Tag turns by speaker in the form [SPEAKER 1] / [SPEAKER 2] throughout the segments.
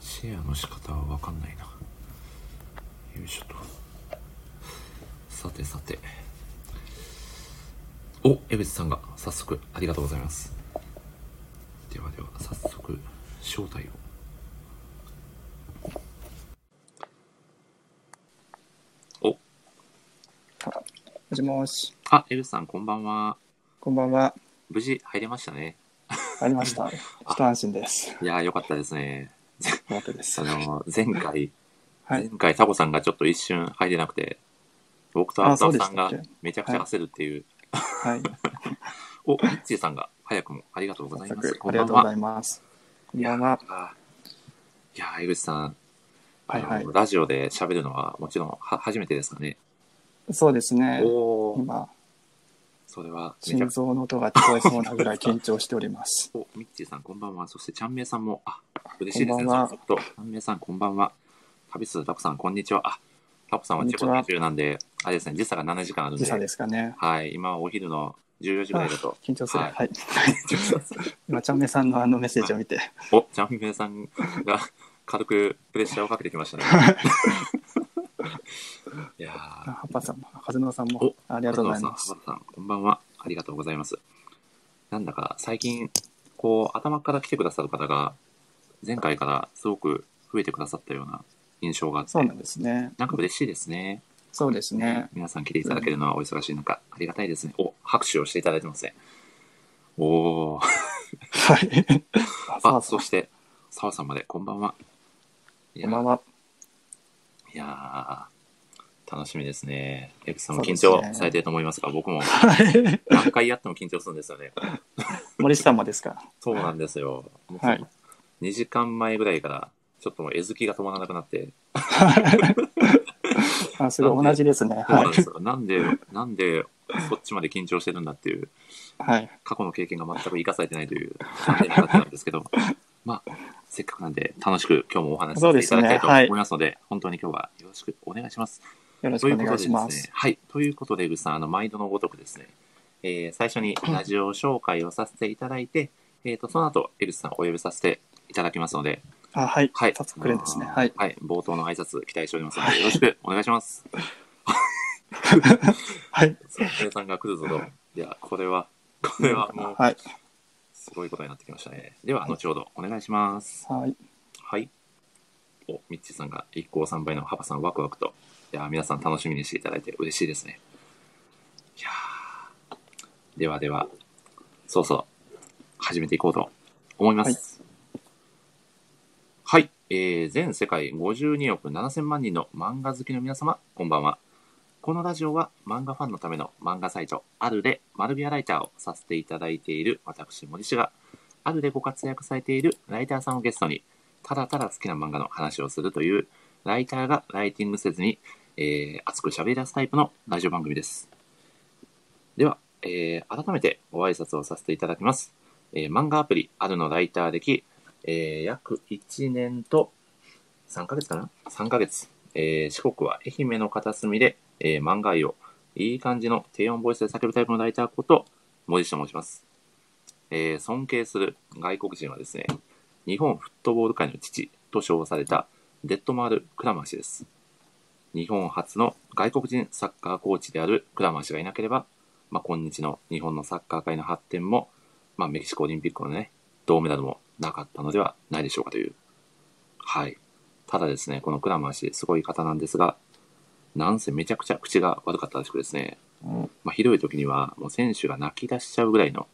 [SPEAKER 1] シェアの仕方は分かんないなよいしょとさてさてお江口さんが早速ありがとうございますではでは早速招待をお
[SPEAKER 2] もしもし、
[SPEAKER 1] あ江口さんこんばんは
[SPEAKER 2] こんばんは。
[SPEAKER 1] 無事入れましたね
[SPEAKER 2] ありました。一安心です。
[SPEAKER 1] いやーよかったですね
[SPEAKER 2] よかったです。
[SPEAKER 1] あ
[SPEAKER 2] は
[SPEAKER 1] の前回前
[SPEAKER 2] い。
[SPEAKER 1] 回タコさんがちょっと一瞬入れなくて僕と
[SPEAKER 2] あ
[SPEAKER 1] 浅
[SPEAKER 2] そ
[SPEAKER 1] 尾
[SPEAKER 2] うで
[SPEAKER 1] さ
[SPEAKER 2] し
[SPEAKER 1] ん
[SPEAKER 2] た
[SPEAKER 1] が
[SPEAKER 2] っけ
[SPEAKER 1] めちゃくちゃ焦るっていう
[SPEAKER 2] はい。
[SPEAKER 1] お、ミッチーさんが早くもありがとうござい
[SPEAKER 2] 早
[SPEAKER 1] ます
[SPEAKER 2] 速。
[SPEAKER 1] こ
[SPEAKER 2] あ
[SPEAKER 1] ん
[SPEAKER 2] り
[SPEAKER 1] ばん
[SPEAKER 2] がとうござ
[SPEAKER 1] は。
[SPEAKER 2] います。こんばんは。
[SPEAKER 1] いやー、江口さん、
[SPEAKER 2] はいは
[SPEAKER 1] あ
[SPEAKER 2] い
[SPEAKER 1] の。ラジオで喋るのはもちろんは初めてですかね。
[SPEAKER 2] そうですね。
[SPEAKER 1] おー、
[SPEAKER 2] 今、
[SPEAKER 1] それはめちゃくち
[SPEAKER 2] 心
[SPEAKER 1] ゃ。
[SPEAKER 2] 臓の音が聞こえそうなぐらい緊張しております。
[SPEAKER 1] お、ミッチーさん、こんばんは。そして、ちゃんめいさんも、あ、嬉しいです
[SPEAKER 2] こ
[SPEAKER 1] ね。
[SPEAKER 2] んばんは
[SPEAKER 1] ずっと。ちゃんめいさん、こんばんは。旅するタコさん、こんにちは。あ、タコさんは
[SPEAKER 2] こん
[SPEAKER 1] チ
[SPEAKER 2] に
[SPEAKER 1] ェ
[SPEAKER 2] ち
[SPEAKER 1] コ
[SPEAKER 2] は
[SPEAKER 1] 在住なんで、あれですね、時差が7時間あるん
[SPEAKER 2] 時差
[SPEAKER 1] で、
[SPEAKER 2] ですかね。
[SPEAKER 1] はい、今はお昼の14時ぐらいだと。
[SPEAKER 2] 緊張する。
[SPEAKER 1] は
[SPEAKER 2] はいい。はい、 今、ちゃんめさんのあのメッセージを見て、
[SPEAKER 1] お、ちゃんめいさんが軽くプレッシャーをかけてきましたね。 いやー
[SPEAKER 2] あ。ハッパさんも、カズノさんも
[SPEAKER 1] お、
[SPEAKER 2] ありがとうございます
[SPEAKER 1] ハ。ルさんこんばんは。ありがとうございます。なんだか最近、こう、頭から来てくださる方が、前回からすごく増えてくださったような印象があって、
[SPEAKER 2] そうなんですね。
[SPEAKER 1] なんか嬉しいですね。
[SPEAKER 2] そうですね。
[SPEAKER 1] 皆さん来ていただけるのはお忙しい中、ありがたいですね。お、拍手をしていただいてますね。おー。
[SPEAKER 2] はい。あ、
[SPEAKER 1] あ、
[SPEAKER 2] そ
[SPEAKER 1] そうし。て、澤さんまで、こんばんは。いや
[SPEAKER 2] こんばんは。
[SPEAKER 1] いやー楽しみですね。エプさんも
[SPEAKER 2] そ
[SPEAKER 1] 緊
[SPEAKER 2] うですね
[SPEAKER 1] 張されてると思いますが、僕も
[SPEAKER 2] はい
[SPEAKER 1] 何回やっても緊張するんです よね。
[SPEAKER 2] 森下もですか。
[SPEAKER 1] そうなんですよ。
[SPEAKER 2] はい。
[SPEAKER 1] 2時間前ぐらいから、ちょっともう絵付きが止まらなくなって、
[SPEAKER 2] あ、すごい、同じですね。
[SPEAKER 1] そうなん
[SPEAKER 2] は
[SPEAKER 1] ですよなんで、なんで、そっちまで緊張してるんだっていう、
[SPEAKER 2] い。はい。
[SPEAKER 1] 過去の経験が全く生かされてないという残念な形なんですけ ど、まあ、せっかくなんで、楽しく今日もお話しさせていただきたいと
[SPEAKER 2] そうですねはい
[SPEAKER 1] 思いますので、本当に今日はよろしくお願いします。
[SPEAKER 2] よろし
[SPEAKER 1] とい
[SPEAKER 2] く
[SPEAKER 1] う
[SPEAKER 2] お
[SPEAKER 1] こ
[SPEAKER 2] 願
[SPEAKER 1] とで
[SPEAKER 2] いし
[SPEAKER 1] で
[SPEAKER 2] ます
[SPEAKER 1] ね
[SPEAKER 2] す。、
[SPEAKER 1] はい。ということで、江口さん、あの、毎度のごとくですね、えー最初にラジオ紹介をさせていただいて、えっ、と、その後、江口さんをお呼びさせていただきますので、
[SPEAKER 2] あ、はい。
[SPEAKER 1] はい。
[SPEAKER 2] 早速くれですね。
[SPEAKER 1] あー
[SPEAKER 2] はい。
[SPEAKER 1] はい。冒頭の挨拶期待しておりますので、よろしくお願いします。
[SPEAKER 2] はい。
[SPEAKER 1] さあ、さんが来るぞと。いや、これは、これはもう、
[SPEAKER 2] はい。
[SPEAKER 1] すごいことになってきましたね。では、後ほどお願いします。
[SPEAKER 2] はい。
[SPEAKER 1] はい。お、ミッチーさんが1行3倍のハパさんワクワクと。いや、皆さん楽しみにしていただいて嬉しいですね。いやーではでは、そろそろ始めていこうと思います。はい。えー全世界52億7000万人の漫画好きの皆様、こんばんは。このラジオは漫画ファンのための漫画サイト、あるで丸ビアライターをさせていただいている私、森氏が、あるでご活躍されているライターさんをゲストに、ただただ好きな漫画の話をするという、ライターがライティングせずに、えー熱く喋り出すタイプのラジオ番組です。では、えー改めてご挨拶をさせていただきます。えー漫画アプリ、あるのライター歴、えー約1年と3ヶ月かな ?3 ヶ月。えー四国は愛媛の片隅で、えー漫画愛をいい感じの低音ボイスで叫ぶタイプのライターこと、森下と申します。えー尊敬する外国人はですね、日本フットボール界の父と称されたデッドマール・クラマー氏です。日本初の外国人サッカーコーチであるクラマー氏がいなければ、まあ、今日の日本のサッカー界の発展も、まあ、メキシコオリンピックのね、銅メダルもなかったのではないでしょうかという。はい。ただですね、このクラマー氏、すごい方なんですが、なんせめちゃくちゃ口が悪かったらしくですね、まあ、ひどい時には、もう選手が泣き出しちゃうぐらいの、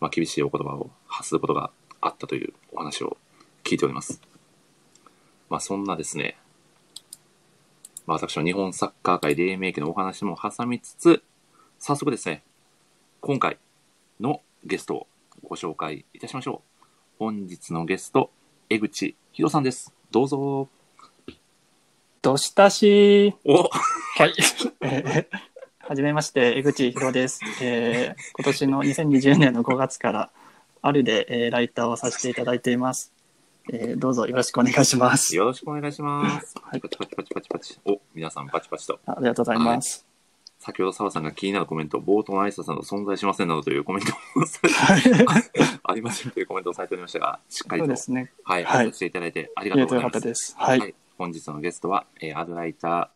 [SPEAKER 1] まあ、厳しいお言葉を発することがあったというお話を聞いております。まあ、そんなですね、まあ、私は日本サッカー界黎明期のお話も挟みつつ、早速ですね、今回のゲストをご紹介いたしましょう。本日のゲスト、江口博さんです。どうぞ。
[SPEAKER 2] どしたし。
[SPEAKER 1] お
[SPEAKER 2] はい。えー はじめまして、江口博です。えー今年の2020年の5月から、あるで、えーライターをさせていただいています。えーどうぞよろしくお願いします。
[SPEAKER 1] よろしくお願いします。
[SPEAKER 2] はい
[SPEAKER 1] パチパチパチパチパチ。お、皆さんパチパチと。
[SPEAKER 2] あありがとうございます。
[SPEAKER 1] 先ほど澤さんが気になるコメント、冒頭の挨拶など存在しませんなどというコメントをされて
[SPEAKER 2] はい。
[SPEAKER 1] ありませんというコメントをされておりましたが、 しっかり
[SPEAKER 2] そう
[SPEAKER 1] と、
[SPEAKER 2] ですね。
[SPEAKER 1] はい、
[SPEAKER 2] はい
[SPEAKER 1] 話していただいてあり
[SPEAKER 2] い
[SPEAKER 1] がと
[SPEAKER 2] え
[SPEAKER 1] うご
[SPEAKER 2] と
[SPEAKER 1] ざ
[SPEAKER 2] よ
[SPEAKER 1] いま
[SPEAKER 2] かった
[SPEAKER 1] す。
[SPEAKER 2] です。はい。
[SPEAKER 1] はい本日のゲストは、えーアドライター、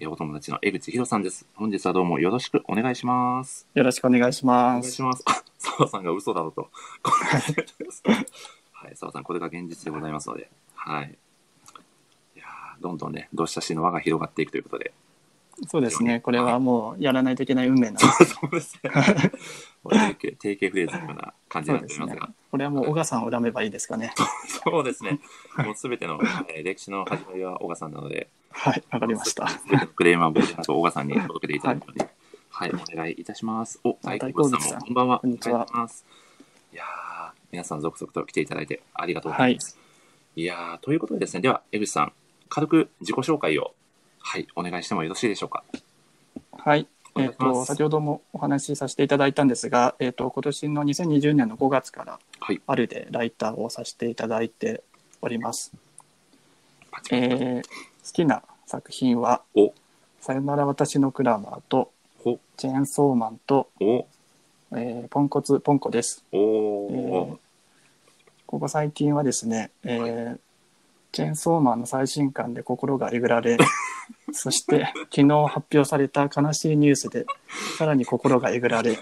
[SPEAKER 1] えーお友達の江口博さんです。本日はどうもよろしくお願いします。
[SPEAKER 2] よろしくお願いし
[SPEAKER 1] お願
[SPEAKER 2] ま
[SPEAKER 1] いし
[SPEAKER 2] す。
[SPEAKER 1] ます。あ、澤さんが嘘だろと。はい、澤さん、これが現実でございますので、はい。いやーどんどんね、どうしたしの輪が広がっていくということで。
[SPEAKER 2] そうですね。これはもうやらないといけない運命なんで
[SPEAKER 1] そうです ね。もう定型定型フレーズのような感じ
[SPEAKER 2] そ
[SPEAKER 1] に
[SPEAKER 2] う
[SPEAKER 1] なって
[SPEAKER 2] で
[SPEAKER 1] お
[SPEAKER 2] す
[SPEAKER 1] ります
[SPEAKER 2] ね
[SPEAKER 1] が。。
[SPEAKER 2] これはもう小川さんを恨めばいいですかね。
[SPEAKER 1] そうですね。もうすべての、えー歴史の始まりは小川さんなので、
[SPEAKER 2] はい、わかりました。
[SPEAKER 1] クレーマーボールなと小川さんに届けていただくので、はい、お願いいたします。お、大
[SPEAKER 2] 大
[SPEAKER 1] 好
[SPEAKER 2] 好
[SPEAKER 1] 物
[SPEAKER 2] 物
[SPEAKER 1] さ
[SPEAKER 2] さん
[SPEAKER 1] んも、こんばんは。
[SPEAKER 2] こんにちは
[SPEAKER 1] お願いします。いやー皆さん続々と来ていただいてありがとうございます。い、やーということでですね、では、江口さん、軽く自己紹介を、はい、お願いしてもよろしいでしょうか。
[SPEAKER 2] はい。
[SPEAKER 1] お
[SPEAKER 2] え
[SPEAKER 1] 願
[SPEAKER 2] っ、
[SPEAKER 1] いし
[SPEAKER 2] と、
[SPEAKER 1] ます。
[SPEAKER 2] 先ほどもお話しさせていただいたんですが、えっ、と、今年の2020年の5月から
[SPEAKER 1] はい、
[SPEAKER 2] あるでライターをさせていただいております。
[SPEAKER 1] パチパチパチ
[SPEAKER 2] えー好きな作品は、
[SPEAKER 1] お、
[SPEAKER 2] さよなら私のクラマーと、
[SPEAKER 1] ほ、
[SPEAKER 2] チェーンソーマンと、
[SPEAKER 1] お、
[SPEAKER 2] えーポンコツポンコです。え
[SPEAKER 1] お
[SPEAKER 2] ーここ最近はですね、えーチェーンソーマンの最新刊で心がえ ぐられ、そして昨日発表された悲しいニュースで、さらに心がえぐられ、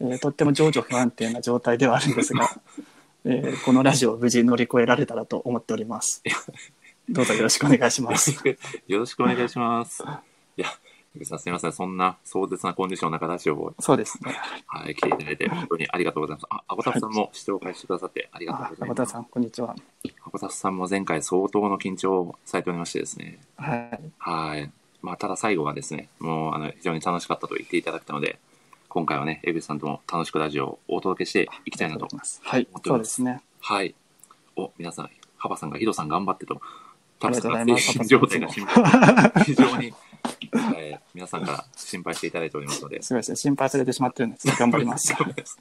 [SPEAKER 2] えーとっても情緒不安定な状態ではあるんですが、えーこのラジオを無事乗り越えられたらと思ってお ります。どうぞよろしくお願いします。
[SPEAKER 1] よろしくお願いします。いや、江口さんすみません。そんな壮絶なコンディションの中ラジオを
[SPEAKER 2] そうですね。
[SPEAKER 1] はい、来ていただいて、本当にありがとうございます。あ、アコタフさんも視聴開始してくださってありがとうご、
[SPEAKER 2] あ
[SPEAKER 1] ざい
[SPEAKER 2] 山
[SPEAKER 1] ま
[SPEAKER 2] 田
[SPEAKER 1] す。
[SPEAKER 2] さん、こんにちは。
[SPEAKER 1] アコタフさんも前回相当の緊張をされておりましてですね。
[SPEAKER 2] はい。
[SPEAKER 1] はい。まあ、ただ最後はですね、もう、あの、非常に楽しかったと言っていただけたので、今回はね、江口さんとも楽しくラジオをお届けしていきたいなと。
[SPEAKER 2] はい
[SPEAKER 1] 思っ、ており
[SPEAKER 2] そう
[SPEAKER 1] ま
[SPEAKER 2] ですすね。
[SPEAKER 1] はい。お、皆さん、ハバさんがヒドさん頑張ってと、タ
[SPEAKER 2] あり
[SPEAKER 1] ラ
[SPEAKER 2] が
[SPEAKER 1] さ
[SPEAKER 2] と
[SPEAKER 1] ん
[SPEAKER 2] うござ
[SPEAKER 1] が精神状態が
[SPEAKER 2] います。
[SPEAKER 1] 心配、
[SPEAKER 2] が
[SPEAKER 1] 非常に、えー皆さんから心配していただいておりますので、
[SPEAKER 2] すごいですね。心配されてしまってるんです。頑張 ります。
[SPEAKER 1] 頑張ります。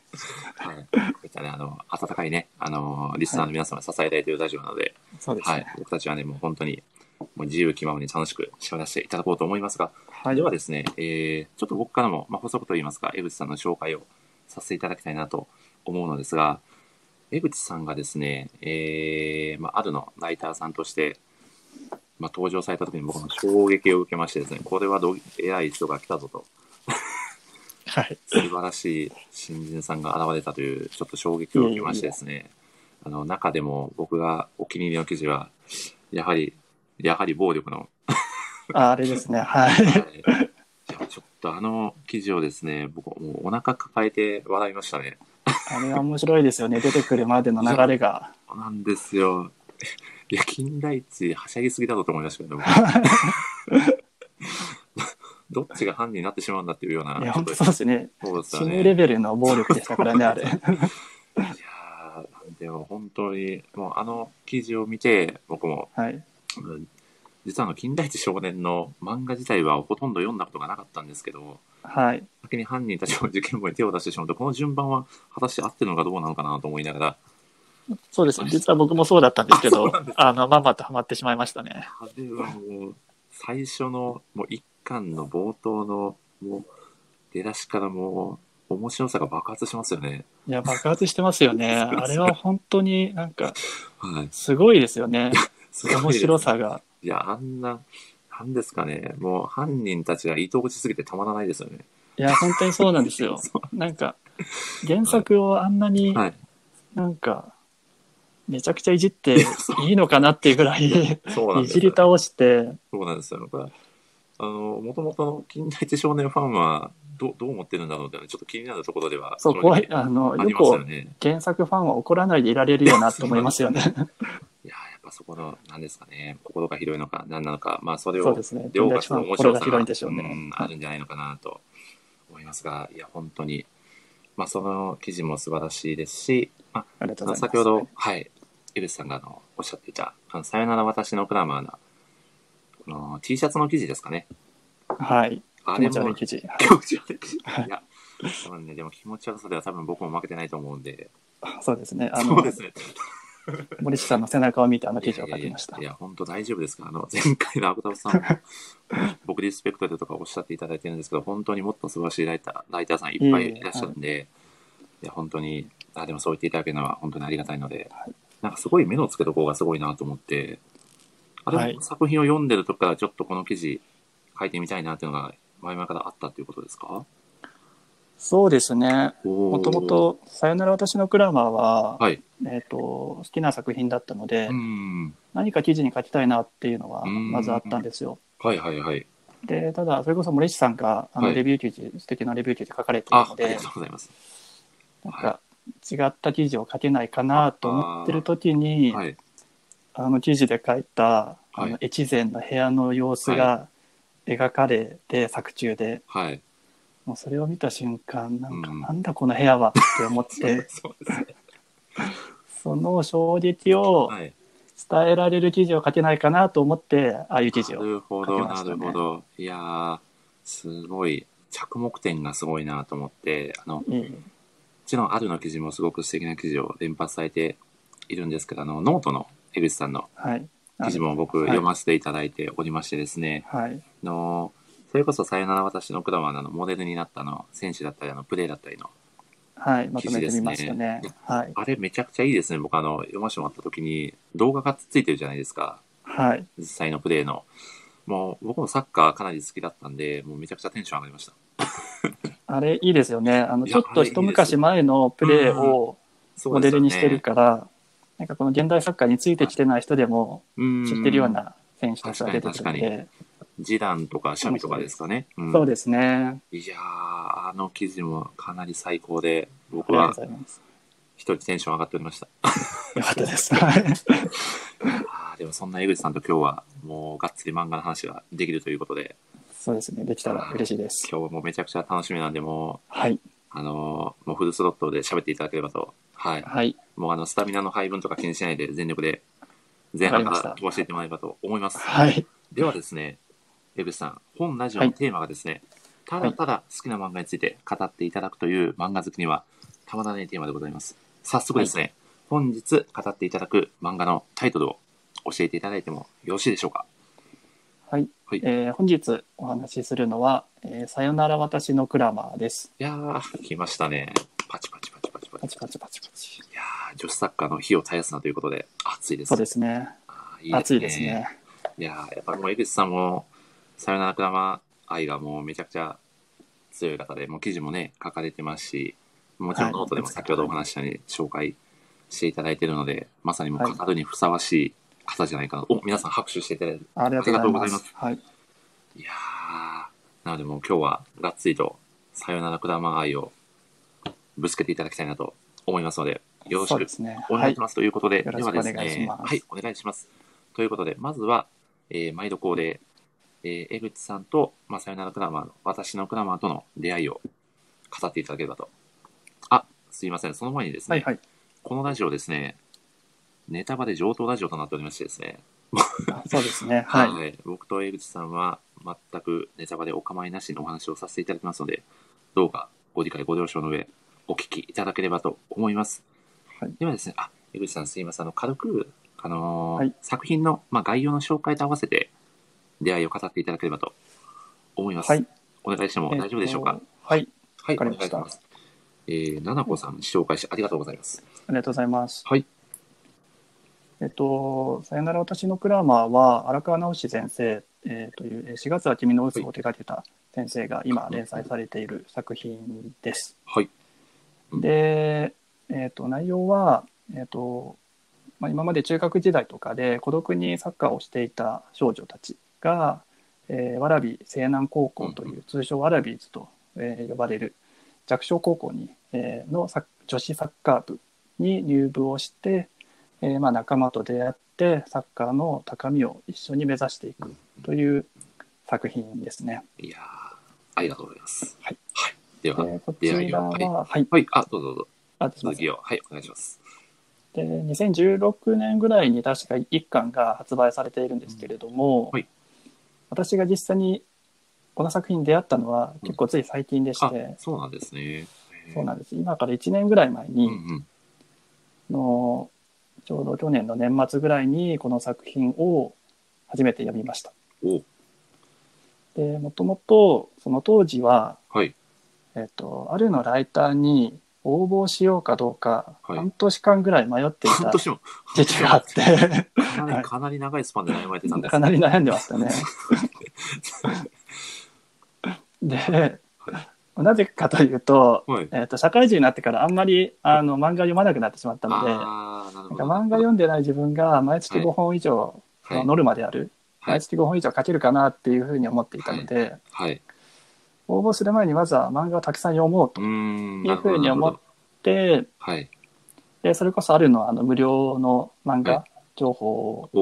[SPEAKER 1] はい。こういったね、あの、温かいね、あの、リスナーの皆様に支えられているラジオなので、
[SPEAKER 2] そうです
[SPEAKER 1] はい、
[SPEAKER 2] ね。
[SPEAKER 1] 僕たちはね、もう本当に、もう自由気ままに楽しく締め出していただこうと思いますが、
[SPEAKER 2] はい。
[SPEAKER 1] ではですね、えー、ちょっと僕からも、まあ、補足といいますか、江口さんの紹介をさせていただきたいなと思うのですが、江口さんがですね、えー、まあ、あるのライターさんとして、まあ、登場された時に僕も衝撃を受けましてですね、これはどう偉い人が来たぞと、
[SPEAKER 2] はい。
[SPEAKER 1] 素晴らしい新人さんが現れたという、ちょっと衝撃を受けましてですね、あの、中でも僕がお気に入りの記事は、やはり、やはり暴力の、
[SPEAKER 2] あ、あれですね。 は
[SPEAKER 1] は
[SPEAKER 2] い。
[SPEAKER 1] いいやちょっとあの記事をですね、僕もうお腹抱えて笑いましたね。
[SPEAKER 2] あれは面白いですよね。出てくるまでの流れが。
[SPEAKER 1] そうなんですよ。 いや、金田一はしゃぎすぎだろうと思いましたけど も。どっちが犯人になってしまうんだっていうような。
[SPEAKER 2] いや、
[SPEAKER 1] ちょっ
[SPEAKER 2] 本
[SPEAKER 1] と
[SPEAKER 2] 当そうですね。
[SPEAKER 1] そうです
[SPEAKER 2] 死
[SPEAKER 1] よね。
[SPEAKER 2] ぬレベルの暴力でしたからね、あれ。
[SPEAKER 1] いやーでも本当に、もうあの記事を見て、僕も、
[SPEAKER 2] はい。
[SPEAKER 1] うん実はあの、金田一少年の漫画自体はほとんど読んだことがなかったんですけど、
[SPEAKER 2] はい。
[SPEAKER 1] 先に犯人たちも事件簿に手を出 してしまうと、この順番は果たして合ってるのかどうなのかなと思いながら、
[SPEAKER 2] そうですね。実は僕もそうだったんですけ
[SPEAKER 1] あそう
[SPEAKER 2] ど
[SPEAKER 1] なんです、
[SPEAKER 2] あの、まんまとハマってしまいましたね。
[SPEAKER 1] あれはもう、最初の、もう一巻の冒頭の、もう、出だしからもう、面白さが爆発しますよね。
[SPEAKER 2] いや、爆発してますよね。あれは本当になんか、
[SPEAKER 1] はい。
[SPEAKER 2] すごいですよね。
[SPEAKER 1] すごいです
[SPEAKER 2] 面白さが。
[SPEAKER 1] いや、あんな、なんですかね、もう犯人たちが愛おしすぎてたまらないですよね。
[SPEAKER 2] いや、本当にそうなんですよ。なんか、原作をあんなに、
[SPEAKER 1] はい。
[SPEAKER 2] なんか、めちゃくちゃいじって いいのかなっていうぐらい、い
[SPEAKER 1] そうなんです
[SPEAKER 2] じり
[SPEAKER 1] よ。
[SPEAKER 2] 倒して、
[SPEAKER 1] そうなんですよ。これ、あの、もともとの金田一少年ファンは、どうどう思ってるんだろうっていうのはちょっと気になるところでは、
[SPEAKER 2] そう、
[SPEAKER 1] 正直
[SPEAKER 2] 怖い。あの、
[SPEAKER 1] あ
[SPEAKER 2] よ
[SPEAKER 1] りますよ
[SPEAKER 2] く
[SPEAKER 1] ね。
[SPEAKER 2] 原作ファンは怒らないでいられるよなって思いますよね。
[SPEAKER 1] いや、やっぱそこの、なんですかね、心が広いのか、何なのか、まあ、それを
[SPEAKER 2] そうですね。
[SPEAKER 1] 両
[SPEAKER 2] 友
[SPEAKER 1] 方
[SPEAKER 2] 達フ
[SPEAKER 1] の
[SPEAKER 2] ァン
[SPEAKER 1] 面
[SPEAKER 2] 心
[SPEAKER 1] 白
[SPEAKER 2] が
[SPEAKER 1] さ
[SPEAKER 2] 広
[SPEAKER 1] が、
[SPEAKER 2] いんでしょうね。
[SPEAKER 1] うんあ
[SPEAKER 2] はい
[SPEAKER 1] るんじゃないのかなと思いますが、いや、本当に、まあ、その記事も素晴らしいですし、ま
[SPEAKER 2] ありがとう
[SPEAKER 1] あ、
[SPEAKER 2] ございます。
[SPEAKER 1] 先ほど、はい、エルスさんがあのおっしゃっていた、あのさよなら私のクラマーな、この T シャツの記事ですかね。
[SPEAKER 2] はい。
[SPEAKER 1] あ
[SPEAKER 2] 気
[SPEAKER 1] れ
[SPEAKER 2] 持ち悪
[SPEAKER 1] も
[SPEAKER 2] い、記事。
[SPEAKER 1] 気持ち悪い記事。
[SPEAKER 2] はい
[SPEAKER 1] いや、多分ね、でも気持ち悪さでは多分僕も負けてないと思うんで、
[SPEAKER 2] そうですね。あ
[SPEAKER 1] そ
[SPEAKER 2] の
[SPEAKER 1] う、ですね。
[SPEAKER 2] 森下さんの背中を見てあの記事を書きました
[SPEAKER 1] いやい。やいや、本当大丈夫ですかあの、前回のアブタフさんも、 僕リスペクトでとかおっしゃっていただいてるんですけど、本当にもっと素晴らしいライター、ライターさんいっぱいいらっしゃるんで、いや、本当にあ、でもそう言っていただけるのは本当にありがたいので、なんかすごい目のつけどころがすごいなと思って、あれ、
[SPEAKER 2] はい
[SPEAKER 1] 作品を読んでる時からちょっとこの記事書いてみたいなっていうのが前々からあったっていうことですか
[SPEAKER 2] そうですね。
[SPEAKER 1] も
[SPEAKER 2] もとも、と、さよなら私のクラマーは、
[SPEAKER 1] はい。
[SPEAKER 2] えっ、と、好きな作品だったので、
[SPEAKER 1] うん。
[SPEAKER 2] 何か記事に書きたいなっていうのは、
[SPEAKER 1] うん
[SPEAKER 2] まずあったんですよ。
[SPEAKER 1] はいはいはい。
[SPEAKER 2] で、ただ、それこそ森内さんが、あ
[SPEAKER 1] は
[SPEAKER 2] の、
[SPEAKER 1] い
[SPEAKER 2] レビュー記事、素敵なレビュー記事書かれている
[SPEAKER 1] あ、あ
[SPEAKER 2] の
[SPEAKER 1] りが
[SPEAKER 2] で
[SPEAKER 1] と、うございます。
[SPEAKER 2] なん
[SPEAKER 1] はい
[SPEAKER 2] か、違った記事を書けないかなと思ってる時に、あ,、
[SPEAKER 1] はい。
[SPEAKER 2] の、記事で書いた、あ
[SPEAKER 1] は
[SPEAKER 2] の
[SPEAKER 1] い、
[SPEAKER 2] 越前の部屋の様子が描かれて、作中で、
[SPEAKER 1] はい。
[SPEAKER 2] もうそれを見た瞬間、なんか、
[SPEAKER 1] うん
[SPEAKER 2] なんだこの部屋はって思 って、
[SPEAKER 1] そうですね。
[SPEAKER 2] その衝撃を
[SPEAKER 1] はい。
[SPEAKER 2] 伝えられる記事を書けないかなと思って、ああいう記事
[SPEAKER 1] な
[SPEAKER 2] を。
[SPEAKER 1] るほ
[SPEAKER 2] 書け
[SPEAKER 1] ど、
[SPEAKER 2] まし
[SPEAKER 1] な
[SPEAKER 2] た
[SPEAKER 1] る
[SPEAKER 2] ね
[SPEAKER 1] ほど。いやー、すごい、着目点がすごいなと思って、あの、も
[SPEAKER 2] いい
[SPEAKER 1] ちろんあるの記事もすごく素敵な記事を連発されているんですけど、あの、ノートの江口さんの
[SPEAKER 2] はい。
[SPEAKER 1] 記事も僕
[SPEAKER 2] はい
[SPEAKER 1] 読ませていただいておりましてですね、
[SPEAKER 2] はい。
[SPEAKER 1] あの、それこそさよなら私のクラマーのあのモデルになったあの選手だったり、あの、プレーだったりの、
[SPEAKER 2] はい。まとめてみましたね
[SPEAKER 1] 記事で。
[SPEAKER 2] はい。
[SPEAKER 1] あれめちゃくちゃいいですね。僕あの、読ませてもらった時に動画がついてるじゃないですか。
[SPEAKER 2] はい。
[SPEAKER 1] 実際のプレーの。もう僕もサッカーかなり好きだったんで、もうめちゃくちゃテンション上がりました。
[SPEAKER 2] あれ、いいですよね。あの、
[SPEAKER 1] い
[SPEAKER 2] ち
[SPEAKER 1] や
[SPEAKER 2] ょっと一昔前のプレーを
[SPEAKER 1] そう
[SPEAKER 2] モ
[SPEAKER 1] で
[SPEAKER 2] デ
[SPEAKER 1] す
[SPEAKER 2] ル
[SPEAKER 1] よ
[SPEAKER 2] に
[SPEAKER 1] ね
[SPEAKER 2] してるから、なんかこの現代サッカーについてきてない人でも
[SPEAKER 1] うん
[SPEAKER 2] 知ってるような選手たちが出てくるので、
[SPEAKER 1] ジダンとかシャミとかですかね。うん
[SPEAKER 2] そうですね。
[SPEAKER 1] いやー、あの記事もかなり最高で、
[SPEAKER 2] あ
[SPEAKER 1] 僕
[SPEAKER 2] りがとう
[SPEAKER 1] は
[SPEAKER 2] ございます。
[SPEAKER 1] 一人テンション上がっておりました。
[SPEAKER 2] よかったです。はい。
[SPEAKER 1] あーでもそんな江口さんと今日はもうがっつり漫画の話ができるということで、
[SPEAKER 2] そうですね。できたら嬉しいです。
[SPEAKER 1] 今日もめちゃくちゃ楽しみなんで、もう、
[SPEAKER 2] はい。
[SPEAKER 1] あのーもうフルスロットルで喋っていただければと。はい。
[SPEAKER 2] はい。
[SPEAKER 1] もうあの、スタミナの配分とか気にしないで全力で前半か
[SPEAKER 2] わかり
[SPEAKER 1] ら
[SPEAKER 2] ました
[SPEAKER 1] 飛ばしていってもらえればと思います。
[SPEAKER 2] はい。
[SPEAKER 1] ではですね、江口さん、本ラジオのテーマがですね、ただただ好きな漫画について語っていただくという漫画好きにはたまらないテーマでございます。早速ですね、本日語っていただく漫画のタイトルを教えていただいてもよろしいでしょうか。
[SPEAKER 2] はい
[SPEAKER 1] はい。
[SPEAKER 2] えー本日お話しするのは、えーさよなら私のクラマーです。
[SPEAKER 1] いやー、来ましたね。パチパチパチパチパチ。
[SPEAKER 2] パチパチパチパチ。
[SPEAKER 1] いやー、女子サッカーの火を絶やすなということで、熱いです。
[SPEAKER 2] そうですね。
[SPEAKER 1] あー
[SPEAKER 2] 暑いですね。
[SPEAKER 1] いやーやっぱりもう江口さんも、さよならくらま愛がもうめちゃくちゃ強い方で、もう記事もね、書かれてますし、もちろん
[SPEAKER 2] はい
[SPEAKER 1] ノートでも先ほどお話ししたように紹介していただいているので、まさにもう語るにふさわしい方じゃないかな。お、皆さん拍手していただいて。
[SPEAKER 2] ありがとうござい
[SPEAKER 1] ありがとうございま
[SPEAKER 2] ますす。はい。
[SPEAKER 1] いやーなのでもう今日はがっつりと、さよならくらま愛をぶつけていただきたいなと思いますので、よろし
[SPEAKER 2] そう
[SPEAKER 1] く
[SPEAKER 2] ですね。
[SPEAKER 1] お願いし
[SPEAKER 2] は
[SPEAKER 1] ます。ということで、
[SPEAKER 2] よろ
[SPEAKER 1] で
[SPEAKER 2] しく
[SPEAKER 1] はです
[SPEAKER 2] お願いし
[SPEAKER 1] ね、
[SPEAKER 2] ます
[SPEAKER 1] はい、お願いします。ということで、まずは、えー毎度恒例、えー江口さんと、まあ、さよならクラマーの、私のクラマーとの出会いを語っていただければと。あ、すいません、その前にですね、
[SPEAKER 2] い。はいはい。
[SPEAKER 1] このラジオですね、ネタバレ上等ラジオとなっておりましてですね、
[SPEAKER 2] あそうですね。はい。
[SPEAKER 1] 僕と江口さんは全くネタバレお構いなしのお話をさせていただきますので、どうかご理解ご了承の上、お聞きいただければと思います。
[SPEAKER 2] はい
[SPEAKER 1] ではですね、あ、江口さんすいません、あの、軽く、あのー
[SPEAKER 2] はい
[SPEAKER 1] 作品の、まあ、概要の紹介と合わせて出会いを語っていただければと思います。
[SPEAKER 2] はい
[SPEAKER 1] お願いしても
[SPEAKER 2] えっと
[SPEAKER 1] 大丈夫でしょうか、
[SPEAKER 2] はい。
[SPEAKER 1] はい、
[SPEAKER 2] わかりました
[SPEAKER 1] お願いします。えー、ななこさん紹介しありがとうございます。
[SPEAKER 2] ありがとうございます。
[SPEAKER 1] はい。
[SPEAKER 2] えっと、さよなら私のクラマーは、荒川直志先生、えーという、えー4月は君の嘘を手掛けた先生が今連載されている作品です。
[SPEAKER 1] はい。うん
[SPEAKER 2] で、えっと、内容は、えっと、まあ、今まで中学時代とかで孤独にサッカーをしていた少女たちが、えー、蕨西南高校という通称蕨ズと、えー呼ばれる弱小高校に、えーのサッ女子サッカー部に入部をして、えーまあ、仲間と出会ってサッカーの高みを一緒に目指していくという作品ですね。
[SPEAKER 1] いやーありがとうございます。
[SPEAKER 2] はい。
[SPEAKER 1] はい、では、
[SPEAKER 2] でこちらは、
[SPEAKER 1] 出会い
[SPEAKER 2] はい、
[SPEAKER 1] はい、あ、どうぞどうぞ。
[SPEAKER 2] あすいま
[SPEAKER 1] 続
[SPEAKER 2] せん
[SPEAKER 1] きを、はい、お願いします。
[SPEAKER 2] で2016年ぐらいに確か1巻が発売されているんですけれども、
[SPEAKER 1] はい
[SPEAKER 2] 私が実際にこの作品に出会ったのは結構つい最近でし
[SPEAKER 1] あ
[SPEAKER 2] て、、
[SPEAKER 1] そうなんですね。
[SPEAKER 2] そうなんんです今から1年ぐらい前に、
[SPEAKER 1] うんうん。
[SPEAKER 2] のちょうど去年の年末ぐらいにこの作品を初めて読みました。
[SPEAKER 1] お、
[SPEAKER 2] でもともとその当時は、
[SPEAKER 1] はい。
[SPEAKER 2] えっとあるのライターに応募しようかどうか、
[SPEAKER 1] はい
[SPEAKER 2] 半年間ぐらい迷ってい
[SPEAKER 1] 半
[SPEAKER 2] た
[SPEAKER 1] 年も、
[SPEAKER 2] 時期があって、
[SPEAKER 1] かなり、かなり長いスパンで悩まれてたんです。
[SPEAKER 2] かなり悩んで ましたね。で、なぜかというと、
[SPEAKER 1] はい。
[SPEAKER 2] えっと社会人になってからあんまりあの漫画読まなくなってしまったので、なんか
[SPEAKER 1] ああ、なるほど。
[SPEAKER 2] 漫画読んでない自分が毎月
[SPEAKER 1] はい
[SPEAKER 2] 5本以上
[SPEAKER 1] は
[SPEAKER 2] の
[SPEAKER 1] い
[SPEAKER 2] ノルマである、
[SPEAKER 1] はい
[SPEAKER 2] 毎月5本以上書けるかなっていうふうに思っていたので、
[SPEAKER 1] はい。
[SPEAKER 2] 応募する前にまずは漫画をたくさん読もうと
[SPEAKER 1] うーん。
[SPEAKER 2] いうふう
[SPEAKER 1] なるほどな
[SPEAKER 2] に思
[SPEAKER 1] るほど
[SPEAKER 2] って、
[SPEAKER 1] はい。
[SPEAKER 2] でそれこそあるのはあの無料の漫
[SPEAKER 1] は
[SPEAKER 2] 画情報を
[SPEAKER 1] お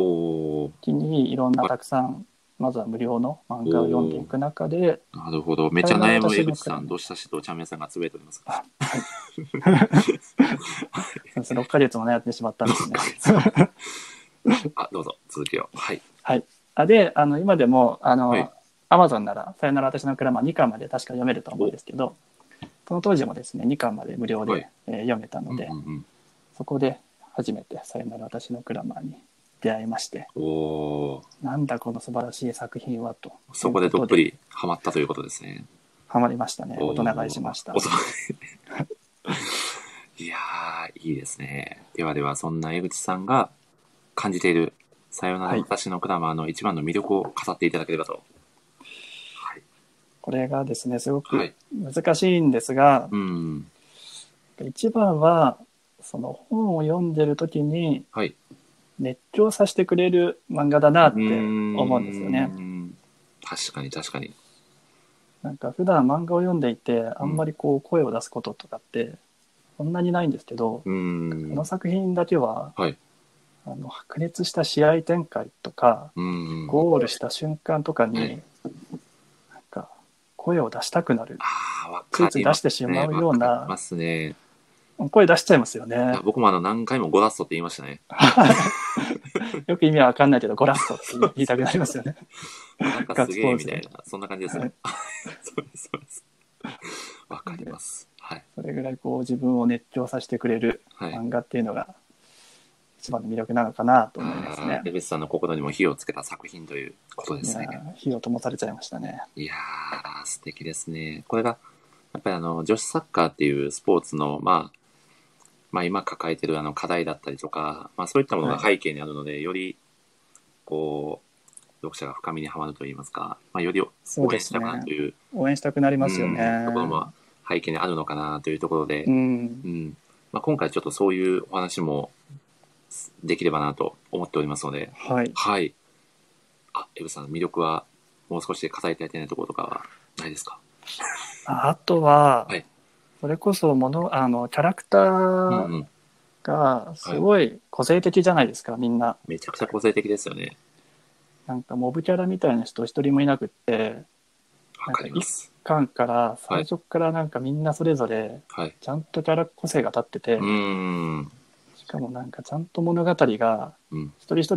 [SPEAKER 1] お
[SPEAKER 2] 一気にいろんなたくさん、まずは無料の漫画を読んでいく中で、
[SPEAKER 1] ーなるほど。めっちゃ悩む江口さん、どうしたしとお茶目さんがつぶやいております。
[SPEAKER 2] 6ヶ月も悩んでしまったんですね。
[SPEAKER 1] あ、どうぞ、続きを。はい。
[SPEAKER 2] あであの今でもあの、
[SPEAKER 1] はい
[SPEAKER 2] アマゾンなら「さよなら私の車」2巻まで確か読めると思うんですけどその当時もですね2巻まで無料で、
[SPEAKER 1] はい
[SPEAKER 2] えー読めた
[SPEAKER 1] う
[SPEAKER 2] の
[SPEAKER 1] んう
[SPEAKER 2] で、
[SPEAKER 1] んうん、
[SPEAKER 2] そこで初めて「さよなら私の車」に出会いまして
[SPEAKER 1] おおー
[SPEAKER 2] なんだこの素晴らしい作品はと
[SPEAKER 1] そこでどっぷ
[SPEAKER 2] り
[SPEAKER 1] りハマったということですね。
[SPEAKER 2] ハマりましたね
[SPEAKER 1] おー
[SPEAKER 2] 大人買いしました
[SPEAKER 1] おそい やー、いいですね。ではでは、そんな江口さんが感じている、さよなら
[SPEAKER 2] はい
[SPEAKER 1] 私のクラマーの一番の魅力を語っていただければと。
[SPEAKER 2] これがですねすご
[SPEAKER 1] は
[SPEAKER 2] く
[SPEAKER 1] い。
[SPEAKER 2] 難しいんですが、
[SPEAKER 1] うん。
[SPEAKER 2] 一番はその本を読んでる時に
[SPEAKER 1] はい。
[SPEAKER 2] 熱狂させてくれる漫画だなって思
[SPEAKER 1] 思
[SPEAKER 2] うんですよね。。
[SPEAKER 1] 確かに確かに。
[SPEAKER 2] なんか普段漫画を読んでいてあんまりこう声を出すこととかってそんなにないんですけど、
[SPEAKER 1] う
[SPEAKER 2] こ
[SPEAKER 1] ん
[SPEAKER 2] の。作品だけは、
[SPEAKER 1] はい
[SPEAKER 2] あの白熱した試合展開とか
[SPEAKER 1] うん。
[SPEAKER 2] ゴールした瞬間とかに、
[SPEAKER 1] はい
[SPEAKER 2] なんか声を出したくなる
[SPEAKER 1] ああ、わ
[SPEAKER 2] つい
[SPEAKER 1] か
[SPEAKER 2] つい
[SPEAKER 1] り
[SPEAKER 2] 出
[SPEAKER 1] ま
[SPEAKER 2] し
[SPEAKER 1] す
[SPEAKER 2] てしまう
[SPEAKER 1] ね。
[SPEAKER 2] よう
[SPEAKER 1] わかり
[SPEAKER 2] な
[SPEAKER 1] ますね。
[SPEAKER 2] 声出しちゃいますよね。
[SPEAKER 1] いや僕もあの何回もゴダストって言いましたね。
[SPEAKER 2] よく意味は分かんないけどゴラッとって言いたくなりますよね。
[SPEAKER 1] なんかすげえみた
[SPEAKER 2] ガ
[SPEAKER 1] い
[SPEAKER 2] ッツ
[SPEAKER 1] な、そんな感じ です
[SPEAKER 2] は
[SPEAKER 1] ね。そうです、そうです。わかります。はい。
[SPEAKER 2] それぐらいこう自分を熱狂させてくれる
[SPEAKER 1] はい。
[SPEAKER 2] 漫画っていうのが一番の魅力なのかなと思いま
[SPEAKER 1] あ
[SPEAKER 2] すね
[SPEAKER 1] ー。レベスさんの心にも火をつけた作品ということですね
[SPEAKER 2] い。やー火を灯されちゃいましたね。
[SPEAKER 1] いやー、素敵ですね。これが、やっぱりあの、女子サッカーっていうスポーツの、まあ、まあ今抱えてるあの課題だったりとか、まあそういったものが背景にあるので、より、こう、読者が深みにはまるといいますか、まあより
[SPEAKER 2] そう
[SPEAKER 1] 応
[SPEAKER 2] で
[SPEAKER 1] 援し
[SPEAKER 2] す
[SPEAKER 1] た
[SPEAKER 2] ね
[SPEAKER 1] く。なるという、
[SPEAKER 2] 応援したくなりますよ
[SPEAKER 1] うん
[SPEAKER 2] ね
[SPEAKER 1] と。ころも背景にあるのかなというところで
[SPEAKER 2] う、。
[SPEAKER 1] うんん。まあ今回ちょっとそういうお話もできればなと思っておりますので、
[SPEAKER 2] はい。
[SPEAKER 1] はい。あ、エブさん、魅力はもう少し語りたいないところとかはないですか
[SPEAKER 2] ああとは、
[SPEAKER 1] はい
[SPEAKER 2] それこそものあのキャラクタ
[SPEAKER 1] うんう
[SPEAKER 2] ー
[SPEAKER 1] ん。
[SPEAKER 2] がすごい個性的じゃないですか、みんな。
[SPEAKER 1] めちゃくちゃ個性的ですよね。
[SPEAKER 2] なんかモブキャラみたいな人一人もいなくって、
[SPEAKER 1] わかります。
[SPEAKER 2] 缶から最初からなんかみんなそれぞれ
[SPEAKER 1] はい。
[SPEAKER 2] ちゃんとキャラ個性が立ってて、
[SPEAKER 1] うーん。
[SPEAKER 2] しかもなんかちゃんと物語が
[SPEAKER 1] うん
[SPEAKER 2] 一人一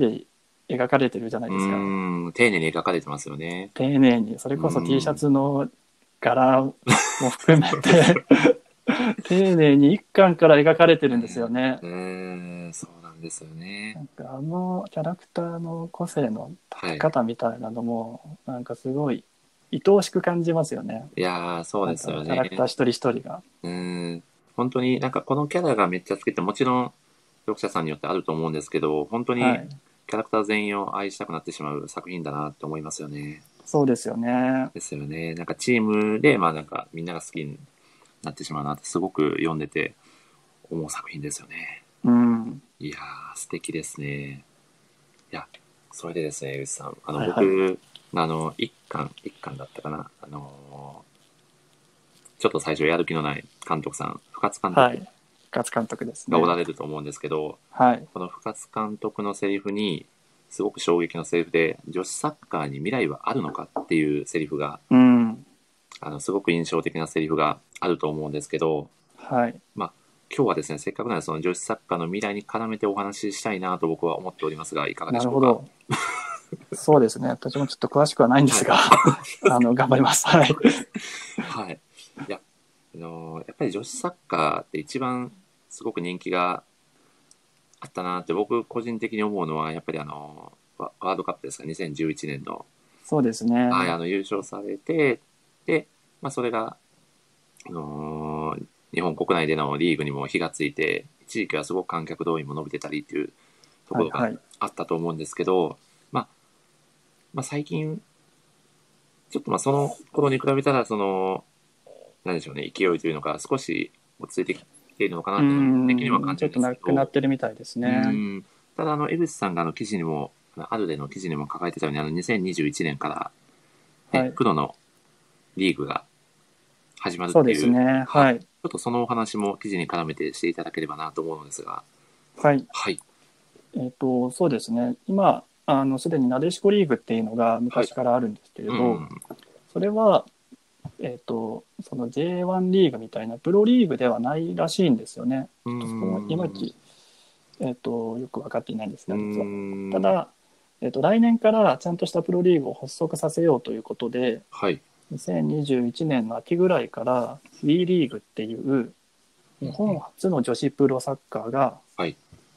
[SPEAKER 2] 人描かれてるじゃな
[SPEAKER 1] う
[SPEAKER 2] いですか。
[SPEAKER 1] ーん。丁寧に描かれてますよね。
[SPEAKER 2] 丁寧にそれこそ
[SPEAKER 1] うん
[SPEAKER 2] T シャツの柄も含めて 丁寧に一巻から描かれてるんですよね
[SPEAKER 1] う。ーん、そうなんですよ
[SPEAKER 2] な
[SPEAKER 1] ね。
[SPEAKER 2] んかあのキャラクターの個性の
[SPEAKER 1] はい。
[SPEAKER 2] 方みたいなのもなんかすごい愛おしく感じますよね。
[SPEAKER 1] いやー、そうですよ
[SPEAKER 2] なんかキャラ
[SPEAKER 1] ね
[SPEAKER 2] ク。ター一人一人が。
[SPEAKER 1] うーん。本当になんかこのキャラがめっちゃ好きって、もちろん読者さんによってあると思うんですけど、本当に
[SPEAKER 2] はい、
[SPEAKER 1] キャラクター全員を愛したくなってしまう作品だなと思いますよね。
[SPEAKER 2] そうですよね。
[SPEAKER 1] ですよね。なんかチームで、まあなんかみんなが好きになってしまうなってすごく読んでて思う作品ですよね。
[SPEAKER 2] うん。
[SPEAKER 1] いやー、素敵ですね。いや、それでですね、江口さん。あの、
[SPEAKER 2] はいはい
[SPEAKER 1] 僕、あの、一巻、一巻だったかな。あのーちょっと最初やる気のない監督さん、深津監
[SPEAKER 2] は
[SPEAKER 1] 督
[SPEAKER 2] い。勝監督ですね
[SPEAKER 1] がお。られると思うんですけど、
[SPEAKER 2] はい。
[SPEAKER 1] この深津監督のセリフに、すごく衝撃のセリフで、女子サッカーに未来はあるのかっていうセリフが
[SPEAKER 2] うん。
[SPEAKER 1] あの、すごく印象的なセリフがあると思うんですけど、
[SPEAKER 2] はい。
[SPEAKER 1] 今日はですね、せっかくなのでその女子サッカーの未来に絡めてお話ししたいなと僕は思っておりますが、いかがで
[SPEAKER 2] な
[SPEAKER 1] し
[SPEAKER 2] る
[SPEAKER 1] ょ
[SPEAKER 2] ほ
[SPEAKER 1] うか
[SPEAKER 2] ど。そうですね。私もちょっと詳しくはない んですが、あの、頑張ります。はい。
[SPEAKER 1] はい。いや、あのーやっぱり女子サッカーって一番すごく人気があったなって僕個人的に思うのは、やっぱりあのーワワールドカップですか、2011年の。
[SPEAKER 2] そうですね。
[SPEAKER 1] はい、あの、優勝されて、で、まあ、それが、あのー日本国内でのリーグにも火がついて、一時期はすごく観客動員も伸びてたりっていうところ
[SPEAKER 2] は
[SPEAKER 1] が
[SPEAKER 2] いはい
[SPEAKER 1] あったと思うんですけど、まあ、まあ最近、ちょっとまあその頃に比べたら、その、なんでしょうね、勢いというのが少し落ち着いてきているのかなっていうの
[SPEAKER 2] う
[SPEAKER 1] は
[SPEAKER 2] ん
[SPEAKER 1] 的には感じ
[SPEAKER 2] ちょ
[SPEAKER 1] る
[SPEAKER 2] っ
[SPEAKER 1] んです
[SPEAKER 2] とな
[SPEAKER 1] け
[SPEAKER 2] く
[SPEAKER 1] ど
[SPEAKER 2] な。ってるみたいですね。
[SPEAKER 1] うんただ、あの、江口さんがあの記事にも、あのアルデの記事にも書かれてたように、あの、2021年から、ね
[SPEAKER 2] はい
[SPEAKER 1] プロのリーグが始まるって
[SPEAKER 2] そ
[SPEAKER 1] いうう
[SPEAKER 2] ですね。はい。
[SPEAKER 1] ちょっとそのお話も記事に絡めてしていただければなと思うのですが、
[SPEAKER 2] はい。
[SPEAKER 1] はい。
[SPEAKER 2] えっ、と、そうですね。今、あの、すでになでしこリーグっていうのが昔からあるんですけれど、
[SPEAKER 1] うん
[SPEAKER 2] それは、えっ、と、その J1 リーグみたいなプロリーグではないらしいんですよね。
[SPEAKER 1] う
[SPEAKER 2] そこ
[SPEAKER 1] ん
[SPEAKER 2] もいまいち、えっ、と、よく分かっていないんですが、実は。
[SPEAKER 1] うん
[SPEAKER 2] ただ、えっ、と、来年からちゃんとしたプロリーグを発足させようということで、
[SPEAKER 1] はい。
[SPEAKER 2] 2021年の秋ぐらいから WE リーグっていう日本初の女子プロサッカーが
[SPEAKER 1] はい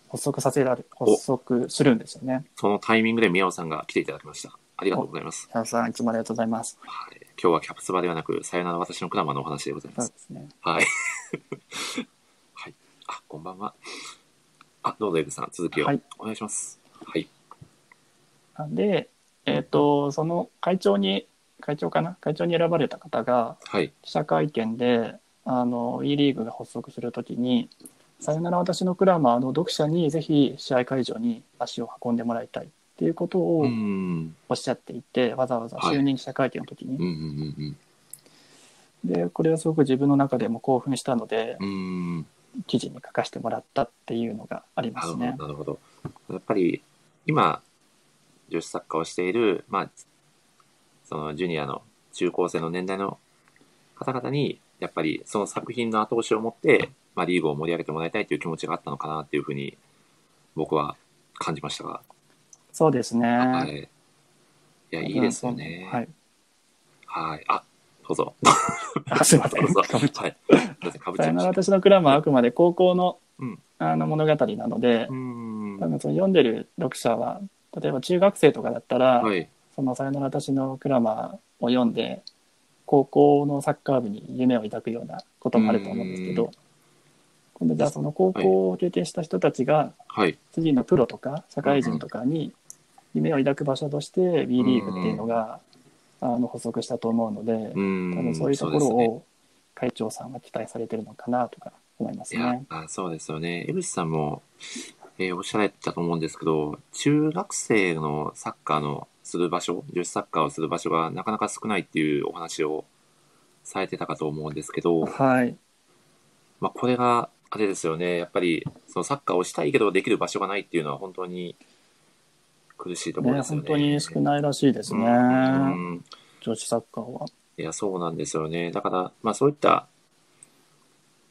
[SPEAKER 2] 発足させられ、
[SPEAKER 1] お
[SPEAKER 2] 発足するんですよね。
[SPEAKER 1] そのタイミングで宮尾さんが来ていただきました。ありがとうございます。
[SPEAKER 2] 皆さんいつもありがとうございます。
[SPEAKER 1] はい、今日はキャプツバではなく、さよなら私のクラマーのお話でございま
[SPEAKER 2] そう
[SPEAKER 1] す。
[SPEAKER 2] ですね。
[SPEAKER 1] はい。 はい。あ、こんばんは。あ、どうぞ、エグさん、続きを、
[SPEAKER 2] はい
[SPEAKER 1] お願いします。はい。
[SPEAKER 2] なんで、えっ、と、その会長に、会長かな会長に選ばれた方が
[SPEAKER 1] はい。
[SPEAKER 2] 記者会見で、あの、WE リーグが発足するときに、さよなら私のクラマーの読者にぜひ試合会場に足を運んでもらいたいっていうことを
[SPEAKER 1] うん。うん
[SPEAKER 2] おっしゃっていて、わざわざ就任記者会見の時に
[SPEAKER 1] うんう、ん
[SPEAKER 2] でこれはすごく自分の中でも興奮したので
[SPEAKER 1] うん。うん。
[SPEAKER 2] 記事に書かせてもらったっていうのがありま
[SPEAKER 1] なる
[SPEAKER 2] す
[SPEAKER 1] ほど、
[SPEAKER 2] ね。
[SPEAKER 1] なるほど。やっぱり、今、女子サッカーをしている、まあ、その、ジュニアの中高生の年代の方々に、やっぱり、その作品の後押しを持って、まあ、リーグを盛り上げてもらいたいという気持ちがあったのかな、っていうふうに、僕は感じましたが。
[SPEAKER 2] そうですね。
[SPEAKER 1] はい。いや、いいですよね。
[SPEAKER 2] はい。
[SPEAKER 1] はい。あ、どうぞ。
[SPEAKER 2] あすい ませ ん。
[SPEAKER 1] どうぞ。
[SPEAKER 2] かぶっちゃっ
[SPEAKER 1] はい。かぶっ
[SPEAKER 2] さ
[SPEAKER 1] ちゃ
[SPEAKER 2] よ
[SPEAKER 1] いま
[SPEAKER 2] なら
[SPEAKER 1] した。
[SPEAKER 2] 私のクラマーはあくまで高校の,、
[SPEAKER 1] うん
[SPEAKER 2] あの物語なので
[SPEAKER 1] う、ん。
[SPEAKER 2] 多
[SPEAKER 1] は
[SPEAKER 2] 分その読んでる読者は例えば中学生とかだったら、
[SPEAKER 1] い。
[SPEAKER 2] そのさよなら私のクラマーを読んで高校のサッカー部に夢を抱くようなこともあると思うんですけ
[SPEAKER 1] うん
[SPEAKER 2] ど、今度じゃあその高校を経験した人たちが
[SPEAKER 1] はい。
[SPEAKER 2] 次のプロとか社会人とかに夢を抱く場所として B リーグっていうのが、あの補足したと思うので、
[SPEAKER 1] うん。
[SPEAKER 2] 多分そういうところ
[SPEAKER 1] そですね
[SPEAKER 2] を会長さんは期待されてるのかなとか思います
[SPEAKER 1] いや
[SPEAKER 2] ね。、
[SPEAKER 1] あそうですよね。江口さんも、えーおっしゃられてたと思うんですけど、中学生のサッカーのする場所、女子サッカーをする場所がなかなか少ないっていうお話をされてたかと思うんですけど、
[SPEAKER 2] はい、
[SPEAKER 1] まあ、これが、あれですよね。やっぱり、そのサッカーをしたいけどできる場所がないっていうのは本当に苦しいところ
[SPEAKER 2] ね
[SPEAKER 1] ですよ
[SPEAKER 2] 本
[SPEAKER 1] ね。
[SPEAKER 2] 当に少ないらしいですね、
[SPEAKER 1] うんうん
[SPEAKER 2] 女子サッカーは。
[SPEAKER 1] いや、そうなんですよね。だから、まあそういった、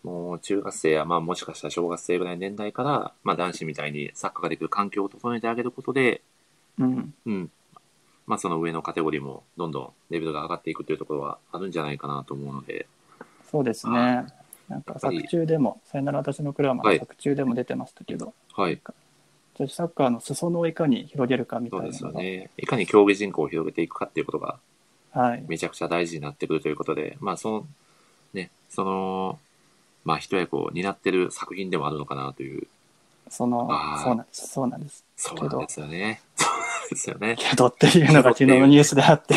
[SPEAKER 1] もう中学生や、まあもしかしたら小学生ぐらいの年代から、まあ男子みたいにサッカーができる環境を整えてあげることで、
[SPEAKER 2] うん、
[SPEAKER 1] うん。まあその上のカテゴリーもどんどんレベルが上がっていくというところはあるんじゃないかなと思うので、
[SPEAKER 2] そうです
[SPEAKER 1] は
[SPEAKER 2] ね。なんか作中でも、さよなら私のクラマ
[SPEAKER 1] は
[SPEAKER 2] ー
[SPEAKER 1] い
[SPEAKER 2] の作中でも出てましたけど、
[SPEAKER 1] はい。
[SPEAKER 2] 女子サッカーの裾野をいかに広げるかみ
[SPEAKER 1] そ
[SPEAKER 2] たいうな
[SPEAKER 1] ですよ
[SPEAKER 2] のが、
[SPEAKER 1] ね。いかに競技人口を広げていくかっていうことが
[SPEAKER 2] はい、
[SPEAKER 1] めちゃくちゃ大事になってくるということで、まあその、ね、その、まあ一役を担ってる作品でもあるのかなという、
[SPEAKER 2] その
[SPEAKER 1] あー
[SPEAKER 2] そうなんです、そうなんです。
[SPEAKER 1] そうなんですよね。 そうなんですよね。
[SPEAKER 2] けどっていうのが昨日のニュースで あって、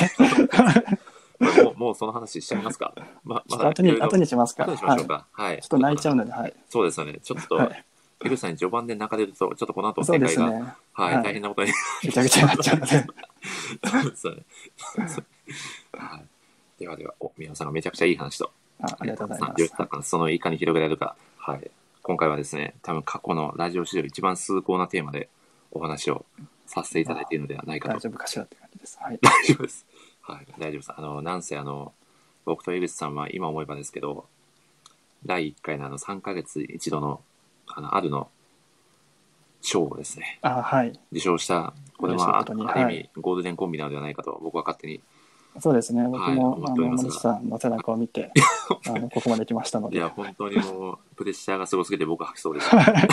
[SPEAKER 1] まあもう、もうその話しちゃいますか。ま、
[SPEAKER 2] ちょ
[SPEAKER 1] ま
[SPEAKER 2] っと
[SPEAKER 1] だ
[SPEAKER 2] 後
[SPEAKER 1] いろ
[SPEAKER 2] に、
[SPEAKER 1] いろ
[SPEAKER 2] 後にしますか。
[SPEAKER 1] 後にしましょう
[SPEAKER 2] はい
[SPEAKER 1] か。はい。
[SPEAKER 2] ちょっと泣いちゃうので、はい。
[SPEAKER 1] そうですよね。ちょっと、
[SPEAKER 2] はい
[SPEAKER 1] ペグさんに序盤で泣かれると、ちょっとこの後の
[SPEAKER 2] そう
[SPEAKER 1] 展
[SPEAKER 2] で
[SPEAKER 1] 開
[SPEAKER 2] す
[SPEAKER 1] が、
[SPEAKER 2] ね。
[SPEAKER 1] はい、
[SPEAKER 2] はい
[SPEAKER 1] 大変なことに
[SPEAKER 2] ぐちゃぐちゃになっちゃうので。
[SPEAKER 1] なるんですよね。はい。ではでは、お、宮野さんがめちゃくちゃいい話と、
[SPEAKER 2] あありがとうございま
[SPEAKER 1] 両
[SPEAKER 2] す
[SPEAKER 1] 手。だからそのいかに広げられるか、はい。今回はですね、多分過去のラジオ史上一番崇高なテーマでお話をさせていただいているのではないか
[SPEAKER 2] 大
[SPEAKER 1] と。
[SPEAKER 2] 丈夫かしらって感じです。はい。
[SPEAKER 1] 大丈夫です。はい、大丈夫です。あの、なんせあの、僕と江口さんは今思えばですけど、第1回のあの3ヶ月に一度の、あの、あるの、賞をですね、
[SPEAKER 2] あはい。
[SPEAKER 1] 受賞した、これは、あ
[SPEAKER 2] 嬉しいことに
[SPEAKER 1] る意味、
[SPEAKER 2] は
[SPEAKER 1] ゴールデンコンビなのではないかと、僕は勝手に。
[SPEAKER 2] そうですね。僕も、
[SPEAKER 1] 思
[SPEAKER 2] あ
[SPEAKER 1] っており
[SPEAKER 2] の、
[SPEAKER 1] ますが
[SPEAKER 2] 森下さんの背中を見 て、あの、ここまで来ましたの
[SPEAKER 1] い
[SPEAKER 2] で。
[SPEAKER 1] や、本当にもう、プレッシャーがすごすぎて僕は吐きそうでした。いや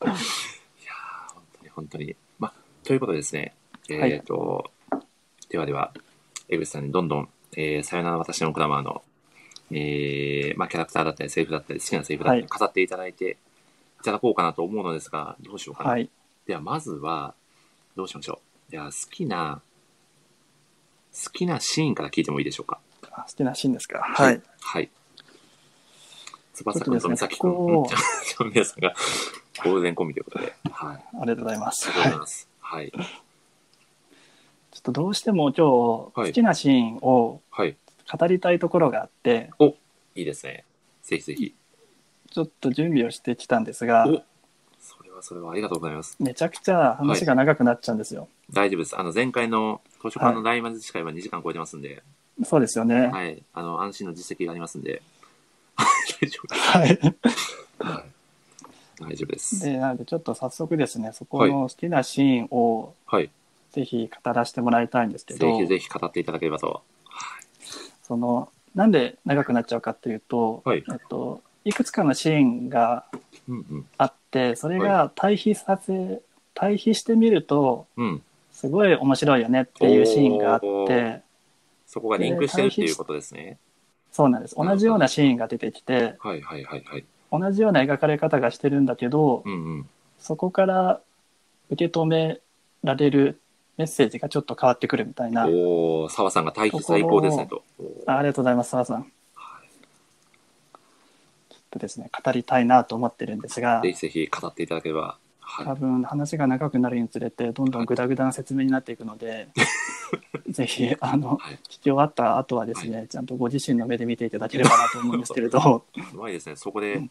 [SPEAKER 1] ー本当に本当に。まあ、ということでですね、
[SPEAKER 2] はい
[SPEAKER 1] えっ、と、ではでは、江口さんにどんどん、えー、さよなら私のクラマーのえーまあ、キャラクターだったり、セリフだったり、好きなセリフだった
[SPEAKER 2] は
[SPEAKER 1] り、
[SPEAKER 2] い
[SPEAKER 1] 飾っていただいていただこうかなと思うのですが、どうしようかな。
[SPEAKER 2] はい。
[SPEAKER 1] では、まずは、どうしましょう。じゃあ、好きな、好きなシーンから聞いてもいいでしょうか。
[SPEAKER 2] あ好きなシーンですか。はい。。
[SPEAKER 1] はい。翼くんと美咲くん、
[SPEAKER 2] ちょ っとです
[SPEAKER 1] う
[SPEAKER 2] ね
[SPEAKER 1] ん皆さんがゴールデンコンビということで、はい。
[SPEAKER 2] ありがとうございま
[SPEAKER 1] あ
[SPEAKER 2] す。
[SPEAKER 1] りがとうご
[SPEAKER 2] は
[SPEAKER 1] ざ
[SPEAKER 2] い
[SPEAKER 1] い。ます。はい。
[SPEAKER 2] ちょっとどうしても今日、
[SPEAKER 1] はい
[SPEAKER 2] 好きなシーンを
[SPEAKER 1] はい。
[SPEAKER 2] 語りたいところがあって、
[SPEAKER 1] いいですね。ぜひぜひ。
[SPEAKER 2] ちょっと準備をしてきたんですが、
[SPEAKER 1] おそれはそれはありがとうございます。
[SPEAKER 2] めちゃくちゃ話が長くなっちゃうんですよ。
[SPEAKER 1] 大丈夫です。あの、前回の図書館の大魔術会は2時間超えてますんで、
[SPEAKER 2] そうですよね。
[SPEAKER 1] はい。あの、安心の実績がありますんで、 大丈夫です。
[SPEAKER 2] はい。
[SPEAKER 1] はい。大丈夫です。
[SPEAKER 2] で、なのでちょっと早速ですね、そこの好きなシーンを
[SPEAKER 1] はい。
[SPEAKER 2] ぜひ語らせてもらいたいんですけ
[SPEAKER 1] ぜ
[SPEAKER 2] ど、
[SPEAKER 1] ひぜひ語っていただければと。
[SPEAKER 2] その、なんで長くなっちゃうかっていうと、
[SPEAKER 1] はい
[SPEAKER 2] えっと、いくつかのシーンが
[SPEAKER 1] うん
[SPEAKER 2] あって、それが対比させ、対比してみると、
[SPEAKER 1] うん。うん。
[SPEAKER 2] すごい面白いよねっていうシーンがあっ
[SPEAKER 1] おー
[SPEAKER 2] て、
[SPEAKER 1] そこがリンクしてるっていうことですね。
[SPEAKER 2] そうなんです。
[SPEAKER 1] うん
[SPEAKER 2] 同じようなシーンが出てきて、
[SPEAKER 1] はいはいはいはい。
[SPEAKER 2] 同じような描かれ方がしてるんだけど、
[SPEAKER 1] うんうん。
[SPEAKER 2] そこから受け止められるメッセージがちょっと変わってくるみたいな。あ
[SPEAKER 1] おお澤さんが待機最高ですねと。おー
[SPEAKER 2] ありがとうございます、澤さん。
[SPEAKER 1] は
[SPEAKER 2] ちょっとですね、語りたいなと思ってるんですが
[SPEAKER 1] いぜ、ひぜひ語っていただければ。
[SPEAKER 2] 多
[SPEAKER 1] は
[SPEAKER 2] 分話が長くなるにつれて、どんどんグダグダな説明になっていく ので、ぜひ、あの、
[SPEAKER 1] はい
[SPEAKER 2] 聞き終わった後はですね、ちゃんとご自身の目で見ていただければなと思うんですけ れど、
[SPEAKER 1] い。うまいですね。そこで
[SPEAKER 2] うん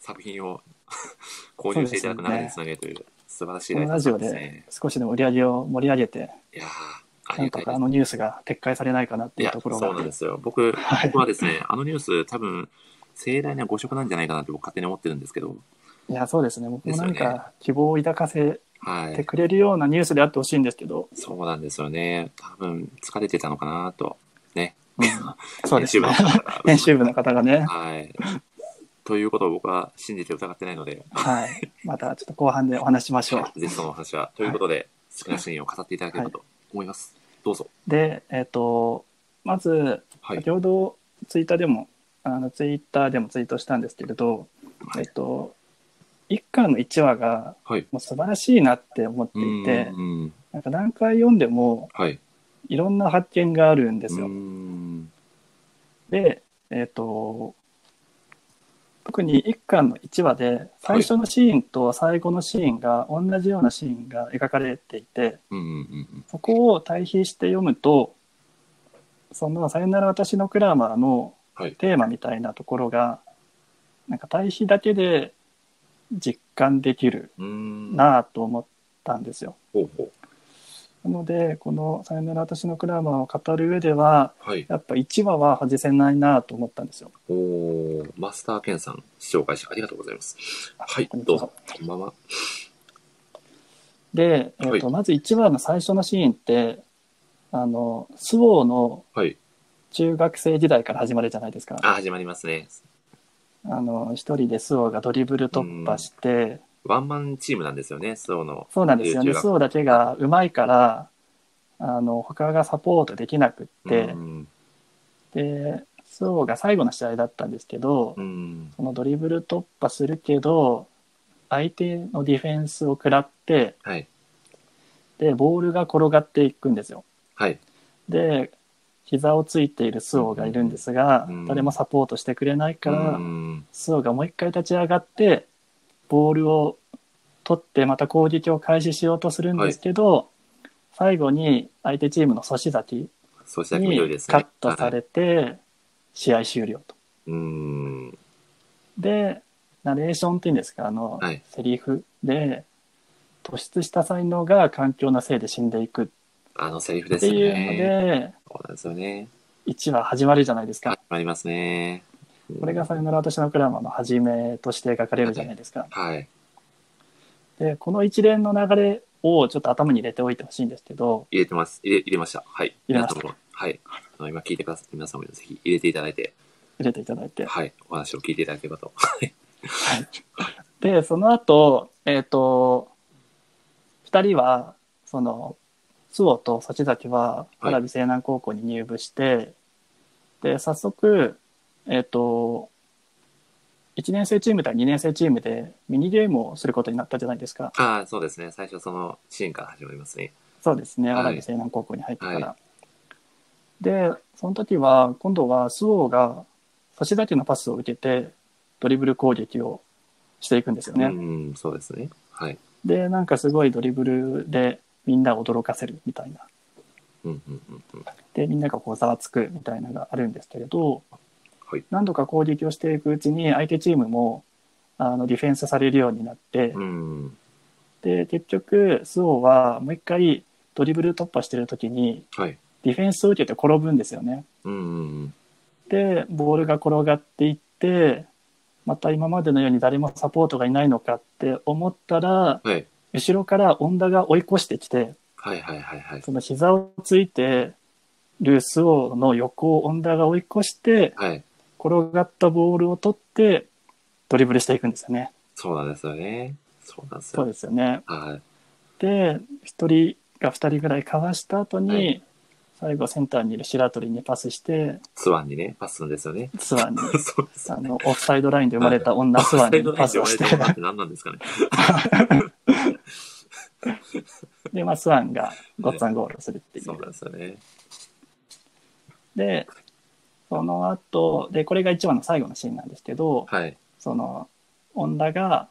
[SPEAKER 1] 作品を 購入していただく流れにつなげるという素晴らしい
[SPEAKER 2] このラジオで。少しでも売り上げを盛り上げて、
[SPEAKER 1] いやーあ
[SPEAKER 2] な
[SPEAKER 1] り
[SPEAKER 2] ん
[SPEAKER 1] が
[SPEAKER 2] と
[SPEAKER 1] た
[SPEAKER 2] か
[SPEAKER 1] いで
[SPEAKER 2] あ
[SPEAKER 1] す。
[SPEAKER 2] のニュースが撤回されないかなって
[SPEAKER 1] い
[SPEAKER 2] い
[SPEAKER 1] や、
[SPEAKER 2] うところが
[SPEAKER 1] そうなんですよ。僕、
[SPEAKER 2] はい
[SPEAKER 1] 僕はですね、あのニュース多分盛大な誤植なんじゃないかなって僕勝手に思ってるんですけど、
[SPEAKER 2] いや、そうですね。僕もなん
[SPEAKER 1] ですよね
[SPEAKER 2] か希望を抱かせ
[SPEAKER 1] は
[SPEAKER 2] て
[SPEAKER 1] い。
[SPEAKER 2] くれるようなニュースであってほしいんですけど、
[SPEAKER 1] そうなんですよね。多分疲れてたのかなと。ね。
[SPEAKER 2] うん、そうですね。
[SPEAKER 1] 編集部の方が
[SPEAKER 2] 編集部の方がね、
[SPEAKER 1] はい。ということを僕は信じて疑ってないので、
[SPEAKER 2] はい。またちょっと後半でお話ししましょう。
[SPEAKER 1] ぜひそのお話は。ということで、好きなシーンを語っていただければと思います。どうぞ。
[SPEAKER 2] で、えっ、と、まず、
[SPEAKER 1] はい。
[SPEAKER 2] 先ほどツイッターでも、あのツイッターでもツイートしたんですけれど、
[SPEAKER 1] は
[SPEAKER 2] えっ、
[SPEAKER 1] い。
[SPEAKER 2] と、一巻の1話が
[SPEAKER 1] はい。
[SPEAKER 2] もう素晴らしいなって思って
[SPEAKER 1] う
[SPEAKER 2] いて、
[SPEAKER 1] んうん。
[SPEAKER 2] なんか何回読んでも
[SPEAKER 1] はい。
[SPEAKER 2] いろんな発見があるんですよ。
[SPEAKER 1] うん。
[SPEAKER 2] で、えっ、と、特に1巻の1話で、最初のシーンと最後のシーンが、同じようなシーンが描かれていて、
[SPEAKER 1] うんうんうん
[SPEAKER 2] そこを対比して読むと、その、さよなら私のクラマーの
[SPEAKER 1] はい
[SPEAKER 2] テーマみたいなところが、なんか対比だけで実感できる
[SPEAKER 1] うん。うん。
[SPEAKER 2] なぁと思ったんですよ。
[SPEAKER 1] ほうほう。
[SPEAKER 2] なので、このさよなら私のクラマーを語る上では、
[SPEAKER 1] はい。
[SPEAKER 2] やっぱ1話は外せないなぁと思ったんですよ。
[SPEAKER 1] おーマスターケンさん、視聴開始ありがとうございます。はい、
[SPEAKER 2] こんにち
[SPEAKER 1] ど
[SPEAKER 2] は
[SPEAKER 1] うぞ。こんばんは。
[SPEAKER 2] で、えーとまず1話の最初のシーンってあのスオーの
[SPEAKER 1] はい。
[SPEAKER 2] 中学生時代から始まるじゃないですかあ
[SPEAKER 1] あ、始まりますね。
[SPEAKER 2] の一人でスオーがドリブル突破して、
[SPEAKER 1] ワンマンチームなんですよね、そうの。
[SPEAKER 2] そうなんですよ
[SPEAKER 1] 中
[SPEAKER 2] ね
[SPEAKER 1] 学
[SPEAKER 2] スオーだけがうまいからあの他がサポートできなくっ
[SPEAKER 1] う
[SPEAKER 2] て、
[SPEAKER 1] ん。
[SPEAKER 2] でスオーが最後の試合だったんですけど、
[SPEAKER 1] うん。
[SPEAKER 2] そのドリブル突破するけど相手のディフェンスを食らって
[SPEAKER 1] はい。
[SPEAKER 2] でボールが転がっていくんですよ
[SPEAKER 1] はい。
[SPEAKER 2] で膝をついているスオがいるんですが、
[SPEAKER 1] うん
[SPEAKER 2] 誰もサポートしてくれないから、
[SPEAKER 1] うん。
[SPEAKER 2] スオがもう一回立ち上がってボールを取ってまた攻撃を開始しようとするんですけど、最後に相手チームの阻止先
[SPEAKER 1] そうしたら緑で
[SPEAKER 2] に
[SPEAKER 1] すね。
[SPEAKER 2] カットさ
[SPEAKER 1] はい
[SPEAKER 2] れて試合終了と。
[SPEAKER 1] うん。
[SPEAKER 2] でナレーションっていうんですかあの、
[SPEAKER 1] はい
[SPEAKER 2] セリフで突出した才能が環境のせいで死んでいく
[SPEAKER 1] あのセリフで
[SPEAKER 2] って
[SPEAKER 1] す
[SPEAKER 2] いうの
[SPEAKER 1] ね。
[SPEAKER 2] で
[SPEAKER 1] そうなんですよね。
[SPEAKER 2] 1話始まるじゃないですか。
[SPEAKER 1] 始まりますね。
[SPEAKER 2] これが「さよなら私のクラマ」の始めとして描かれるじゃないですか。
[SPEAKER 1] はい。
[SPEAKER 2] でこの一連の流れをちょっと頭に入れておいてほしいんですけど
[SPEAKER 1] 入れてます。入れ、入れました。はい。
[SPEAKER 2] 入れました
[SPEAKER 1] 皆さんもはい。あの、今聞いてくださって皆さんもぜひ入れていただいて、
[SPEAKER 2] 入れていただいて。
[SPEAKER 1] はい。お話を聞いていただければと。
[SPEAKER 2] でその後、えっと2人はその周防と幸崎は
[SPEAKER 1] はい
[SPEAKER 2] 蕨西南高校に入部して、で早速えっ、と、1年生チーム対2年生チームでミニゲームをすることになったじゃないですか。
[SPEAKER 1] ああ、そうですね。最初そのシーンから始まりますね。
[SPEAKER 2] そうですね、
[SPEAKER 1] はい
[SPEAKER 2] 蕨西南高校に入ってから。
[SPEAKER 1] は
[SPEAKER 2] で、その時は、今度は周防が差しだけのパスを受けて、ドリブル攻撃をしていくんですよね。
[SPEAKER 1] うん、そうですね。はい。
[SPEAKER 2] で、なんかすごいドリブルでみんな驚かせるみたいな。
[SPEAKER 1] うん、うん、うんうん。
[SPEAKER 2] で、みんながこうざわつくみたいなのがあるんですけれど、
[SPEAKER 1] はい
[SPEAKER 2] 何度か攻撃をしていくうちに相手チームもあのディフェンスされるようになって、
[SPEAKER 1] うん、
[SPEAKER 2] で結局周防はもう一回ドリブル突破してる時に
[SPEAKER 1] はい。
[SPEAKER 2] ディフェンスを受けて転ぶんですよね。
[SPEAKER 1] うん、うん
[SPEAKER 2] でボールが転がっていってまた今までのように誰もサポートがいないのかって思ったら
[SPEAKER 1] うん。はい。
[SPEAKER 2] 後ろから恩田が追い越してきて
[SPEAKER 1] はい、はい、はい、はい。
[SPEAKER 2] その膝をついてルース王の横を恩田が追い越して
[SPEAKER 1] はい。
[SPEAKER 2] 転がったボールを取ってドリブルしていくんですよね。
[SPEAKER 1] そうなんですよね。そうなんです
[SPEAKER 2] そう
[SPEAKER 1] よ。
[SPEAKER 2] ですよね。
[SPEAKER 1] はい。
[SPEAKER 2] で1人が2人ぐらいかわした後に、
[SPEAKER 1] はい
[SPEAKER 2] 最後センターにいる白鳥にパスして
[SPEAKER 1] スワンにね、パスするんですよね。
[SPEAKER 2] ツアーに
[SPEAKER 1] そうです
[SPEAKER 2] あ
[SPEAKER 1] よね。
[SPEAKER 2] のオフサイドラインで生まれた女ツ アーにパスをして
[SPEAKER 1] オフサイドラインって言われたのって何なんですかね。
[SPEAKER 2] で、まあ、スワンがごっつぁんゴールするっていう。
[SPEAKER 1] そうなんですよね。
[SPEAKER 2] でその後でこれが一番の最後のシーンなんですけど、
[SPEAKER 1] はい。
[SPEAKER 2] その女が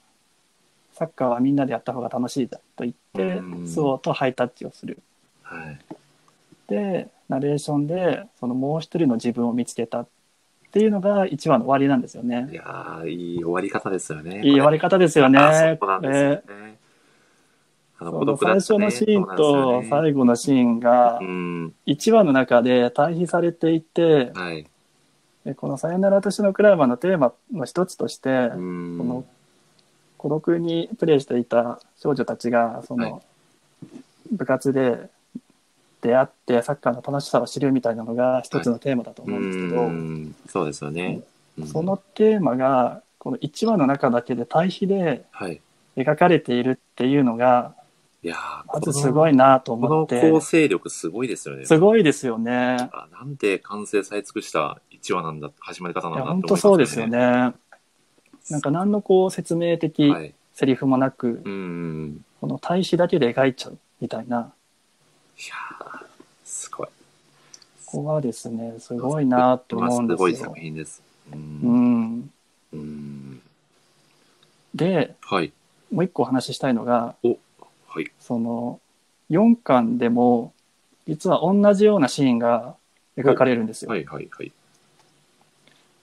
[SPEAKER 2] サッカーはみんなでやった方が楽しいだと言って、
[SPEAKER 1] うん
[SPEAKER 2] スオーとハイタッチをする。
[SPEAKER 1] はい。
[SPEAKER 2] でナレーションでそのもう一人の自分を見つけたっていうのが一話の終わりなんですよ
[SPEAKER 1] い
[SPEAKER 2] ね。
[SPEAKER 1] やー、いい終わり方ですよね。
[SPEAKER 2] いい終わり方ですよね。
[SPEAKER 1] あそうなんですよね。あの
[SPEAKER 2] こ
[SPEAKER 1] 孤
[SPEAKER 2] れ
[SPEAKER 1] 独
[SPEAKER 2] そ
[SPEAKER 1] だ
[SPEAKER 2] の
[SPEAKER 1] っ
[SPEAKER 2] 最
[SPEAKER 1] たね
[SPEAKER 2] 初のシーンと
[SPEAKER 1] そうなんですよね
[SPEAKER 2] 最後のシーンが
[SPEAKER 1] うん、
[SPEAKER 2] 1話の中で対比されていて、
[SPEAKER 1] はい。
[SPEAKER 2] でこの「さよなら私のクライマー」のテーマの一つとして、
[SPEAKER 1] う
[SPEAKER 2] この
[SPEAKER 1] ん。
[SPEAKER 2] 孤独にプレイしていた少女たちがそ
[SPEAKER 1] は
[SPEAKER 2] の部活で出会ってサッカーの楽しさを知るみたいなのが一つのテーマだと
[SPEAKER 1] う
[SPEAKER 2] 思うんですけど、
[SPEAKER 1] ん。そうですよね。うん
[SPEAKER 2] その、テーマがこの1話の中だけで対比で
[SPEAKER 1] はい。
[SPEAKER 2] 描かれているっていうのが
[SPEAKER 1] いやー
[SPEAKER 2] ま
[SPEAKER 1] この
[SPEAKER 2] ずすごいなと
[SPEAKER 1] こ
[SPEAKER 2] 思
[SPEAKER 1] の
[SPEAKER 2] って
[SPEAKER 1] 構成力すごいですよね。
[SPEAKER 2] すごいですよね。
[SPEAKER 1] あなんて完成され尽くした1話なんだ、始まり方
[SPEAKER 2] い
[SPEAKER 1] なん
[SPEAKER 2] や
[SPEAKER 1] だって思い
[SPEAKER 2] 本
[SPEAKER 1] ます
[SPEAKER 2] 当そうですよね。。なんか何のこう説明的
[SPEAKER 1] はい。
[SPEAKER 2] セリフもなく、
[SPEAKER 1] うん。
[SPEAKER 2] この対比だけで描いちゃうみたいない
[SPEAKER 1] やーすごい。
[SPEAKER 2] ここはですねすごいなと思うん
[SPEAKER 1] まあすごい
[SPEAKER 2] ですよ
[SPEAKER 1] 作。品です。う。
[SPEAKER 2] うんん、
[SPEAKER 1] うん。
[SPEAKER 2] で
[SPEAKER 1] はい。
[SPEAKER 2] もう一個お話ししたいのが
[SPEAKER 1] はい。
[SPEAKER 2] その4巻でも実は同じようなシーンが描かれるんですよ。
[SPEAKER 1] はい、はい、はい。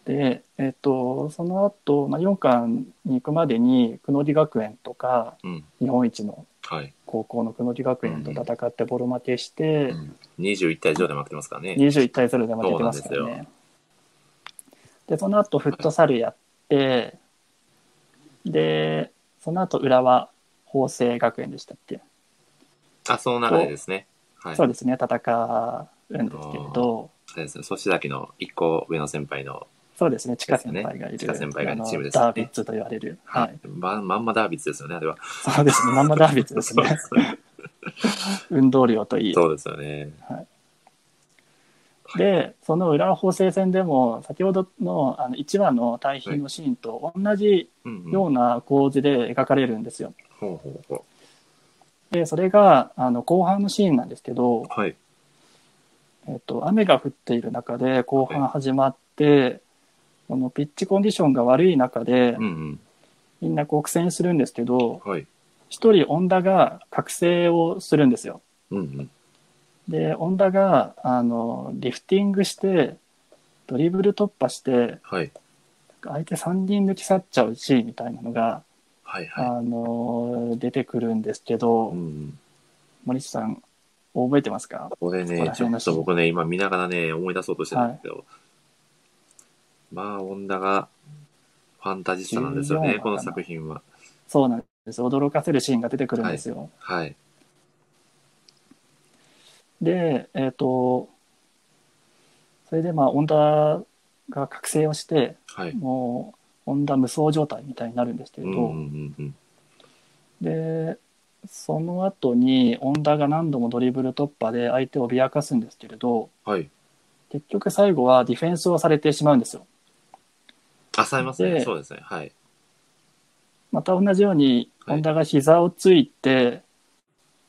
[SPEAKER 2] で、えっとその後、まあ4巻に行くまでに久野木学園とか
[SPEAKER 1] うん。
[SPEAKER 2] 日本一の
[SPEAKER 1] はい。
[SPEAKER 2] 高校の久野木学園と戦ってボロ負けして、
[SPEAKER 1] うん21対0で負けてますからね。
[SPEAKER 2] 21対0で負けてますから
[SPEAKER 1] そうなん
[SPEAKER 2] ね。でその後フットサルやって、でその後浦和法政学園でしたっけ、
[SPEAKER 1] あ、その流れですね。はい。
[SPEAKER 2] そ
[SPEAKER 1] そうう
[SPEAKER 2] ですね戦うんですけれど
[SPEAKER 1] ですね。ソシダキの一個上の先輩の、
[SPEAKER 2] そうですね地下先輩がい
[SPEAKER 1] で
[SPEAKER 2] る、
[SPEAKER 1] すね地下先輩がいるチームですね
[SPEAKER 2] あのダービッツと言われる、はい
[SPEAKER 1] ままんまダービッツですよね、あれは。
[SPEAKER 2] そうですねまんまダービッツで す
[SPEAKER 1] そうで
[SPEAKER 2] ね
[SPEAKER 1] すよね。
[SPEAKER 2] 運動量といい
[SPEAKER 1] そうですよね。
[SPEAKER 2] でその浦和法政戦でも先ほどのあの1話の対比のシーンと同じ
[SPEAKER 1] うん、うん。
[SPEAKER 2] ような構図で描かれるんですよ。
[SPEAKER 1] ほうほうほ
[SPEAKER 2] でそれがあの後半のシーンなんですけど、
[SPEAKER 1] う。はい。
[SPEAKER 2] えっと雨が降っている中で後半始まって、このピッチコンディションが悪い中で、
[SPEAKER 1] うんうん。
[SPEAKER 2] みんなこう苦戦するんですけど
[SPEAKER 1] はい。
[SPEAKER 2] 一人恩田が覚醒をするんですよ。
[SPEAKER 1] うんうん。
[SPEAKER 2] で恩田があのリフティングしてドリブル突破して
[SPEAKER 1] はい。
[SPEAKER 2] 相手3人抜き去っちゃうシーンみたいなのが、
[SPEAKER 1] はいは
[SPEAKER 2] あの出てくるんですけど、
[SPEAKER 1] い。うんうん。
[SPEAKER 2] 森下さん覚えてますか
[SPEAKER 1] これ
[SPEAKER 2] ここ
[SPEAKER 1] ね
[SPEAKER 2] ら、
[SPEAKER 1] ち
[SPEAKER 2] 辺
[SPEAKER 1] ょ
[SPEAKER 2] の
[SPEAKER 1] っと僕ね、今見ながらね、思い出そうとしてたんですけど、まあ、女がファンタジスタなんですよ
[SPEAKER 2] 14
[SPEAKER 1] ね
[SPEAKER 2] 話、か
[SPEAKER 1] こ
[SPEAKER 2] な
[SPEAKER 1] の作品は。
[SPEAKER 2] そうなんです驚かせるシーンが出てくるんですよ。
[SPEAKER 1] はい。
[SPEAKER 2] でえっ、とそれでまあ恩田が覚醒をして
[SPEAKER 1] はい。
[SPEAKER 2] もう恩田無双状態みたいになるんですけ
[SPEAKER 1] う
[SPEAKER 2] れ
[SPEAKER 1] んう
[SPEAKER 2] ど、
[SPEAKER 1] んうん
[SPEAKER 2] でその後に恩田が何度もドリブル突破で相手を脅かすんですけれど
[SPEAKER 1] うん。はい。
[SPEAKER 2] 結局最後はディフェンスをされてしまうんですよ。
[SPEAKER 1] あ、されますね。
[SPEAKER 2] で
[SPEAKER 1] そうですね。はい。
[SPEAKER 2] また同じように、
[SPEAKER 1] はい
[SPEAKER 2] 本田が膝をついて、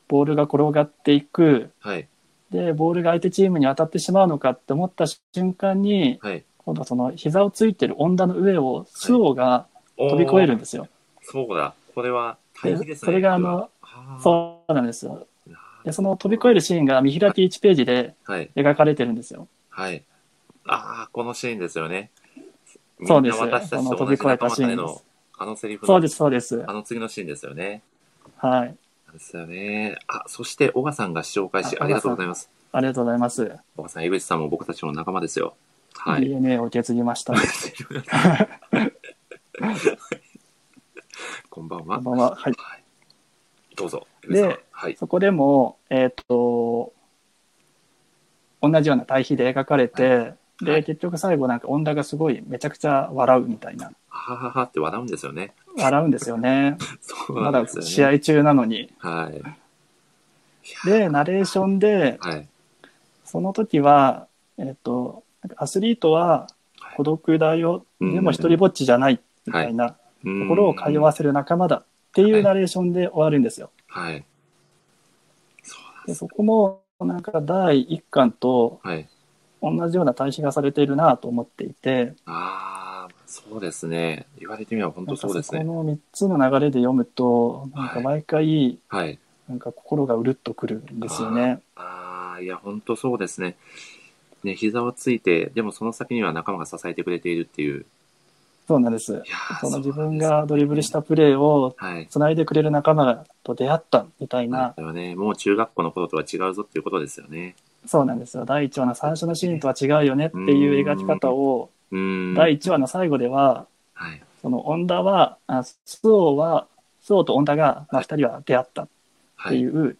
[SPEAKER 2] ボールが転がっていく、
[SPEAKER 1] はい。
[SPEAKER 2] で、ボールが相手チームに当たってしまうのかって思った瞬間に、
[SPEAKER 1] はい。
[SPEAKER 2] 今度はその膝をついてる女の上を周防が飛び越えるんですよ。
[SPEAKER 1] おー。そうだ。これは大変ですね。
[SPEAKER 2] それがあの
[SPEAKER 1] う
[SPEAKER 2] そうなんですよ。
[SPEAKER 1] わ。あー
[SPEAKER 2] で、その飛び越えるシーンが見開き1ページで
[SPEAKER 1] はい。
[SPEAKER 2] 描かれてるんですよ。
[SPEAKER 1] はい。ああ、このシーンですよね。
[SPEAKER 2] そうです
[SPEAKER 1] みんな私たちと
[SPEAKER 2] この飛
[SPEAKER 1] 同
[SPEAKER 2] び
[SPEAKER 1] じ
[SPEAKER 2] 越え
[SPEAKER 1] 仲
[SPEAKER 2] た
[SPEAKER 1] 間
[SPEAKER 2] シーン
[SPEAKER 1] で
[SPEAKER 2] です
[SPEAKER 1] の、あのセリフの
[SPEAKER 2] そうです、そうです
[SPEAKER 1] あ。の次のシーンですよね。
[SPEAKER 2] はい。
[SPEAKER 1] なんですよね。あ、そして、小賀さんが視聴開始
[SPEAKER 2] あ
[SPEAKER 1] ありがとうございます。
[SPEAKER 2] ありがとうございます。
[SPEAKER 1] 小賀さん、江口さんも僕たちの仲間ですよ。はい。
[SPEAKER 2] DNA を受け継ぎました。
[SPEAKER 1] こんばん
[SPEAKER 2] こ
[SPEAKER 1] は。
[SPEAKER 2] んばんは。はい。
[SPEAKER 1] どうぞ。江口さん
[SPEAKER 2] で
[SPEAKER 1] はい。
[SPEAKER 2] そこでも、えーっと、同じような対比で描かれて、
[SPEAKER 1] は
[SPEAKER 2] で、
[SPEAKER 1] い
[SPEAKER 2] 結局最後なんか女がすごいめちゃくちゃ笑うみたいな。
[SPEAKER 1] ははははって笑うんですよね。
[SPEAKER 2] 笑うんですよね。
[SPEAKER 1] そう
[SPEAKER 2] ま
[SPEAKER 1] なん
[SPEAKER 2] だ
[SPEAKER 1] ですよね。
[SPEAKER 2] 試合中なのに。
[SPEAKER 1] はい。
[SPEAKER 2] で、ナレーションで、
[SPEAKER 1] はい。
[SPEAKER 2] その時は、えっと、なんかアスリートは
[SPEAKER 1] はい
[SPEAKER 2] 孤独だよ、
[SPEAKER 1] うん
[SPEAKER 2] でも一人ぼっちじゃないみたいな
[SPEAKER 1] と
[SPEAKER 2] 心を通わせる仲間だってい
[SPEAKER 1] は
[SPEAKER 2] う
[SPEAKER 1] い
[SPEAKER 2] ナレーションで終わるんですよ。
[SPEAKER 1] はい。そうなん
[SPEAKER 2] で
[SPEAKER 1] です。
[SPEAKER 2] そこもなんか第1巻と
[SPEAKER 1] はい。
[SPEAKER 2] 同じような対比がされているなと思っていて、
[SPEAKER 1] ああ、そうですね。言われてみれば本
[SPEAKER 2] な
[SPEAKER 1] 当
[SPEAKER 2] んか
[SPEAKER 1] そう
[SPEAKER 2] そこ
[SPEAKER 1] ですね。
[SPEAKER 2] の3つの流れで読むと、なんか毎回
[SPEAKER 1] はい。
[SPEAKER 2] なんか心がうるっとくるんですよね。
[SPEAKER 1] ああ、いや、本当そうですね。ね、膝をついて、でもその先には仲間が支えてくれているっていう。
[SPEAKER 2] そうなんです
[SPEAKER 1] い。やー
[SPEAKER 2] その自分。
[SPEAKER 1] うなん
[SPEAKER 2] がドリブルしたプレーを
[SPEAKER 1] ですはい。
[SPEAKER 2] 繋いでくれる仲間と出会ったみたいな、
[SPEAKER 1] だよね。もう中学校の頃とは違うぞっていうことですよね。
[SPEAKER 2] そうなんですよ。第1話の最初のシーンとは違うよねっていう描き方を、
[SPEAKER 1] うーん。
[SPEAKER 2] 第1話の最後では、
[SPEAKER 1] はい。
[SPEAKER 2] その、オンダは、あスオは、スオとオンダが、まあ、2人は出会ったっ
[SPEAKER 1] は
[SPEAKER 2] てい
[SPEAKER 1] い。
[SPEAKER 2] う、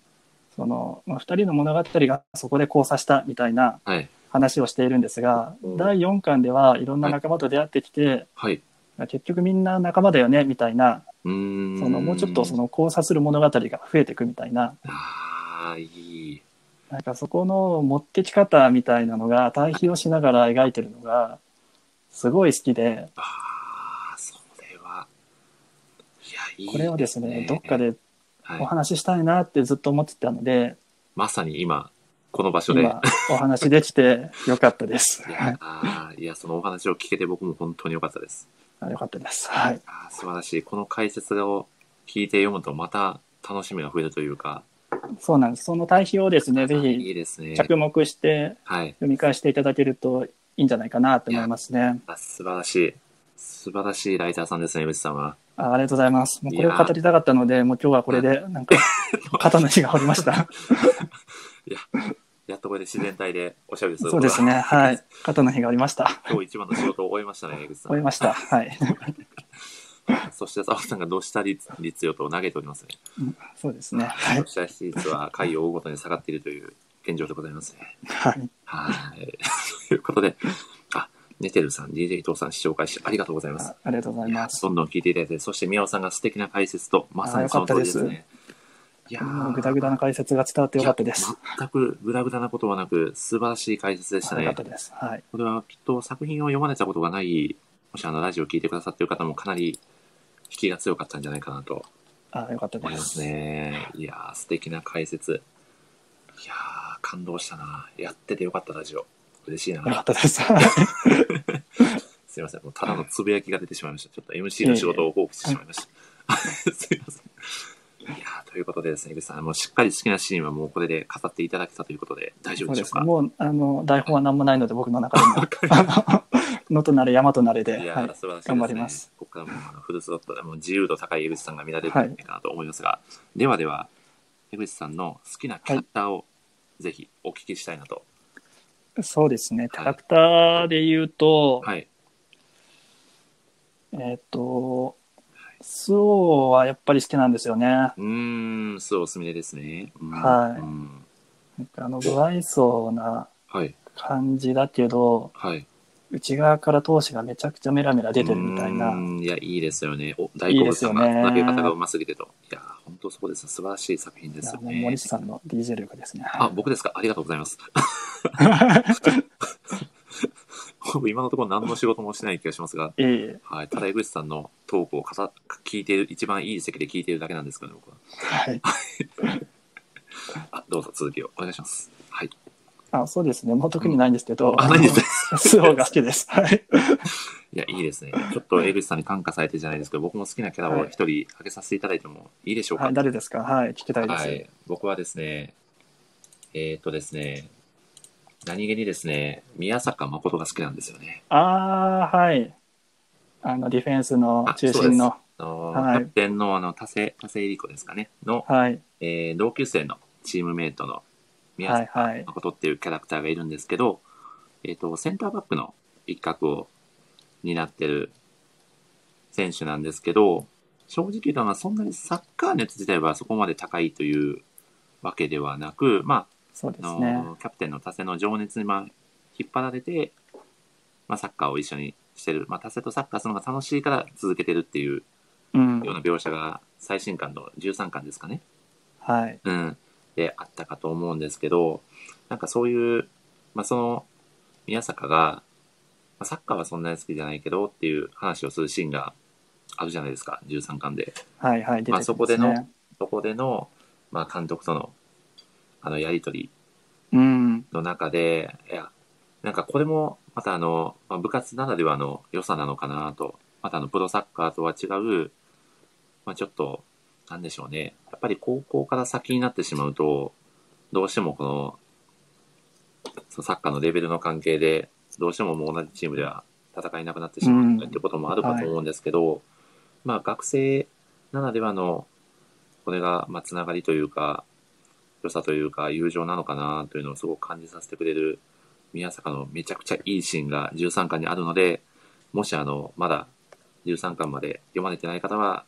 [SPEAKER 2] その、まあ、2人の物語がそこで交差したみたいな
[SPEAKER 1] はい。
[SPEAKER 2] 話をしているんですが、
[SPEAKER 1] うん
[SPEAKER 2] 第4巻ではいろんな仲間と出会ってきて、
[SPEAKER 1] はい。
[SPEAKER 2] まあ結局みんな仲間だよねみたいな、
[SPEAKER 1] うーん。
[SPEAKER 2] その、もうちょっとその交差する物語が増えていくみたいな、
[SPEAKER 1] ああ、いい。
[SPEAKER 2] なんかそこの持ってき方みたいなのが対比をしながら描いてるのがすごい好きで
[SPEAKER 1] ああ、それは。いや、いい、
[SPEAKER 2] これをですねどっか、でお
[SPEAKER 1] はい、
[SPEAKER 2] 話ししたいなってずっと思ってたので
[SPEAKER 1] まさに今、この場所で。
[SPEAKER 2] 今お話で きてよかったです
[SPEAKER 1] いやー、いや、そのお話を聞けて僕も本当に良かったです。
[SPEAKER 2] あよかったですはい
[SPEAKER 1] あー素晴らしい。この解説を聞いて読むとまた楽しみが増えるというか。
[SPEAKER 2] そうなんですその対比をですねぜ
[SPEAKER 1] あーい
[SPEAKER 2] ひ
[SPEAKER 1] いですね。
[SPEAKER 2] 着目して
[SPEAKER 1] はい。
[SPEAKER 2] 読み返していただけるといいんじゃないかなと思いますね
[SPEAKER 1] あ素晴らしい。素晴らしいライターさんですね、江口さんは。
[SPEAKER 2] あありがとうございますもうこれを語りたかったのでもう今日はこれでな んか肩の荷が下りました
[SPEAKER 1] やっとこれで自然体でおしゃべりする
[SPEAKER 2] そうで すねはい肩の荷が下りました
[SPEAKER 1] 今日一番の仕事を終えましたね、江口さん。
[SPEAKER 2] 終えましたはい
[SPEAKER 1] そして、澤さんがどうした率率よと嘆いておりますね。
[SPEAKER 2] うんそうですね。は
[SPEAKER 1] ど
[SPEAKER 2] い。
[SPEAKER 1] うした率は回を追うごとに下がっているという現状でございますね。
[SPEAKER 2] はい。
[SPEAKER 1] はい。 ということで、あ、ネテルさん、DJ 伊藤さん、視聴開始ありがとうございます
[SPEAKER 2] あ。ありがとうございます。
[SPEAKER 1] どんどん聞いていただいて、そして宮尾さんが素敵な解説と、まさにその通りですね。いや
[SPEAKER 2] 今のグダグダな解説が伝わってよかったです。。
[SPEAKER 1] 全くグダグダなことはなく、素晴らしい解説でした
[SPEAKER 2] よか
[SPEAKER 1] ね
[SPEAKER 2] っ。たです。はい。
[SPEAKER 1] これはきっと作品を読まれたことがない、もしあのラジオを聞いてくださっている方もかなり引きが強かったんじゃないかなと
[SPEAKER 2] あよかった
[SPEAKER 1] 思い
[SPEAKER 2] で
[SPEAKER 1] ます
[SPEAKER 2] す。
[SPEAKER 1] ね。いやー、素敵な解説。いやー、感動したな。やっててよかったラジオ。嬉しいな
[SPEAKER 2] よ。かったです。はい
[SPEAKER 1] すいません。もうただのつぶやきが出てしまいました。ちょっと MC の仕事を放棄してしまいました。 すいません。いやーということでですね、井口さん、もうしっかり好きなシーンはもうこれで語っていただけたということで大丈夫
[SPEAKER 2] そう
[SPEAKER 1] でしょ
[SPEAKER 2] で
[SPEAKER 1] う
[SPEAKER 2] す。
[SPEAKER 1] か
[SPEAKER 2] もう、あの、台本は何もないので、僕の中で も。あの野となれ、山となれで。
[SPEAKER 1] いや
[SPEAKER 2] は
[SPEAKER 1] ー、
[SPEAKER 2] い。
[SPEAKER 1] 素晴らしいです、ね。
[SPEAKER 2] 頑張ります。
[SPEAKER 1] ここからもあのフルスロットでもう自由度高い江口さんが見られるんじゃないかなと思いますが、ではでは、江口さんの好きなキャラクターをぜひお聞きしたいなと。
[SPEAKER 2] そうですね。キャラクターで言うと、
[SPEAKER 1] はい。
[SPEAKER 2] えっ、と、スオはやっぱり好きなんですよね。な
[SPEAKER 1] うーん、そうおすすめですね。うん
[SPEAKER 2] はい
[SPEAKER 1] うん
[SPEAKER 2] んかあの、不愛想な
[SPEAKER 1] はい。
[SPEAKER 2] 感じだけど、
[SPEAKER 1] はい。
[SPEAKER 2] 内側から闘志がめちゃくちゃメラメラ出てるみたいな。
[SPEAKER 1] うーんいや、いいですよね。お大
[SPEAKER 2] いい
[SPEAKER 1] 好物
[SPEAKER 2] です
[SPEAKER 1] さ
[SPEAKER 2] よ
[SPEAKER 1] ん
[SPEAKER 2] ね
[SPEAKER 1] が、投げ方がうますぎてと。いやー、本当そうです。素晴らしい作品ですよ
[SPEAKER 2] いやもう
[SPEAKER 1] ね
[SPEAKER 2] 森。下さんの DJ 力ですね。
[SPEAKER 1] あ、僕ですかありがとうございます。ほぼ 今のところ何の仕事もしてない気がしますが、
[SPEAKER 2] ええ
[SPEAKER 1] はい、ただ江口さんのトークをかさ聞いてる、一番いい席で聞いてるだけなんですけど、僕は。
[SPEAKER 2] はい。
[SPEAKER 1] あ、どうぞ続きをお願いします。はい。
[SPEAKER 2] あ、そうですね。もう特にないんですけど。
[SPEAKER 1] あ、何です
[SPEAKER 2] スオが好きです。はい。
[SPEAKER 1] いや、いいですね。ちょっと江口さんに感化されてじゃないですけど、僕も好きなキャラを一人挙げさせていただいてもいいでしょうか。
[SPEAKER 2] はい、誰ですかはい、聞きたいです。
[SPEAKER 1] はい、僕はですね、えーっとですね、何気にですね、宮坂誠が好きなんですよね。
[SPEAKER 2] ああ、はい。あの、ディフェンスの中心の。
[SPEAKER 1] あの
[SPEAKER 2] はい
[SPEAKER 1] キャプテンのあの田瀬田瀬入子ですかね、の、
[SPEAKER 2] はい。
[SPEAKER 1] えー同級生のチームメイトの宮
[SPEAKER 2] はい、
[SPEAKER 1] 坂
[SPEAKER 2] はい。
[SPEAKER 1] 誠っていうキャラクターがいるんですけど、えーっと、センターバックの一角を担ってる選手なんですけど、正直言うと、そんなにサッカー熱自体はそこまで高いというわけではなく、まあ、
[SPEAKER 2] そうです
[SPEAKER 1] の
[SPEAKER 2] ね。
[SPEAKER 1] キャプテンのタセの情熱に、まあ、引っ張られて、まあ、サッカーを一緒にしてる、まあ、タセとサッカーするのが楽しいから続けてるっていう
[SPEAKER 2] うん
[SPEAKER 1] よう。な描写が最新刊の13巻ですかね、
[SPEAKER 2] はい。
[SPEAKER 1] うん、であったかと思うんですけどなんかそういう、まあ、その宮坂が、まあ、サッカーはそんなに好きじゃないけどっていう話をするシーンがあるじゃないですか13巻で
[SPEAKER 2] はい、はい。出てき
[SPEAKER 1] ま
[SPEAKER 2] ま
[SPEAKER 1] あ
[SPEAKER 2] す
[SPEAKER 1] そこでの
[SPEAKER 2] ね。
[SPEAKER 1] そこでの、まあ、監督とのあのやり取り
[SPEAKER 2] うん。
[SPEAKER 1] の中で、いや、なんかこれも、またあの、まあ、部活ならではの良さなのかなと、またあの、プロサッカーとは違う、まあちょっと、なんでしょうね。やっぱり高校から先になってしまうと、どうしてもこの、そのサッカーのレベルの関係で、どうしてももう同じチームでは戦えなくなってしまうとかってこともあるかと思うんですけど、まあ学生ならではの、これが、まあつながりというか、良さというか友情なのかなというのをすごく感じさせてくれる宮坂のめちゃくちゃいいシーンが13巻にあるので、もしあの、まだ13巻まで読まれてない方は、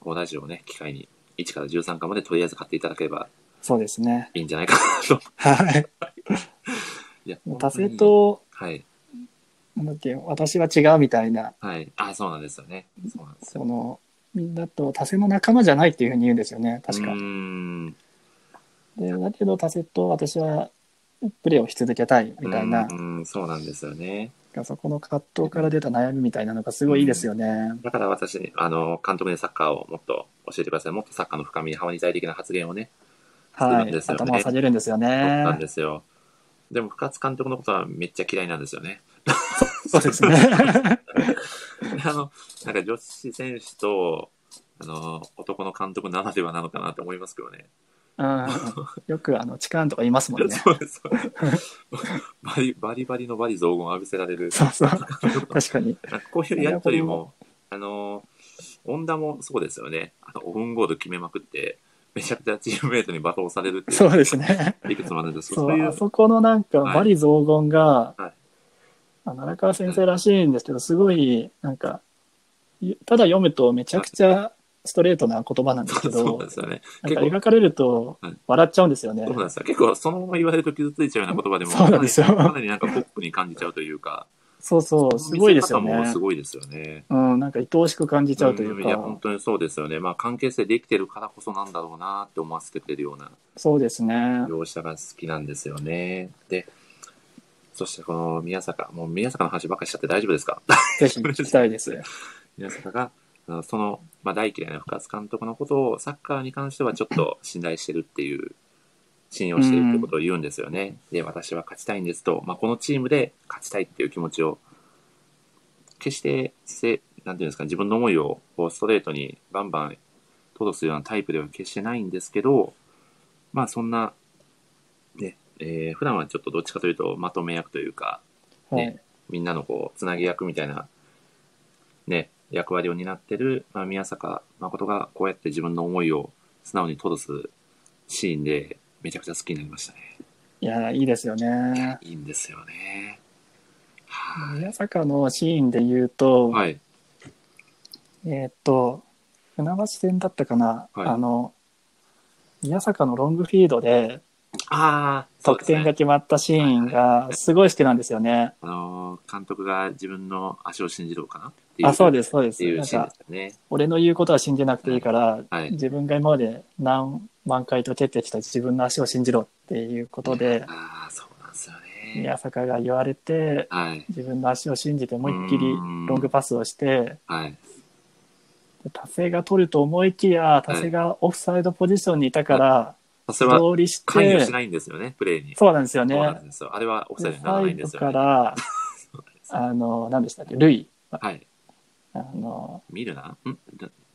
[SPEAKER 1] このラジオをね、機会に1から13巻までとりあえず買っていただければ
[SPEAKER 2] そうですね。
[SPEAKER 1] いいんじゃないかなと。
[SPEAKER 2] はい。
[SPEAKER 1] いや
[SPEAKER 2] 達成。と、
[SPEAKER 1] はい。
[SPEAKER 2] なんだっけ、私は違うみたいな、
[SPEAKER 1] はい。あ、そうなんですよね。そうなんですよ。
[SPEAKER 2] その、みんなと達成の仲間じゃないっていうふうに言うんですよね。確か
[SPEAKER 1] うー。ん。
[SPEAKER 2] で、だけど達成と私は、プレーをし続けたいみたいな
[SPEAKER 1] う、ーん、そうなんですよね。
[SPEAKER 2] そこの葛藤から出た悩みみたいなのがすごいいいですよね。
[SPEAKER 1] だから私、あの、監督にサッカーをもっと教えてください。もっとサッカーの深みにハマりたい的な発言をね、そう
[SPEAKER 2] は
[SPEAKER 1] なん
[SPEAKER 2] い
[SPEAKER 1] で。すよね
[SPEAKER 2] 頭を下げるんですよ
[SPEAKER 1] 思った
[SPEAKER 2] ね
[SPEAKER 1] ん。ですよ。でも、深津監督のことはめっちゃ嫌いなんですよね。
[SPEAKER 2] そうですね。
[SPEAKER 1] あの、なんか女子選手と、あの、男の監督ならではなのかなと思いますけどね。
[SPEAKER 2] うんよくあの痴漢とか言いますもんね。
[SPEAKER 1] そうです、そうです。バリバリバリのバリ雑言を浴びせられる。
[SPEAKER 2] そうそう。確かに。
[SPEAKER 1] なんかこういうやりとりも、 あの、恩田もそうですよね。あの、オフンゴール決めまくって、めちゃくちゃチームメイトに罵倒されるってい
[SPEAKER 2] そうですね。
[SPEAKER 1] う、いくつもあるんですけど、
[SPEAKER 2] そ、
[SPEAKER 1] そういうう
[SPEAKER 2] あ、そこのなんか、
[SPEAKER 1] はい
[SPEAKER 2] バリ雑言が、
[SPEAKER 1] はい
[SPEAKER 2] あの荒川先生らしいんですけど、すごい、なんか、ゆただ読むとめちゃくちゃストレートな言葉なんですけ
[SPEAKER 1] そう
[SPEAKER 2] ど、
[SPEAKER 1] なんですよね。
[SPEAKER 2] なんか
[SPEAKER 1] 結構
[SPEAKER 2] 描かれると
[SPEAKER 1] はい
[SPEAKER 2] 笑っちゃうんですよね
[SPEAKER 1] そう。なんですよ。結構そのまま言われると傷ついちゃうような言葉でも、
[SPEAKER 2] そうなんですよ
[SPEAKER 1] かなりかなりなんかポップに感じちゃうというか、
[SPEAKER 2] そうそう、すごいですよ
[SPEAKER 1] 見せ方も
[SPEAKER 2] ね
[SPEAKER 1] す。ごいですよね。
[SPEAKER 2] うん、なんか愛おしく感じちゃうとい
[SPEAKER 1] ん
[SPEAKER 2] う
[SPEAKER 1] や、本
[SPEAKER 2] か、
[SPEAKER 1] 当にそうですよね。まあ、関係性できてるからこそなんだろうなって思わせてくれるような
[SPEAKER 2] そうですね。
[SPEAKER 1] 描写が好きなんですよね。で、そしてこの宮坂、もう宮坂の話ばっかりしちゃって大丈夫ですか
[SPEAKER 2] ぜひ聞きたいです。
[SPEAKER 1] 宮坂が、あのその、まあ、大嫌いな深津監督のことをサッカーに関してはちょっと信頼してるっていう、信用してるってことを言うんですよね。で、私は勝ちたいんですと、まあ、このチームで勝ちたいっていう気持ちを、決してせ、なんていうんですか、自分の思いをこうストレートにバンバン吐露するようなタイプでは決してないんですけど、まあそんな、ね、えー普段はちょっとどっちかというとまとめ役というか、
[SPEAKER 2] は
[SPEAKER 1] ね
[SPEAKER 2] い。
[SPEAKER 1] みんなのこう、つなぎ役みたいな、ね、役割を担ってる、まあ、宮坂誠がこうやって自分の思いを素直に吐露するシーンで、めちゃくちゃ好きになりましたね。
[SPEAKER 2] いや、いいですよね。
[SPEAKER 1] いいんですよね。は
[SPEAKER 2] 宮坂のシーンで言うと、
[SPEAKER 1] い。はい。
[SPEAKER 2] えーっと、船橋線だったかな、
[SPEAKER 1] はい
[SPEAKER 2] あの、宮坂のロングフィードで
[SPEAKER 1] ああ、そう
[SPEAKER 2] 得
[SPEAKER 1] です
[SPEAKER 2] 点が
[SPEAKER 1] ね。
[SPEAKER 2] 決まったシーンがすごい好きなんですよね。
[SPEAKER 1] あのー、監督が自分の足を信じろうかなっていう。
[SPEAKER 2] あ、そうです、そうで
[SPEAKER 1] って
[SPEAKER 2] す。
[SPEAKER 1] い
[SPEAKER 2] な
[SPEAKER 1] うんシーンで
[SPEAKER 2] か
[SPEAKER 1] す、よね。
[SPEAKER 2] 俺の言うことは信じなくていいから、
[SPEAKER 1] はい。
[SPEAKER 2] 自分が今まで何万回と蹴ってきた自分の足を信じろっていうことで、
[SPEAKER 1] ああ、そうなんですよね。
[SPEAKER 2] 宮
[SPEAKER 1] ね。
[SPEAKER 2] 坂が言われて、
[SPEAKER 1] はい。
[SPEAKER 2] 自分の足を信じて思いっきりロングパスをして、
[SPEAKER 1] はい。
[SPEAKER 2] 達成が取ると思いきや、達成がオフサイドポジションにいたから、
[SPEAKER 1] それは
[SPEAKER 2] 通りし
[SPEAKER 1] 関与
[SPEAKER 2] て
[SPEAKER 1] し、ないんですよね、プレーに。
[SPEAKER 2] そうなんですよ
[SPEAKER 1] そうな
[SPEAKER 2] ね
[SPEAKER 1] ん。ですよ。あれはオフサイド
[SPEAKER 2] で
[SPEAKER 1] になら
[SPEAKER 2] サ
[SPEAKER 1] ない
[SPEAKER 2] イ
[SPEAKER 1] んで
[SPEAKER 2] ド
[SPEAKER 1] すよ、
[SPEAKER 2] か
[SPEAKER 1] ね。
[SPEAKER 2] ら、
[SPEAKER 1] そうなんです
[SPEAKER 2] あの、何でしたっけ、ルイ、
[SPEAKER 1] はい。
[SPEAKER 2] あの、
[SPEAKER 1] 見るな。ん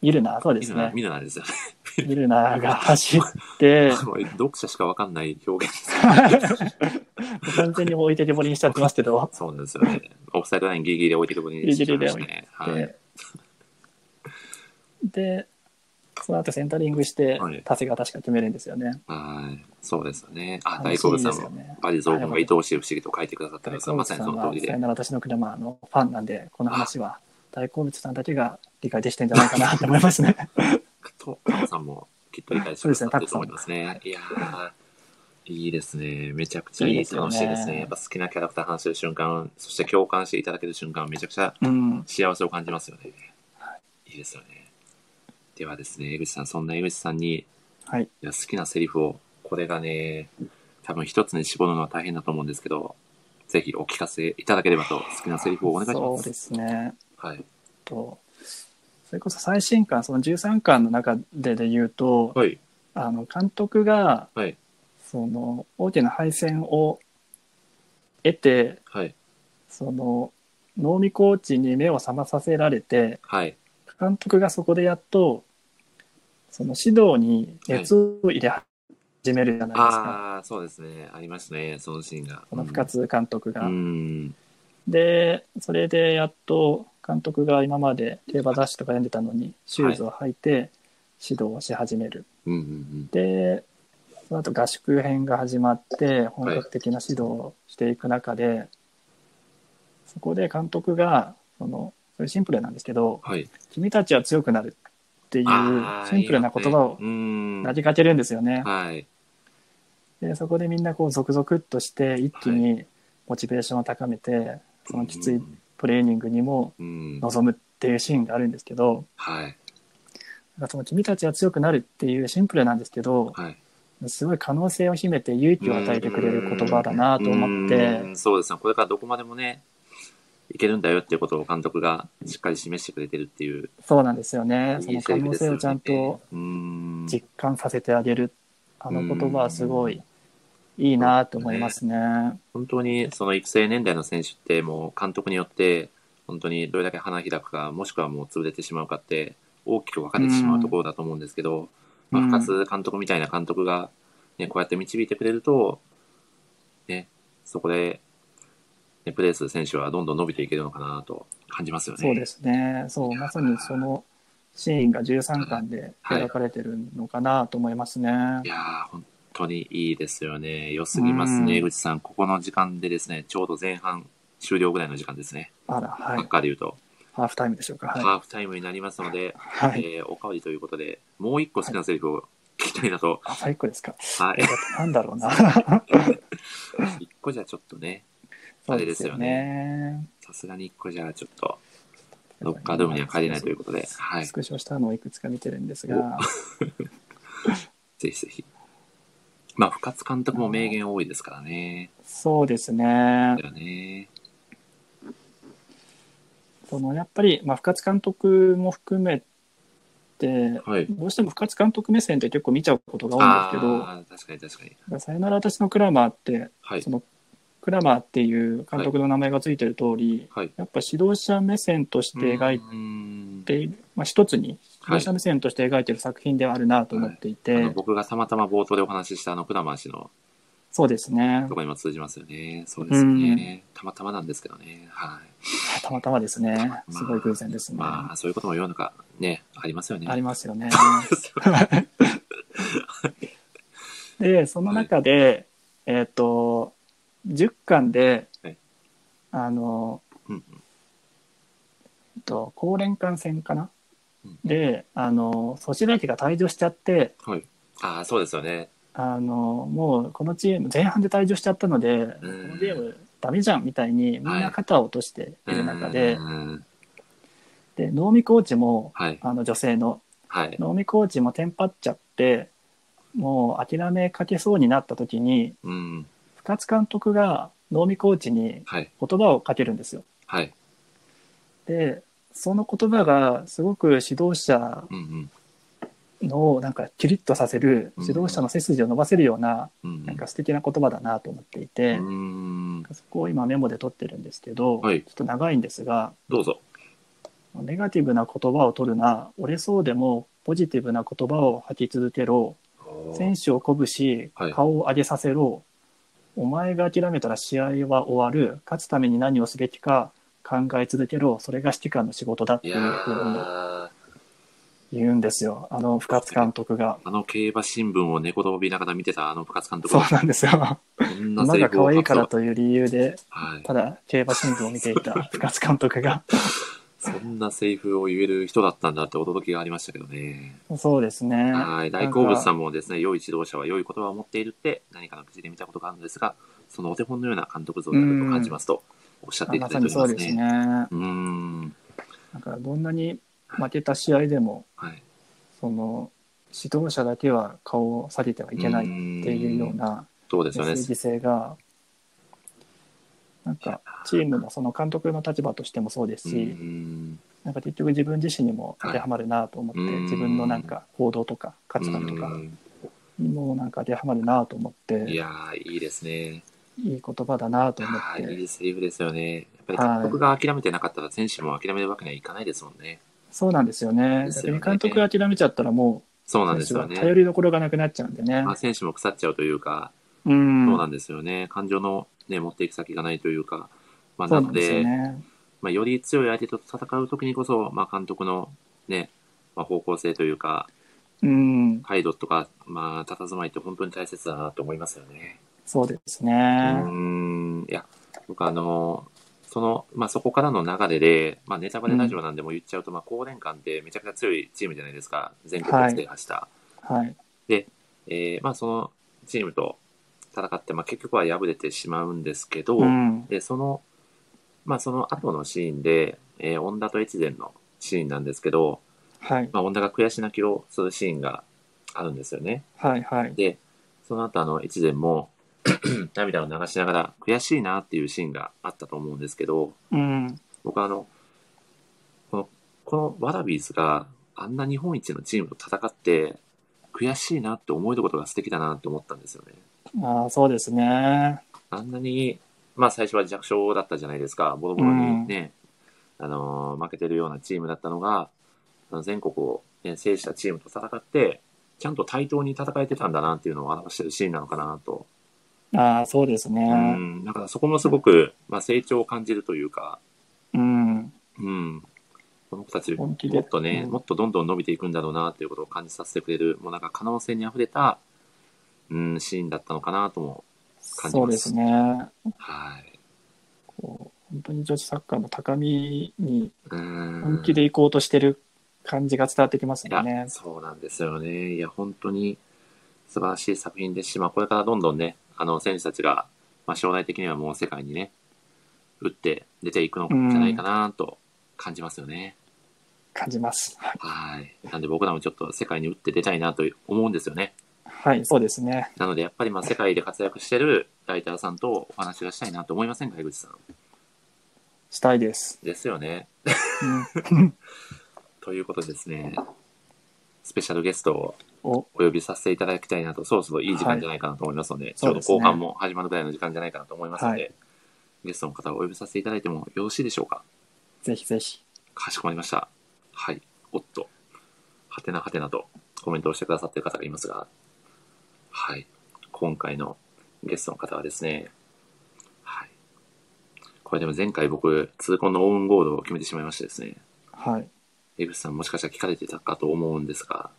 [SPEAKER 2] イルナ、そうで
[SPEAKER 1] 見
[SPEAKER 2] す
[SPEAKER 1] るな、
[SPEAKER 2] ね。
[SPEAKER 1] 見るなですよね。
[SPEAKER 2] イルナが走って、
[SPEAKER 1] もう読者しかわかんない表現です。
[SPEAKER 2] 完全に置いてけぼりにしちゃってますけど、
[SPEAKER 1] そうなんですよね。オフサイドラインギリギリで置いてくことにしてましたね。はい。
[SPEAKER 2] で、でその後センタリングして
[SPEAKER 1] はい、
[SPEAKER 2] 達成が確か決めるんですよね。
[SPEAKER 1] はい。そうですよね。あ、
[SPEAKER 2] 楽
[SPEAKER 1] 大
[SPEAKER 2] しい
[SPEAKER 1] 好物さ
[SPEAKER 2] で
[SPEAKER 1] ん
[SPEAKER 2] すよ
[SPEAKER 1] も、
[SPEAKER 2] ね。
[SPEAKER 1] バリゾー君が愛おしい不思議と書いてくださったん
[SPEAKER 2] 大
[SPEAKER 1] ですが
[SPEAKER 2] 好
[SPEAKER 1] ま
[SPEAKER 2] 物
[SPEAKER 1] さに
[SPEAKER 2] さ
[SPEAKER 1] そ
[SPEAKER 2] ん
[SPEAKER 1] の
[SPEAKER 2] は
[SPEAKER 1] 通、り
[SPEAKER 2] さ
[SPEAKER 1] で
[SPEAKER 2] よ。なら私の車のファンなんで、この話は大好物さんだけが理解できてんじゃないかなと思います ね。
[SPEAKER 1] と、タコさんもきっと理解してくださってると思いますね。いやー。いいですね。めちゃくちゃいい
[SPEAKER 2] いいですよ
[SPEAKER 1] 楽
[SPEAKER 2] ね
[SPEAKER 1] しいですね。やっぱ好きなキャラクター話してる瞬間、そして共感していただける瞬間、めちゃくちゃ
[SPEAKER 2] うん。
[SPEAKER 1] 幸せを感じますよね。いいですよね。ではですね、江口さん、そんな江口さんに、
[SPEAKER 2] はい。
[SPEAKER 1] いや好きなセリフを、これがね、多分一つに絞るのは大変だと思うんですけど、ぜひお聞かせいただければと、好きなセリフをお願いしま
[SPEAKER 2] そう
[SPEAKER 1] す。
[SPEAKER 2] ですね。
[SPEAKER 1] はい。
[SPEAKER 2] と、それこそ最新刊、その13巻の中でで言うと、
[SPEAKER 1] はい。
[SPEAKER 2] あの監督が、
[SPEAKER 1] はい
[SPEAKER 2] その大きな敗戦を得て
[SPEAKER 1] はい。
[SPEAKER 2] その能見コーチに目を覚まさせられて
[SPEAKER 1] はい。
[SPEAKER 2] 監督がそこでやっとその指導に熱を入れ始めるじゃないですか、
[SPEAKER 1] ああ、そうですね。ありましたね。そのシーンが。
[SPEAKER 2] この深津監督
[SPEAKER 1] う
[SPEAKER 2] が。
[SPEAKER 1] ん。
[SPEAKER 2] でそれでやっと監督が今まで競馬雑誌とか読んでたのにシューズを履いて指導をし始める。
[SPEAKER 1] うん。うんうん
[SPEAKER 2] でその後合宿編が始まって本格的な指導をしていく中で、そこで監督がそのそれシンプルなんですけど
[SPEAKER 1] はい。
[SPEAKER 2] 「君たちは強くなる」っていう
[SPEAKER 1] あー
[SPEAKER 2] シンプルな言葉を
[SPEAKER 1] いいですねうん。
[SPEAKER 2] 投げかけるんですよね。
[SPEAKER 1] はい。
[SPEAKER 2] でそこでみんなこう続々として一気にモチベーションを高めてそのきついトレーニングにも
[SPEAKER 1] うん。うん。
[SPEAKER 2] 臨むっていうシーンがあるんですけど
[SPEAKER 1] はい。
[SPEAKER 2] なんかその「君たちは強くなる」っていうシンプルなんですけど、
[SPEAKER 1] はい。
[SPEAKER 2] すごい可能性を秘めて勇気を与えてくれる言葉だなと思っ
[SPEAKER 1] う
[SPEAKER 2] て、
[SPEAKER 1] んそうですね。これからどこまでもね、いけるんだよっていうことを監督がしっかり示してくれてるっていう、
[SPEAKER 2] そうなんですよね。そ
[SPEAKER 1] いい
[SPEAKER 2] の
[SPEAKER 1] セ
[SPEAKER 2] 可
[SPEAKER 1] リフ
[SPEAKER 2] 能
[SPEAKER 1] です
[SPEAKER 2] 性
[SPEAKER 1] よね。
[SPEAKER 2] をちゃんと
[SPEAKER 1] うん。
[SPEAKER 2] 実感させてあげる。あの言葉はすごいいいなと思いますね。
[SPEAKER 1] 本当にその育成年代の選手ってもう監督によって本当にどれだけ花開くかもしくはもう潰れてしまうかって大きく分かれてしまうところだと思うんですけど、
[SPEAKER 2] うん
[SPEAKER 1] まあ、深津監督みたいな監督が、ね、こうやって導いてくれると、ね、そこで、ね、プレーする選手はどんどん伸びていけるのかなと感じますよね。
[SPEAKER 2] そうですね。そう、まさにそのシーンが13巻で描かれてるのかなと思いますね。
[SPEAKER 1] いやー本当にいいですよね。良すぎますね、
[SPEAKER 2] うん
[SPEAKER 1] 江口さん。ここの時間でですね、ちょうど前半終了ぐらいの時間ですね。
[SPEAKER 2] あら、は
[SPEAKER 1] サッ
[SPEAKER 2] い。
[SPEAKER 1] カーで言うと。
[SPEAKER 2] ハーフタイムでしょうか。はい。
[SPEAKER 1] ハーフタイムになりますので、
[SPEAKER 2] はい。
[SPEAKER 1] えーおかわりということで、もう一個好きなセリフを聞きたいなと。
[SPEAKER 2] あ、最高ですか。
[SPEAKER 1] はい
[SPEAKER 2] え っ。となんだろ うな。
[SPEAKER 1] 一個じゃちょっとね、
[SPEAKER 2] そうですよね。
[SPEAKER 1] さすがに一個じゃちょっと、ロッカードームには帰れないということで、はい
[SPEAKER 2] ス。クショしたのをいくつか見てるんですが、
[SPEAKER 1] ぜひぜひ。まあ、深津監督も名言多いですからね。
[SPEAKER 2] そうですね
[SPEAKER 1] だ。よね。
[SPEAKER 2] そのやっぱり、まあ、深津監督も含めて、
[SPEAKER 1] はい。
[SPEAKER 2] どうしても深津監督目線って結構見ちゃうことが
[SPEAKER 1] あ
[SPEAKER 2] 多いんです
[SPEAKER 1] あー、確かに確かに。
[SPEAKER 2] けど、さよなら私のクラマーって、
[SPEAKER 1] はい
[SPEAKER 2] そ。のクラマーっていう監督の名前がついてる通り、
[SPEAKER 1] はい。
[SPEAKER 2] やっぱ指導者目線として描いう
[SPEAKER 1] ーん
[SPEAKER 2] ている、まあ、一つに、指
[SPEAKER 1] はい
[SPEAKER 2] 導者目線として描いてる作品ではあるなと思っていて、
[SPEAKER 1] あの僕がたまたま冒頭でお話ししたあの、クラマー氏の
[SPEAKER 2] そうですね
[SPEAKER 1] と、こにも通じますよね。そうですね。たまたまなんですけどね。はい。
[SPEAKER 2] たまたまですね、すごい偶然ですね。
[SPEAKER 1] まあ、そういうことも世の中、ね、ありますよね。
[SPEAKER 2] ありますよね。
[SPEAKER 1] ます。
[SPEAKER 2] でその中で、えっ、と10巻で、
[SPEAKER 1] はい
[SPEAKER 2] あの、
[SPEAKER 1] うん
[SPEAKER 2] えっと高連艦戦かな、
[SPEAKER 1] うん
[SPEAKER 2] であの粗品家が退場しちゃって
[SPEAKER 1] はい。ああ、そうですよね。
[SPEAKER 2] あのもうこのチーム前半で退場しちゃったので、このゲームダメじゃんみたいにみんな肩を落としている中で、
[SPEAKER 1] うん
[SPEAKER 2] で能見コーチも
[SPEAKER 1] はい。
[SPEAKER 2] あの女性の
[SPEAKER 1] はい。
[SPEAKER 2] 能見コーチもテンパっちゃってもう諦めかけそうになった時に
[SPEAKER 1] うん。
[SPEAKER 2] 深津監督が能見コーチに
[SPEAKER 1] はい。
[SPEAKER 2] 言葉をかけるんですよ。
[SPEAKER 1] はい。
[SPEAKER 2] で、その言葉がすごく指導者
[SPEAKER 1] うんうん。
[SPEAKER 2] のなんかキリッとさせる、
[SPEAKER 1] うん
[SPEAKER 2] 指導者の背筋を伸ばせるような、
[SPEAKER 1] うんうん。
[SPEAKER 2] なんか素敵な言葉だなと思っていうて、
[SPEAKER 1] ーん。
[SPEAKER 2] そこを今メモで取ってるんですけど、
[SPEAKER 1] はい
[SPEAKER 2] ちょっと長いんですが、
[SPEAKER 1] どうぞ。
[SPEAKER 2] ネガティブな言葉を取るな、折れそうでもポジティブな言葉を吐き続けろ、選手を鼓舞し
[SPEAKER 1] はい、
[SPEAKER 2] 顔を上げさせろ、お前が諦めたら試合は終わる、勝つために何をすべきか考え続けろ、それが指揮官の仕事だって
[SPEAKER 1] い
[SPEAKER 2] いう
[SPEAKER 1] や
[SPEAKER 2] ふうに
[SPEAKER 1] ー、
[SPEAKER 2] 言うんですよ、あの深津監督が。
[SPEAKER 1] あの競馬新聞を猫飛びながら見てたあの部活監督
[SPEAKER 2] そうなんですよ。
[SPEAKER 1] こんな
[SPEAKER 2] 馬
[SPEAKER 1] セリ
[SPEAKER 2] が
[SPEAKER 1] フ
[SPEAKER 2] 可
[SPEAKER 1] を
[SPEAKER 2] 愛い
[SPEAKER 1] 書く
[SPEAKER 2] から
[SPEAKER 1] と
[SPEAKER 2] という理由で、
[SPEAKER 1] はい。
[SPEAKER 2] ただ競馬新聞を見てい た深津監督が、
[SPEAKER 1] そんなセリフを言える人だったんだって驚きがありましたけどね。
[SPEAKER 2] そうですね。
[SPEAKER 1] はい。大好物さんもですね、良い指導者は良い言葉を持っているって何かの記事で見たことがあるのですが、そのお手本のような監督像であると感じますとおっしゃっていただ
[SPEAKER 2] まさ
[SPEAKER 1] いてお
[SPEAKER 2] に
[SPEAKER 1] り
[SPEAKER 2] そ
[SPEAKER 1] ま
[SPEAKER 2] う
[SPEAKER 1] す
[SPEAKER 2] です
[SPEAKER 1] ね。
[SPEAKER 2] ね。な
[SPEAKER 1] うーん。
[SPEAKER 2] んかどんなに負けた試合でも、
[SPEAKER 1] はい。
[SPEAKER 2] その指導者だけは顔を下げてはいけないっていうような
[SPEAKER 1] そうです
[SPEAKER 2] メ
[SPEAKER 1] よ
[SPEAKER 2] ッ
[SPEAKER 1] ね
[SPEAKER 2] セ。ージ性が、なんかチームもその監督の立場としてもそうです
[SPEAKER 1] う
[SPEAKER 2] し、
[SPEAKER 1] ーん
[SPEAKER 2] なんか結局自分自身にも当てはまるなと思って、
[SPEAKER 1] はい
[SPEAKER 2] 自分のなんか行動とか価値観とか
[SPEAKER 1] うーん
[SPEAKER 2] にもなんか当てはまるなと思って、
[SPEAKER 1] いやー、いいですね。
[SPEAKER 2] いい言葉だなと思っ
[SPEAKER 1] ああ、い
[SPEAKER 2] て、
[SPEAKER 1] いセリフですよね。やっぱり監督が諦めてなかったら選手も諦めるわけにはいかないですもんね。
[SPEAKER 2] そうなんですよね。
[SPEAKER 1] です
[SPEAKER 2] 逆
[SPEAKER 1] よね
[SPEAKER 2] に監督が諦めちゃったらも
[SPEAKER 1] そうなん
[SPEAKER 2] う、
[SPEAKER 1] です
[SPEAKER 2] 選手
[SPEAKER 1] よ
[SPEAKER 2] は
[SPEAKER 1] ね。
[SPEAKER 2] 頼りどころがなくなっちゃうんでね
[SPEAKER 1] まあ、。選手も腐っちゃうというか、
[SPEAKER 2] うん、
[SPEAKER 1] そうなんですよね。感情の、ね、持っていく先がないというか、まあ、
[SPEAKER 2] そ
[SPEAKER 1] な
[SPEAKER 2] う
[SPEAKER 1] の
[SPEAKER 2] なんです
[SPEAKER 1] で、
[SPEAKER 2] よね。
[SPEAKER 1] まあ、より強い相手と戦うときにこそ、まあ、監督の、ねまあ、方向性というか、
[SPEAKER 2] うん、
[SPEAKER 1] 態度とか、まあ、佇まいって本当に大切だなと思いますよね。
[SPEAKER 2] そうです
[SPEAKER 1] う
[SPEAKER 2] ね。
[SPEAKER 1] ーん、いや、僕あの、その、まあ、そこからの流れで、まあ、ネタバレラジオなんでも言っちゃうと、まあ、高連館ってめちゃくちゃ強いチームじゃないですか。全国を制覇した。
[SPEAKER 2] はい。
[SPEAKER 1] えーまあ、そのチームと戦って、まあ、結局は敗れてしまうんですけど、
[SPEAKER 2] うん。
[SPEAKER 1] でその、まあ、その後のシーンで、えー、恩田と越前のシーンなんですけど、
[SPEAKER 2] はい。
[SPEAKER 1] まあ、恩田が悔し泣きをするシーンがあるんですよね。
[SPEAKER 2] はい。はい。
[SPEAKER 1] で、その後あの越前も 涙を流しながら悔しいなっていうシーンがあったと思うんですけど、
[SPEAKER 2] うん。
[SPEAKER 1] 僕はあの、この、このワラビーズがあんな日本一のチームと戦って、悔しいなって思えることが素敵だなって思ったんですよね。
[SPEAKER 2] ああ、そうですね。
[SPEAKER 1] あんなに、まあ最初は弱小だったじゃないですか。ボロボロにね、あのー負けてるようなチームだったのが、あの全国を、ね、制したチームと戦って、ちゃんと対等に戦えてたんだなっていうのを表してるシーンなのかなと。
[SPEAKER 2] ああ、そうです
[SPEAKER 1] う
[SPEAKER 2] ね。
[SPEAKER 1] ん。だからそこもすごく、まあ成長を感じるというか、
[SPEAKER 2] うん。
[SPEAKER 1] うん。この子たち、も
[SPEAKER 2] 本気で
[SPEAKER 1] っとね、
[SPEAKER 2] うん
[SPEAKER 1] もっとどんどん伸びていくんだろうなっていうことを感じさせてくれる、もうなんか可能性に溢れた、うん、シーンだったのかなとも。感じます
[SPEAKER 2] そうですね。
[SPEAKER 1] はい。
[SPEAKER 2] こう本当に女子サッカーの高みに
[SPEAKER 1] うん。
[SPEAKER 2] 本気で行こうとしてる感じが伝わってきます
[SPEAKER 1] い
[SPEAKER 2] よ
[SPEAKER 1] や、
[SPEAKER 2] ね。
[SPEAKER 1] そうなんですよね。いや、本当に素晴らしい作品ですし、まあ、これからどんどんね、あの、選手たちが、まあ、将来的にはもう世界にね、打って出ていくのじゃないかなと感じますよね。
[SPEAKER 2] 感じます。は
[SPEAKER 1] は
[SPEAKER 2] い
[SPEAKER 1] い。なんで僕らもちょっと世界に打って出たいなと思うんですよね。
[SPEAKER 2] はい、そうですね。
[SPEAKER 1] なので、やっぱりまあ、世界で活躍してるライターさんとお話がしたいなと思いませんか、江口さん。
[SPEAKER 2] したいです。
[SPEAKER 1] ですよね。
[SPEAKER 2] うん、
[SPEAKER 1] ということでですね、スペシャルゲストを
[SPEAKER 2] お、
[SPEAKER 1] お呼びさせていただきたいなと、そろそろいい時間じゃないかなと思いますので、ちょうど
[SPEAKER 2] そ
[SPEAKER 1] 後
[SPEAKER 2] うですね
[SPEAKER 1] 半も始まるぐらいの時間じゃないかなと思いますので、
[SPEAKER 2] は
[SPEAKER 1] ゲストの方をお呼びさせていただいてもよろしいでしょうか。
[SPEAKER 2] ぜひぜひ。
[SPEAKER 1] かしこまりました。はい。おっと。はてなはてなとコメントをしてくださっている方がいますが、はい。今回のゲストの方はですね、はい。これでも前回僕、痛恨のオウンゴールを決めてしまいましてですね、
[SPEAKER 2] はい。
[SPEAKER 1] 江口さんもしかしたら聞かれてたかと思うんですが、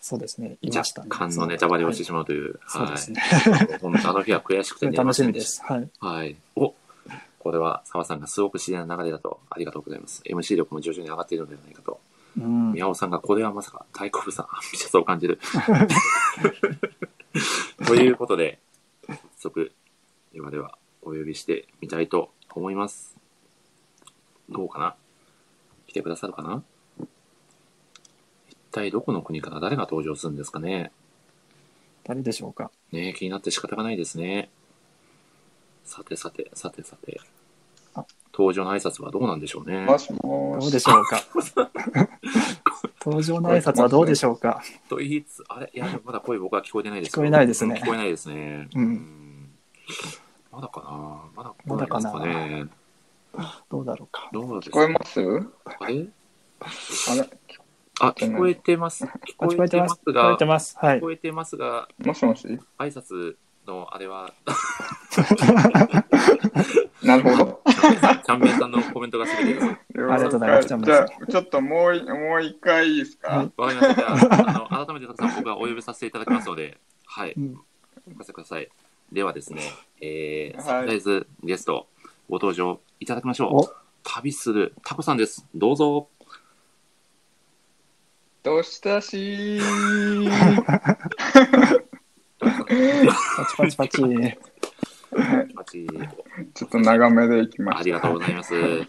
[SPEAKER 2] そうですね。いま
[SPEAKER 1] 若
[SPEAKER 2] したね。
[SPEAKER 1] 干のネタバレをしてしまうという、
[SPEAKER 2] そう
[SPEAKER 1] は
[SPEAKER 2] で
[SPEAKER 1] い
[SPEAKER 2] すね。
[SPEAKER 1] 本当あの日は悔しくて寝れ
[SPEAKER 2] 楽
[SPEAKER 1] ま
[SPEAKER 2] し
[SPEAKER 1] せん
[SPEAKER 2] み
[SPEAKER 1] で
[SPEAKER 2] で
[SPEAKER 1] し
[SPEAKER 2] す。はい。
[SPEAKER 1] た。はい。おこれは澤さんがすごく自然な流れだとありがとうございます。MC 力も徐々に上がっているのではないかと。
[SPEAKER 2] うん。
[SPEAKER 1] 宮尾さんがこれはまさか太鼓部さん、 アンビシャスを感じる。ということで、早速、今ではお呼びしてみたいと思います。どうかな来てくださるかな一体どこの国から誰が登場するんですかね
[SPEAKER 2] 誰でしょうか。
[SPEAKER 1] ねえ気になって仕方がないですね。さてさて、さてさて
[SPEAKER 2] あ。
[SPEAKER 1] 登場の挨拶はどうなんでしょうね。
[SPEAKER 3] もしも
[SPEAKER 2] ど
[SPEAKER 3] ーし。
[SPEAKER 2] うでしょうか。 登場の挨拶はどうでしょうか。
[SPEAKER 1] と言いつつ、あれいや、まだ声僕は聞こえてないですよ
[SPEAKER 2] 聞こえないですね
[SPEAKER 1] 聞こえないですね。
[SPEAKER 2] うん
[SPEAKER 1] んまだかなまだ来ないですかね。
[SPEAKER 2] どうだろうか。
[SPEAKER 1] どうです
[SPEAKER 3] 聞こ
[SPEAKER 1] か
[SPEAKER 3] えます
[SPEAKER 1] あれ
[SPEAKER 3] あれ
[SPEAKER 1] あ、聞こえてます。聞
[SPEAKER 2] あ
[SPEAKER 1] こえてます
[SPEAKER 2] 聞こえ
[SPEAKER 1] が
[SPEAKER 2] て、ます。は
[SPEAKER 1] 聞
[SPEAKER 2] い。
[SPEAKER 1] こえてますが、
[SPEAKER 3] もしも し
[SPEAKER 1] 挨拶のあれは、
[SPEAKER 3] なるほど。
[SPEAKER 1] ちゃんめんさんのコメントが過ぎてる。
[SPEAKER 2] ありがとうございます
[SPEAKER 3] じゃあ、ちょっともうい、もう一回いいです
[SPEAKER 2] は
[SPEAKER 3] か
[SPEAKER 1] わか
[SPEAKER 2] い
[SPEAKER 1] りました。じゃあ、あの改めてたくさん僕はお呼びさせていただきますので、はい。
[SPEAKER 2] うん
[SPEAKER 1] お任せください。ではですね、えー、
[SPEAKER 3] はい
[SPEAKER 1] サプライズゲスト、ご登場いただきましょ
[SPEAKER 2] お
[SPEAKER 1] う。旅するタコさんです。どうぞ。
[SPEAKER 3] どしたしー。
[SPEAKER 2] パチパチパチ。
[SPEAKER 1] パチ
[SPEAKER 3] ちょっと長めでいきま
[SPEAKER 1] あ
[SPEAKER 3] し
[SPEAKER 1] りがとうございます。いやー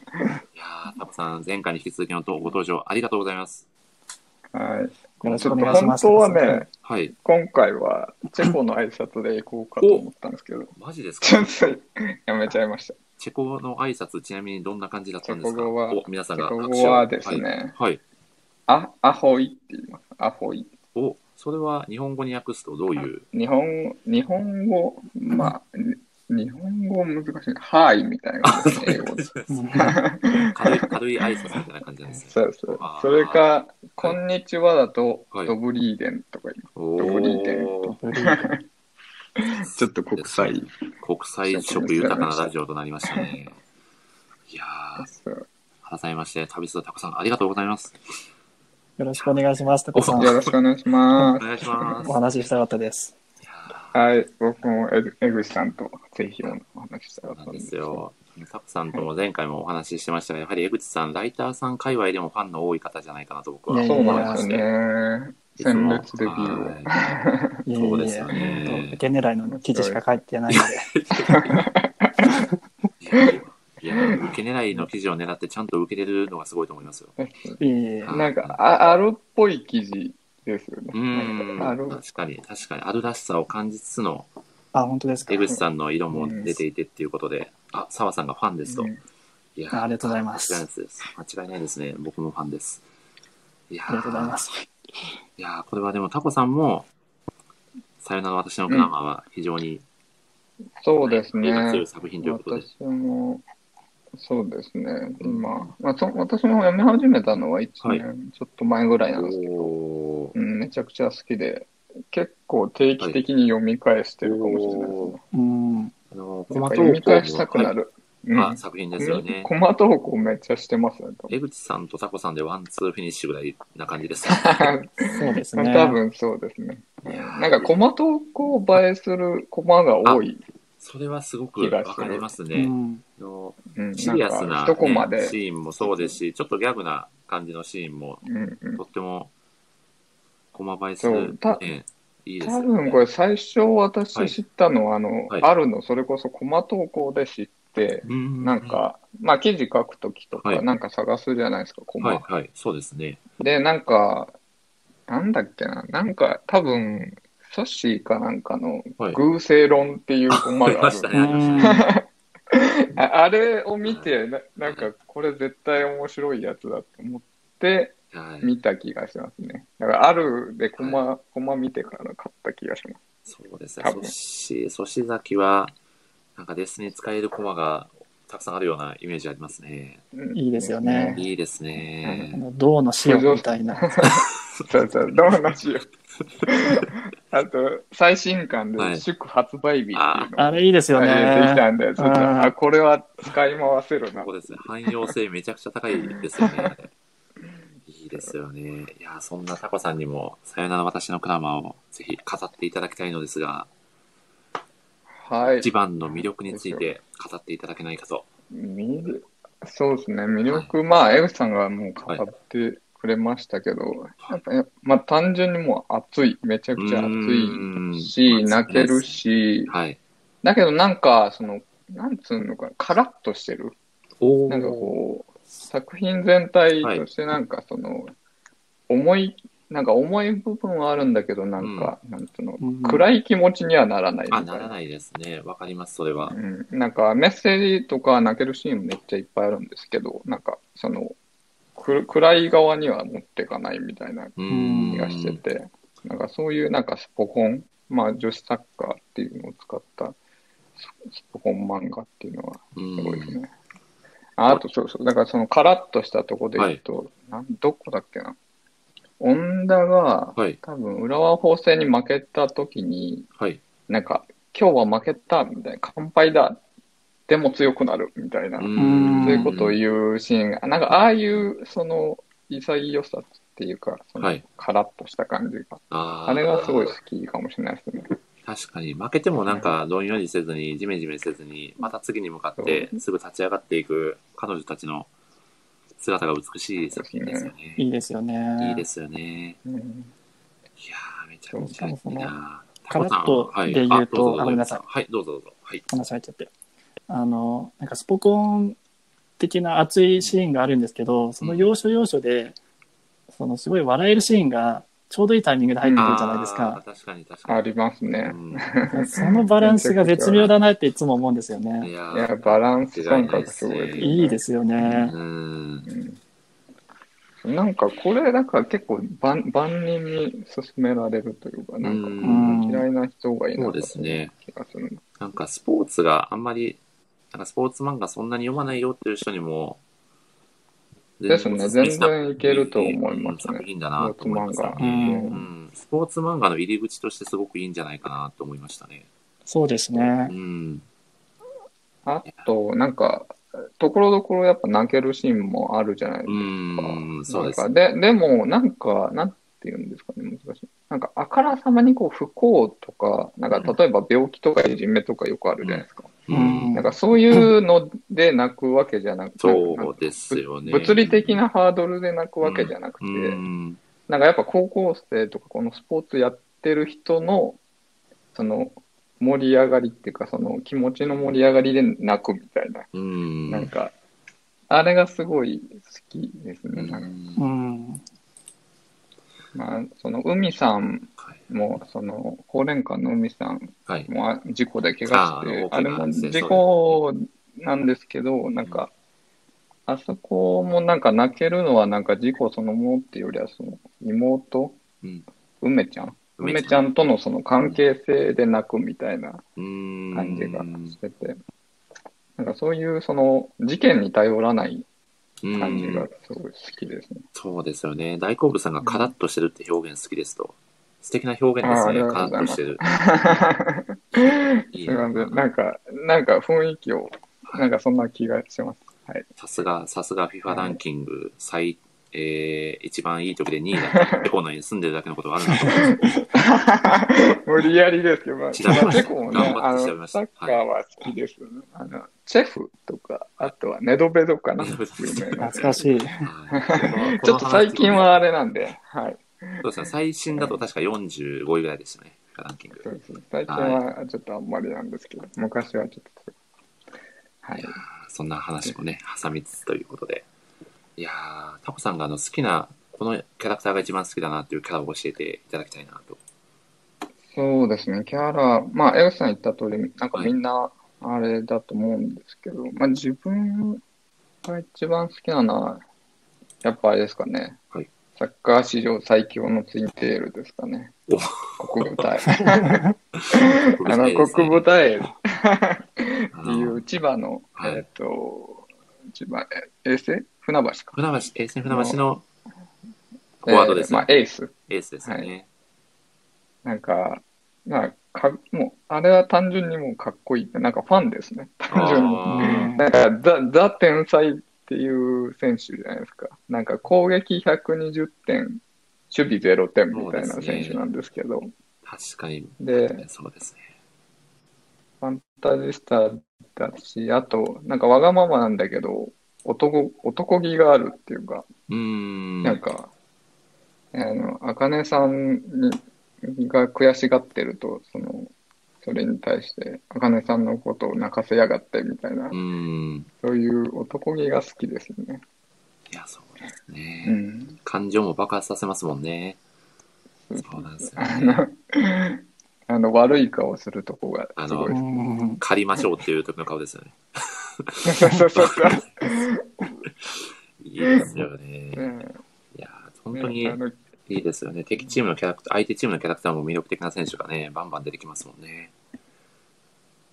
[SPEAKER 1] タコさん、前回に引き続きのご登場ありがとうございます。
[SPEAKER 3] た。はい。
[SPEAKER 2] よろし
[SPEAKER 3] ち
[SPEAKER 2] く
[SPEAKER 3] ょ
[SPEAKER 2] お
[SPEAKER 3] っと
[SPEAKER 2] 願いし
[SPEAKER 3] 本
[SPEAKER 2] ます。
[SPEAKER 3] 当はね、
[SPEAKER 1] はい。
[SPEAKER 3] 今回はチェコの挨拶で行こうかと思ったんですけ ど、
[SPEAKER 1] マジです
[SPEAKER 3] ちょ
[SPEAKER 1] か
[SPEAKER 3] っとやめちゃいました。
[SPEAKER 1] チェコの挨拶、ちなみにどんな感じだったんです
[SPEAKER 3] チ
[SPEAKER 1] か
[SPEAKER 3] ェコ語は
[SPEAKER 1] お、皆さん
[SPEAKER 3] チェ
[SPEAKER 1] が
[SPEAKER 3] コ
[SPEAKER 1] 拍手
[SPEAKER 3] 語
[SPEAKER 1] を
[SPEAKER 3] はですね、
[SPEAKER 1] はい。はい。
[SPEAKER 3] あ、アホイって言います。アホイ。
[SPEAKER 1] お、それは日本語に訳すとどういう
[SPEAKER 3] 日本、日本語、まあ、に日本語難しい。はいみたいな感じで英語で。
[SPEAKER 2] うん
[SPEAKER 1] 軽い、軽い挨拶みたいな感じなん ですね。
[SPEAKER 3] そうそう
[SPEAKER 1] あー。
[SPEAKER 3] それか、こんにちはだと、
[SPEAKER 1] はい
[SPEAKER 3] ドブリーデンとか言いま
[SPEAKER 1] お
[SPEAKER 3] どうりで
[SPEAKER 1] ー
[SPEAKER 3] す。ちょっと国際。
[SPEAKER 1] 国際色豊かなラジオとなりましたね。いや
[SPEAKER 3] そう
[SPEAKER 1] ー、改めまして、旅するたくさんありがとうございます。
[SPEAKER 2] よろしくお願いします。タコさん。
[SPEAKER 3] よろしくお願いしま
[SPEAKER 1] お
[SPEAKER 3] す。
[SPEAKER 1] 願いします
[SPEAKER 2] お。話ししたかったです。
[SPEAKER 1] いや
[SPEAKER 3] はい、僕も江口江口さんとぜひお話ししたか
[SPEAKER 1] ー
[SPEAKER 3] っ
[SPEAKER 1] そうな
[SPEAKER 3] た
[SPEAKER 1] ん
[SPEAKER 3] ん
[SPEAKER 1] で
[SPEAKER 3] です
[SPEAKER 1] す
[SPEAKER 3] けど。
[SPEAKER 1] よ。タクさんとも前回もお話ししてましたが、やはり江口さん、ライターさん界隈でもファンの多い方じゃないかなと僕は
[SPEAKER 2] ね
[SPEAKER 3] そ
[SPEAKER 1] 思
[SPEAKER 3] う
[SPEAKER 1] い
[SPEAKER 3] なん
[SPEAKER 1] ま
[SPEAKER 3] です
[SPEAKER 1] し
[SPEAKER 3] よ
[SPEAKER 1] て。
[SPEAKER 3] ね。
[SPEAKER 1] いつ
[SPEAKER 3] 戦
[SPEAKER 1] も
[SPEAKER 3] 列デビューを。
[SPEAKER 1] はい
[SPEAKER 2] いえいえ
[SPEAKER 1] そうですよね
[SPEAKER 2] 本当受け狙いの記事しか書いてないので。
[SPEAKER 1] いや、受け狙いの記事を狙ってちゃんと受けれるのがすごいと思いますよ。
[SPEAKER 2] いえいえ
[SPEAKER 1] はい
[SPEAKER 3] なんか、あアロっぽい記事ですよね。
[SPEAKER 1] うー
[SPEAKER 3] なん
[SPEAKER 1] ん、
[SPEAKER 3] かアロ
[SPEAKER 1] 確かに、確かに、あるらしさを感じつつの、
[SPEAKER 2] あ、本当ですか
[SPEAKER 1] 江。口さんの色も出ていてっていうことで、あ、澤さんがファンですと。
[SPEAKER 3] う
[SPEAKER 1] い
[SPEAKER 3] ん
[SPEAKER 1] や
[SPEAKER 2] あありがとうございます
[SPEAKER 1] 間違いないです。間違いないですね。僕もファンです。いやー
[SPEAKER 2] ありがとうございます。
[SPEAKER 1] いやーこれはでもタコさんも、さよなら私のグラマーは非常に、
[SPEAKER 3] そうです
[SPEAKER 1] 影響する
[SPEAKER 3] ね。
[SPEAKER 1] 作品ということで。
[SPEAKER 3] 私も、そうですね。今、まあ、そ私も読み始めたのは1年ちょっと前ぐらいなんですけど、
[SPEAKER 1] おー
[SPEAKER 3] うん、めちゃくちゃ好きで、結構定期的に読み返してるかもしれないですね。
[SPEAKER 2] うん。
[SPEAKER 1] あの、コ
[SPEAKER 3] なん
[SPEAKER 1] マ
[SPEAKER 3] か
[SPEAKER 1] 投稿
[SPEAKER 3] 読み
[SPEAKER 1] も、
[SPEAKER 3] 返したくな
[SPEAKER 1] はい
[SPEAKER 3] る。
[SPEAKER 1] あ作品ですよね
[SPEAKER 3] コ。マ投稿めっちゃしてますね。多分
[SPEAKER 1] 江口さんとタコさんでワンツーフィニッシュぐらいな感じです。
[SPEAKER 2] そうですね。
[SPEAKER 3] 多分そうですね。うんなんかコマ投稿映えするコマが多い。
[SPEAKER 1] それはすごくわかります
[SPEAKER 2] う
[SPEAKER 1] ね。
[SPEAKER 2] ん。
[SPEAKER 1] あの
[SPEAKER 3] うん、
[SPEAKER 1] シ
[SPEAKER 3] なん
[SPEAKER 1] リアスな、
[SPEAKER 3] か一コマ
[SPEAKER 1] ね
[SPEAKER 3] で。
[SPEAKER 1] シーンもそうですし、ちょっとギャグな感じのシーンも、
[SPEAKER 3] うんうん
[SPEAKER 1] とっても、細映えす
[SPEAKER 3] そ
[SPEAKER 1] る
[SPEAKER 3] う、た
[SPEAKER 1] ね、いいです
[SPEAKER 3] 多
[SPEAKER 1] よ
[SPEAKER 3] 分こ
[SPEAKER 1] ね。
[SPEAKER 3] れ最初私知ったのは、あの、
[SPEAKER 1] はい
[SPEAKER 3] あるの、それこそコマ投稿で知って、
[SPEAKER 1] うん
[SPEAKER 3] なん、か、まあ記事書くときと
[SPEAKER 1] は
[SPEAKER 3] か、
[SPEAKER 1] い
[SPEAKER 3] なんか探すじゃないですか、コマ。
[SPEAKER 1] はい、はい、そうですね。
[SPEAKER 3] で、なんか、なんだっけな、なんか多分、ソッシーかなんかの
[SPEAKER 1] はい。
[SPEAKER 3] 偶性論っていうコマ
[SPEAKER 1] あり
[SPEAKER 3] があ
[SPEAKER 1] ま
[SPEAKER 3] る
[SPEAKER 1] したね、ありましたね。
[SPEAKER 2] う
[SPEAKER 3] ああれを見てな、なんかこれ絶対面白いやつだと思って
[SPEAKER 1] はい
[SPEAKER 3] 見た気がしますね。だからあるでコマ、コマ見てから買った気がしま
[SPEAKER 1] そうですね。
[SPEAKER 3] 多
[SPEAKER 1] そ
[SPEAKER 3] 分
[SPEAKER 1] し、そし崎は、なんかデスに使えるコマがたくさんあるようなイメージありますね。
[SPEAKER 3] す。うん
[SPEAKER 2] いいですよね
[SPEAKER 1] いいですね。
[SPEAKER 2] ん。銅の塩みたいな。
[SPEAKER 3] そうそう、どうなしよ う。あと、最新刊
[SPEAKER 1] は
[SPEAKER 3] で
[SPEAKER 1] い
[SPEAKER 3] 祝発売日っていうのが
[SPEAKER 2] あれいいですよ
[SPEAKER 3] 入れてき
[SPEAKER 2] ね。
[SPEAKER 3] たんで、ちょっ
[SPEAKER 2] あー
[SPEAKER 3] と、あ、これは使い回せるな
[SPEAKER 1] こ。こですね。汎用性めちゃくちゃ高いですよね。いいですよね。いや、そんなタコさんにも、さよなら私のクラマーをぜひ語っていただきたいのですが、
[SPEAKER 3] はい
[SPEAKER 1] 一。番の魅力について語っていただけないかと。
[SPEAKER 3] 魅力そうですね、魅力、まあ、江口さんがもう語ってくれましたけど、やっぱや、まあ、単純にもう暑い、めちゃくちゃ暑
[SPEAKER 1] うーん
[SPEAKER 3] いし、泣ける。し、
[SPEAKER 1] はい。
[SPEAKER 3] だけどなんか、その、なんつうのかな、カラッとしてる。
[SPEAKER 1] お
[SPEAKER 3] なんかこう、作品全体としてなんかその、思いなんか重い部分はあるんだけど、なんか、なんつうの、
[SPEAKER 2] うん
[SPEAKER 3] 暗い気持ちにはならないみた
[SPEAKER 1] あ、
[SPEAKER 3] いな。
[SPEAKER 1] ならないですね。わかります、それは
[SPEAKER 3] う。ん、なんかメッセージとか泣けるシーンめっちゃいっぱいあるんですけど、なんかそのく暗い側には持ってかないみたいな
[SPEAKER 1] う
[SPEAKER 2] うん
[SPEAKER 1] ん。
[SPEAKER 3] 気がしてて、なんかそういうなんかスポコン、まあ女子サッカーっていうのを使ったススポコン漫画っていうのは
[SPEAKER 1] う
[SPEAKER 3] すごいです
[SPEAKER 1] ん。
[SPEAKER 3] ね。ああとそうそう、だからそのカラッとしたとこで言うと、なんどこだっけな。オンダが
[SPEAKER 1] はい、
[SPEAKER 3] 多分浦和法制に負けた時に、
[SPEAKER 1] はい。
[SPEAKER 3] なんか、今日は負けた、みたいな、乾杯だ、でも強くなる、みたいな、
[SPEAKER 1] う
[SPEAKER 3] そ
[SPEAKER 2] ん
[SPEAKER 3] ういうことを
[SPEAKER 1] う。
[SPEAKER 3] 言うシーンが、なんか、ああいう、その、潔さっていうか、そ
[SPEAKER 1] は
[SPEAKER 3] の
[SPEAKER 1] い、
[SPEAKER 3] カラッとした感じが、
[SPEAKER 1] あー
[SPEAKER 3] あれがすごい好きかもしれないですね。
[SPEAKER 1] 確かに、負けてもなんか、どんよりせずに、じめじめせずに、また次に向かって、すぐ立ち上がっていく彼女たちの姿が美しい作品ですよね。
[SPEAKER 2] いいですよね。
[SPEAKER 1] いいですよね。
[SPEAKER 3] うん
[SPEAKER 1] いやー、めちゃめちゃいいな
[SPEAKER 2] カラッとで言うとあごめんなさい。
[SPEAKER 1] はい、どうぞどうぞ。はい。
[SPEAKER 2] 話されちゃって。あの、なんかスポコン的な熱いシーンがあるんですけど、その要所要所で、そのすごい笑えるシーンがちょうどいいタイミングで入ってくるじゃないです
[SPEAKER 1] あ
[SPEAKER 2] か
[SPEAKER 1] ー。確かに確かに。
[SPEAKER 3] ありますね
[SPEAKER 1] う。ん
[SPEAKER 2] そのバランスが絶妙だなっていつも思うんですよ
[SPEAKER 1] い
[SPEAKER 2] ね。
[SPEAKER 1] や
[SPEAKER 3] いや、
[SPEAKER 1] ー
[SPEAKER 3] バランス感覚すごい
[SPEAKER 1] 間違いないね
[SPEAKER 3] です。
[SPEAKER 2] いいですよね
[SPEAKER 1] う。ん。
[SPEAKER 3] うんなんか、これ、なんか結構万、万人に勧められるというか、なんか
[SPEAKER 1] う、
[SPEAKER 2] ん
[SPEAKER 3] 嫌いな人がいな
[SPEAKER 1] そ
[SPEAKER 3] か
[SPEAKER 1] う
[SPEAKER 3] った
[SPEAKER 1] ですね。
[SPEAKER 3] 気がする。
[SPEAKER 1] なんかスポーツがあんまり、なんかスポーツ漫画そんなに読まないよっていう人にも、
[SPEAKER 3] ですね全然いけると思いますね
[SPEAKER 1] うん作品だなと思いますよ
[SPEAKER 3] ス
[SPEAKER 2] ツ漫画
[SPEAKER 3] ポー
[SPEAKER 1] ね、うん。スポーツ漫画の入り口としてすごくいいんじゃないかなと思いましたね。
[SPEAKER 2] そうですね
[SPEAKER 1] う。ん。
[SPEAKER 3] あと、なんか、ところどころやっぱ泣けるシーンもあるじゃないで
[SPEAKER 1] うん、
[SPEAKER 3] す
[SPEAKER 1] そ
[SPEAKER 3] か。
[SPEAKER 1] う
[SPEAKER 3] なん
[SPEAKER 1] です
[SPEAKER 3] か。で、でも、なんか、なんていうんですかね、難しい。なんか、あからさまにこう、不幸とか、なんか、例えば病気とかいじめとかよくあるじゃないですか。
[SPEAKER 1] うん。
[SPEAKER 3] なんか、そういうので泣くわけじゃなくて、
[SPEAKER 1] そうですよね。
[SPEAKER 3] 物理的なハードルで泣くわけじゃなくて、
[SPEAKER 1] うん。
[SPEAKER 3] なんかやっぱ高校生とかこのスポーツやってる人のその盛り上がりっていうかその気持ちの盛り上がりで泣くみたいな、
[SPEAKER 1] うん。
[SPEAKER 3] なんかあれがすごい好きです
[SPEAKER 1] う
[SPEAKER 3] ね。なん
[SPEAKER 1] ん
[SPEAKER 3] か
[SPEAKER 2] うん。
[SPEAKER 3] まあその海さん
[SPEAKER 1] はい
[SPEAKER 3] もその法蓮館の海さん
[SPEAKER 1] はい。
[SPEAKER 3] もあ事故で怪我して
[SPEAKER 1] ああの
[SPEAKER 3] あれも
[SPEAKER 1] 大きな
[SPEAKER 3] 事故なんですけどなんかあそこもなんか泣けるのはなんか事故そのものっていうよりはその妹
[SPEAKER 1] うん
[SPEAKER 3] 梅ちゃん梅ちゃんとのその関係性で泣くみたいな
[SPEAKER 1] 感
[SPEAKER 3] 感じがしてて、なんかそういうその事件に頼らない感じがすごい好きですね。
[SPEAKER 1] そうですよね。大好物さんがカラッとしてるって表現好きですと。素敵な表現ですね。
[SPEAKER 3] あー
[SPEAKER 1] カ
[SPEAKER 3] あ
[SPEAKER 1] ラッと
[SPEAKER 3] りがとうございま
[SPEAKER 1] し
[SPEAKER 3] す
[SPEAKER 1] てる。 いい
[SPEAKER 3] すい
[SPEAKER 1] な
[SPEAKER 3] ません。なんか、なんか雰囲気を、なんかそんな気がします。 はい。
[SPEAKER 1] さすが、さすが FIFA ランキング最、えー、一番いい時で2位だった。エコのに住んでるだけのことがある なと思います。
[SPEAKER 3] 無理やりですけど、まあ、チ
[SPEAKER 1] 調べました
[SPEAKER 3] ェコもね、
[SPEAKER 1] 頑張
[SPEAKER 3] あ
[SPEAKER 1] っ
[SPEAKER 3] の、
[SPEAKER 1] て
[SPEAKER 3] サ
[SPEAKER 1] 調べました
[SPEAKER 3] ッカーは好きですよね。あの、チェフとか、あとはネドベドかな。
[SPEAKER 1] ネドベド
[SPEAKER 3] 有名な
[SPEAKER 2] 懐かしい。
[SPEAKER 1] はい
[SPEAKER 3] ちょっと最近。はあれなんで、はい。
[SPEAKER 1] そうですね。最新だと確か45位ぐらいでしたね。FIFA ランキング。
[SPEAKER 3] そうですね最近はちょっとあんまりなんですけど、昔はちょっと。はい。
[SPEAKER 1] そんな話もね、挟みつつということで。いやー、タコさんがあの好きな、このキャラクターが一番好きだなっていうキャラを教えていただきたいなと。
[SPEAKER 3] そうですね、キャラ、まあ、エルさん言った通り、なんかみんなあれだと思うんですけど、まあ自分が一番好きなのは、やっぱあれですかね、
[SPEAKER 1] はい
[SPEAKER 3] サッカー史上最強のツインテールですかね
[SPEAKER 1] お。
[SPEAKER 3] 国部 隊。 あの、国部隊って
[SPEAKER 1] っ
[SPEAKER 3] いう千葉の、
[SPEAKER 1] はい
[SPEAKER 3] えっと、千葉、え衛星船橋か。
[SPEAKER 1] 船橋、エース船橋のフォワードです
[SPEAKER 3] え
[SPEAKER 1] ね
[SPEAKER 3] ーまあ、。エース。
[SPEAKER 1] エースですよね。
[SPEAKER 3] なんか、まあ、かもう、あれは単純にもうかっこいい。なんかファンですね。単純に。
[SPEAKER 1] あ
[SPEAKER 2] うん
[SPEAKER 3] なんかザ、ザ天才っていう選手じゃないですか。なんか攻撃120点、守備0点みたいな選手なんですけど、
[SPEAKER 1] 確かに、
[SPEAKER 3] で
[SPEAKER 1] そうですね。
[SPEAKER 3] ファンタジスタだし、あと、なんかわがままなんだけど、男、男気があるっていうか、
[SPEAKER 1] うーん。
[SPEAKER 3] なんか、あの、あかねさんにが悔しがってると、その、それに対して、あかねさんのことを泣かせやがってみたいな
[SPEAKER 1] う、ーん。
[SPEAKER 3] そういう男気が好きですね。
[SPEAKER 1] いや、そうです
[SPEAKER 3] う
[SPEAKER 1] ね。
[SPEAKER 3] ん。
[SPEAKER 1] 感情も爆発させますもんね。そうなんですよ。
[SPEAKER 3] あの、 あの悪い顔するとこがすご
[SPEAKER 2] う
[SPEAKER 3] い。
[SPEAKER 2] ん。
[SPEAKER 1] 借りましょうっていう時の顔ですよね。
[SPEAKER 3] そうそうそうそう。
[SPEAKER 1] いいですよね。
[SPEAKER 3] うん
[SPEAKER 1] いやー本当に
[SPEAKER 3] あの
[SPEAKER 1] いいですよね。敵チームのキャラクター、相手チームのキャラクターも魅力的な選手がね、バンバン出てきますもんね。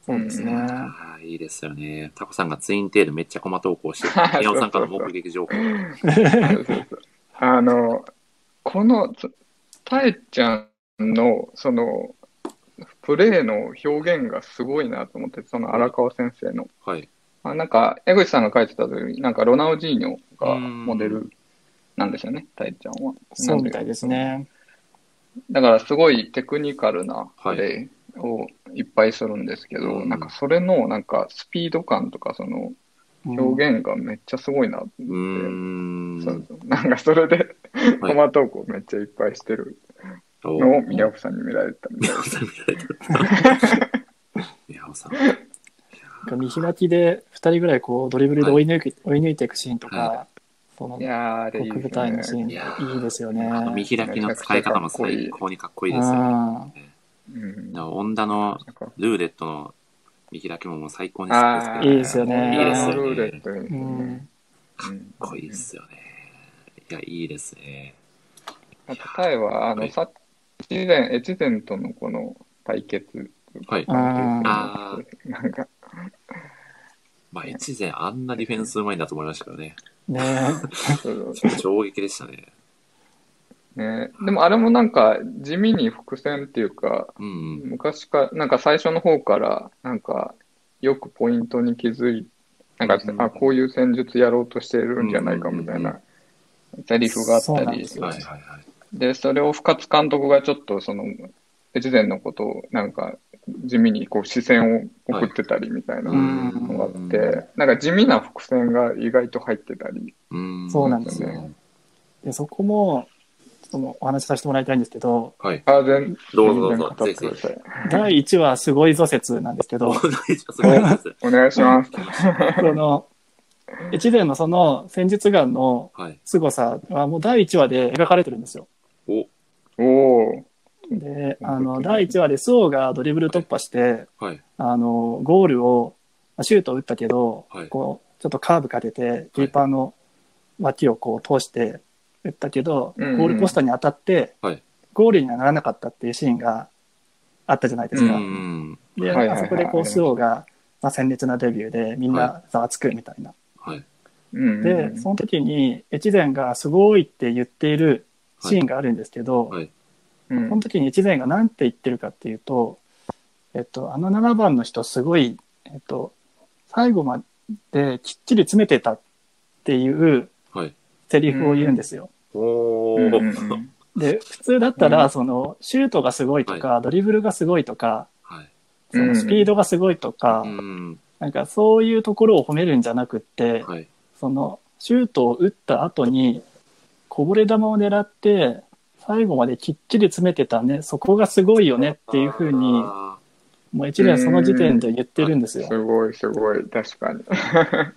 [SPEAKER 2] そうですね。
[SPEAKER 1] ああ、いいですよね。タコさんがツインテールめっちゃコマ投稿 して、宮尾さんからの目撃情報。
[SPEAKER 3] そうそうそうあの、この、つたえちゃんの、その、プレーの表現がすごいなと思って、その荒川先生の。
[SPEAKER 1] はい。
[SPEAKER 3] あなんか、江口さんが書いてた時に、なんかロナウジーニョがモデルなんですよね、たえちゃんは。
[SPEAKER 2] そうみたいですね。
[SPEAKER 3] だからすごいテクニカルなプレーをいっぱいするんですけど、
[SPEAKER 1] うん
[SPEAKER 3] なんかそれのなんかスピード感とかその
[SPEAKER 2] うん
[SPEAKER 3] 表現がめっちゃすごいなって、
[SPEAKER 1] うー。
[SPEAKER 3] そうんそうなんかそれで
[SPEAKER 1] はい
[SPEAKER 3] コマ投稿めっちゃいっぱいしてる
[SPEAKER 1] お
[SPEAKER 3] のを宮尾さんに見られたみたい
[SPEAKER 1] 宮尾さん見られてる。宮尾さん。
[SPEAKER 2] なんか見開きで2人ぐらいこうドリブルで追い抜き、追い抜いていくシーンと
[SPEAKER 1] は
[SPEAKER 2] か、その
[SPEAKER 3] いやーあれいい
[SPEAKER 2] 国舞
[SPEAKER 3] で
[SPEAKER 2] 台の
[SPEAKER 3] す
[SPEAKER 2] シ
[SPEAKER 3] よね、
[SPEAKER 1] や
[SPEAKER 2] ーン、いいですよね。
[SPEAKER 1] あの見開きの使い方も最高にかっこいいですよね。
[SPEAKER 2] あ
[SPEAKER 3] うん、
[SPEAKER 1] だからオンダの
[SPEAKER 3] なんか
[SPEAKER 1] ルーレットの見開きももう最高に好きですけど、
[SPEAKER 2] いいですよね
[SPEAKER 1] いいですよね
[SPEAKER 3] ルーレットいいです
[SPEAKER 2] ーう
[SPEAKER 3] よね
[SPEAKER 2] ん。
[SPEAKER 1] かっこいいですよね。いや、いいですね。
[SPEAKER 3] あとタイはあ
[SPEAKER 1] は
[SPEAKER 3] の
[SPEAKER 1] い
[SPEAKER 3] さ越前越前とのこの対決
[SPEAKER 1] はい。あー
[SPEAKER 3] なんか
[SPEAKER 1] まあ、越前あんなディフェンスうまいんだと思いましたけどね。
[SPEAKER 2] ね
[SPEAKER 3] そう
[SPEAKER 1] 衝撃でしたね。
[SPEAKER 3] ね、でもあれもなんか地味に伏線っていうか、
[SPEAKER 1] うんうん。
[SPEAKER 3] 昔から、なんか最初の方から、なんかよくポイントに気づいなん
[SPEAKER 1] うん
[SPEAKER 3] か、あ、こういう戦術やろうとしてるんじゃないかみたいなセリフがあっ
[SPEAKER 2] そう
[SPEAKER 3] た
[SPEAKER 2] なん
[SPEAKER 3] り
[SPEAKER 2] です、よ
[SPEAKER 1] はいはいはい。
[SPEAKER 3] で、それを深津監督がちょっとその、越前のことをなんか地味にこう視線を送ってたりみたいな
[SPEAKER 2] はいう
[SPEAKER 3] の
[SPEAKER 2] ん
[SPEAKER 3] があって、なんか地味な伏線が意外と入ってたり、
[SPEAKER 1] うん
[SPEAKER 2] そうなんです
[SPEAKER 3] よ。
[SPEAKER 2] でそこも、ちょっとお話しさせてもらいたいんですけど、
[SPEAKER 1] はい。
[SPEAKER 3] あ、全
[SPEAKER 1] どうぞどうぞ
[SPEAKER 3] 全然語ってください。
[SPEAKER 2] 第1話すごいぞ説なんです けど、
[SPEAKER 1] すごいです。
[SPEAKER 3] お願いします。
[SPEAKER 2] その、越前のその戦術眼の
[SPEAKER 1] はい。
[SPEAKER 2] 凄さはもう第1話で描かれてるんですよ。
[SPEAKER 1] お、
[SPEAKER 3] おお
[SPEAKER 2] で、あの、第1話で周防がドリブル突破して、
[SPEAKER 1] はい。
[SPEAKER 2] あの、ゴールを、まあシュートを打ったけど、
[SPEAKER 1] はい
[SPEAKER 2] こう、ちょっとカーブかけて、キーパーの脇をこう通して打ったけど、
[SPEAKER 3] うん
[SPEAKER 2] ゴールポストに当たって、
[SPEAKER 1] はい
[SPEAKER 2] ゴールにはならなかったっていうシーンがあったじゃないで
[SPEAKER 1] う
[SPEAKER 2] すか。
[SPEAKER 1] ん。
[SPEAKER 2] で、
[SPEAKER 3] はいはいはい
[SPEAKER 2] あそこでこう、周防が、まあ、鮮烈なデビューで、みんなざわつくみたいな。
[SPEAKER 1] はい。
[SPEAKER 3] ー。
[SPEAKER 2] で、その時に、越前がすごいって言っているシーンがあるんですけど、
[SPEAKER 1] はい。
[SPEAKER 3] うん
[SPEAKER 2] その時に越前が何て言ってるかっていうと、えっと、あの7番の人すごい、えっと、最後まできっちり詰めてたっていう
[SPEAKER 1] はい。
[SPEAKER 2] セリフを言うんですよ。
[SPEAKER 1] お
[SPEAKER 3] うんうん
[SPEAKER 1] ー。
[SPEAKER 3] うん
[SPEAKER 2] で、普通だったら、
[SPEAKER 3] うん
[SPEAKER 2] その、シュートがすごいとか、ドリブルがすごいとか、
[SPEAKER 1] はい。
[SPEAKER 2] そのスピードがすごいとか、
[SPEAKER 1] うん。
[SPEAKER 2] なんかそういうところを褒めるんじゃなくって、
[SPEAKER 1] はい。
[SPEAKER 2] その、シュートを打った後に、こぼれ球を狙って、最後まできっちり詰めてたね、そこがすごいよねっていうふうに、
[SPEAKER 1] あ
[SPEAKER 2] もう一年その時点で言ってるんですよ。
[SPEAKER 3] すごいすごい、確かに。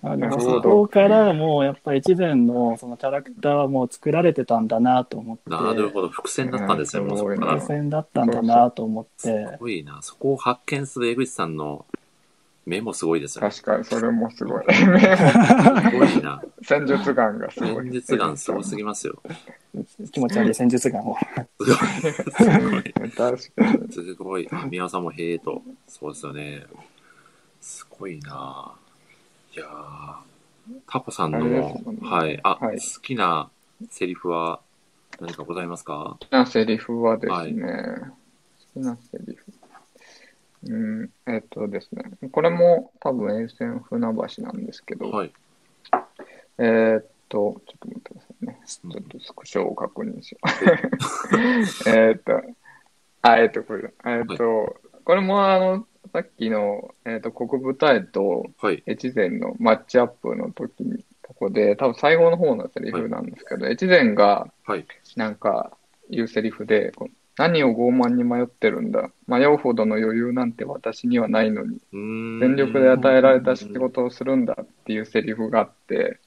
[SPEAKER 2] あ
[SPEAKER 3] なる
[SPEAKER 2] の
[SPEAKER 3] ほ
[SPEAKER 2] そ
[SPEAKER 3] ど
[SPEAKER 2] こからもうやっぱ一年のそのキャラクターはもう作られてたんだなと思って、
[SPEAKER 1] ーなるほど。伏線だったんですね、
[SPEAKER 3] うん
[SPEAKER 1] もうそこか
[SPEAKER 3] ど
[SPEAKER 1] ら。
[SPEAKER 2] 目
[SPEAKER 1] す
[SPEAKER 2] 線だったんだなと思って、
[SPEAKER 1] ごいな。そこを発見する江口さんの目もすごいですよね。
[SPEAKER 3] 確かに、それもすごい。
[SPEAKER 1] すごいな。
[SPEAKER 3] 戦術眼がすごい。
[SPEAKER 1] 現実感すごすぎますよ。
[SPEAKER 2] 気持ち悪い戦術眼を。
[SPEAKER 1] すごい。すごい。
[SPEAKER 3] 確かに。
[SPEAKER 1] すごい。あ、宮尾さんもへえと。そうですよね。すごいなぁ。いやぁ。タコさん
[SPEAKER 3] あれで
[SPEAKER 1] の
[SPEAKER 3] すもん、ね
[SPEAKER 1] はい。あ、
[SPEAKER 3] はい
[SPEAKER 1] 好きなセリフは何かございますか
[SPEAKER 3] 好きなセリフはですね、好きなセリフ。うん、えっとですね、これも多分沿線船橋なんですけど、
[SPEAKER 1] はい。
[SPEAKER 3] えーっと、ちょっと待ってくださいね。
[SPEAKER 1] うん
[SPEAKER 3] ちょっとスクショを確認しよう。 えーっと、あ、えーっと、これだ、えーっと、これもあの、さっきの、えーっと、国舞台と
[SPEAKER 1] はい。
[SPEAKER 3] 越前のマッチアップの時に、ここで、多分最後の方のセリフなんですけど、越前が、
[SPEAKER 1] はい。
[SPEAKER 3] なんか、言うセリフで、こう何を傲慢に迷ってるんだ。迷うほどの余裕なんて私にはないのに、
[SPEAKER 1] うーん
[SPEAKER 3] 全力で与えられた仕事をするんだっていうセリフがあって、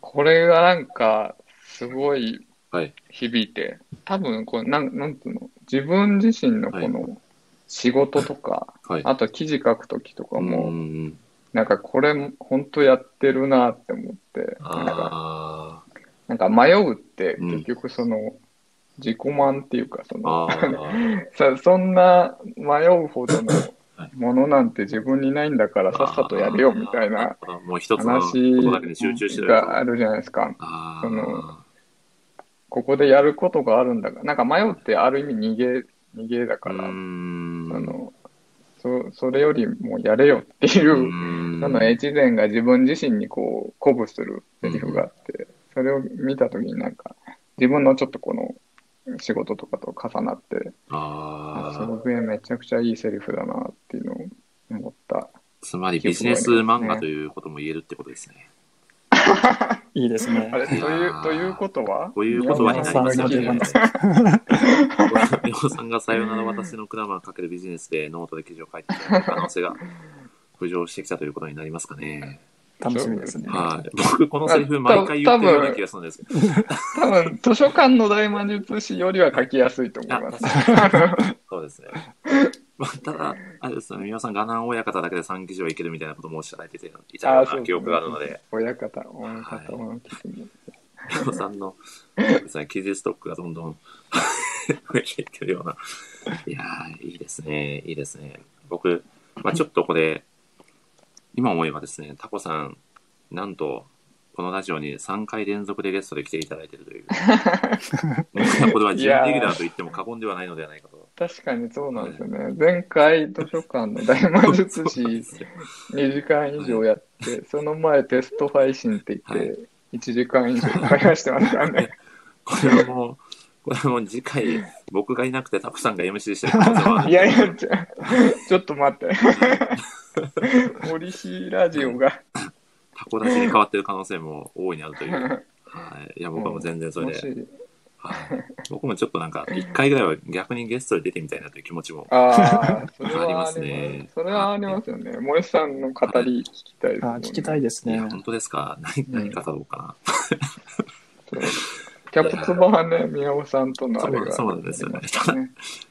[SPEAKER 3] これがなんか、すごい
[SPEAKER 1] はい。
[SPEAKER 3] 響いて、多分こうなん、なんていうの、自分自身のこの仕事とか、
[SPEAKER 1] はい。
[SPEAKER 3] あと記事書くときとか
[SPEAKER 1] うー
[SPEAKER 3] も、
[SPEAKER 1] ん。
[SPEAKER 3] なんかこれ、本当やってるなって思って、なんか
[SPEAKER 1] あ
[SPEAKER 3] なんか迷うって、
[SPEAKER 1] うん
[SPEAKER 3] 結局その、自己満っていうか、そ
[SPEAKER 1] ー
[SPEAKER 3] の、
[SPEAKER 1] あー。
[SPEAKER 3] そそんな迷うほどの
[SPEAKER 1] はい
[SPEAKER 3] ものなんて自分にないんだから さっさとやれよみたいな
[SPEAKER 1] あー。もう一つのことだけに集中してる。
[SPEAKER 3] が
[SPEAKER 1] あ
[SPEAKER 3] あるじゃないですか。
[SPEAKER 1] あ
[SPEAKER 3] そ
[SPEAKER 1] ー
[SPEAKER 3] の。ここでやることがあるんだから、なんか迷うってある意味逃げ、逃げだ
[SPEAKER 1] う
[SPEAKER 3] か
[SPEAKER 1] ー
[SPEAKER 3] ら、あ
[SPEAKER 1] ん。
[SPEAKER 3] の、そ、それよりもやれよっていう、その越前が自分自身にこう、鼓舞するセリフがあって、それを見たときになんか、自分のちょっとこの、仕事とかと重なって、あす
[SPEAKER 1] あ
[SPEAKER 3] ごくめちゃくちゃいいセリフだなっていうのを思った。
[SPEAKER 1] あ。つまりビジネス漫画ということも言えるってことですね。
[SPEAKER 2] いいで すね
[SPEAKER 3] あ。れ、と
[SPEAKER 1] いや
[SPEAKER 3] いう
[SPEAKER 1] ー、
[SPEAKER 3] ということは
[SPEAKER 1] ということはに
[SPEAKER 2] 宮
[SPEAKER 1] なり
[SPEAKER 2] 本
[SPEAKER 1] ます
[SPEAKER 2] さ
[SPEAKER 1] よ
[SPEAKER 2] んが出
[SPEAKER 1] ね
[SPEAKER 2] 番。
[SPEAKER 1] 宮本さんがさよなら私のクラマーかけるビジネスでノートで記事を書いてきた可能性が浮上してきたということになりますかね。
[SPEAKER 2] 楽しみですね。
[SPEAKER 1] はい。僕、このセリフ毎回言ってるような気がするんですけど。
[SPEAKER 3] 多分、図書館の大魔術師よりは書きやすいと思います。
[SPEAKER 1] そうですね。まあ、ただ、あれですね、皆さん、ガナン親方だけで3記事はいけるみたいなこともおっしゃられていたいたような記憶があるので、
[SPEAKER 3] 親方、親
[SPEAKER 1] はい
[SPEAKER 3] 方、親方。
[SPEAKER 1] 宮本 さんの、そうですね、記事ストックがどんどん増えていってるような。いやー、いいですね、いいですね。僕、まあ、ちょっとこれ、今思えばですね、タコさん、なんと、このラジオに3回連続でゲストで来ていただいているという。もうこれは準レギュラーと言っても過言ではないのではないかと。
[SPEAKER 3] 確かにそうなんですよね。前回、図書館の大魔術師2時間以上やって、その前テスト配信って言って、1時間以上かかしてますからね。
[SPEAKER 1] これはもう、これはもう次回、僕がいなくてタコさんが MC してる可能性もある
[SPEAKER 3] いやいや、ちょちょっと 待って。 森氏ラジオが
[SPEAKER 1] タコ出しに変わってる可能性も大いにあるという。はい。いや、僕はもう全然それ
[SPEAKER 3] も
[SPEAKER 1] で、
[SPEAKER 3] し、
[SPEAKER 1] はい。僕もちょっと なんか、一回ぐらいは逆にゲストで出てみたいなという気持ちも。
[SPEAKER 3] ああ、それ
[SPEAKER 1] あり
[SPEAKER 3] は
[SPEAKER 1] ま
[SPEAKER 3] あ
[SPEAKER 1] す
[SPEAKER 3] りま
[SPEAKER 1] ね
[SPEAKER 3] す。それはありますよね。森さんの語り聞きたいです
[SPEAKER 2] あ
[SPEAKER 3] もんね、
[SPEAKER 2] 聞きたいです
[SPEAKER 1] い
[SPEAKER 2] ね
[SPEAKER 1] や、。本当ですか何、何語ろうか
[SPEAKER 3] そうキャプツバはね、宮尾さんと
[SPEAKER 1] な。
[SPEAKER 3] のあれ
[SPEAKER 1] そう
[SPEAKER 3] が。
[SPEAKER 1] そうなんですよね。ただ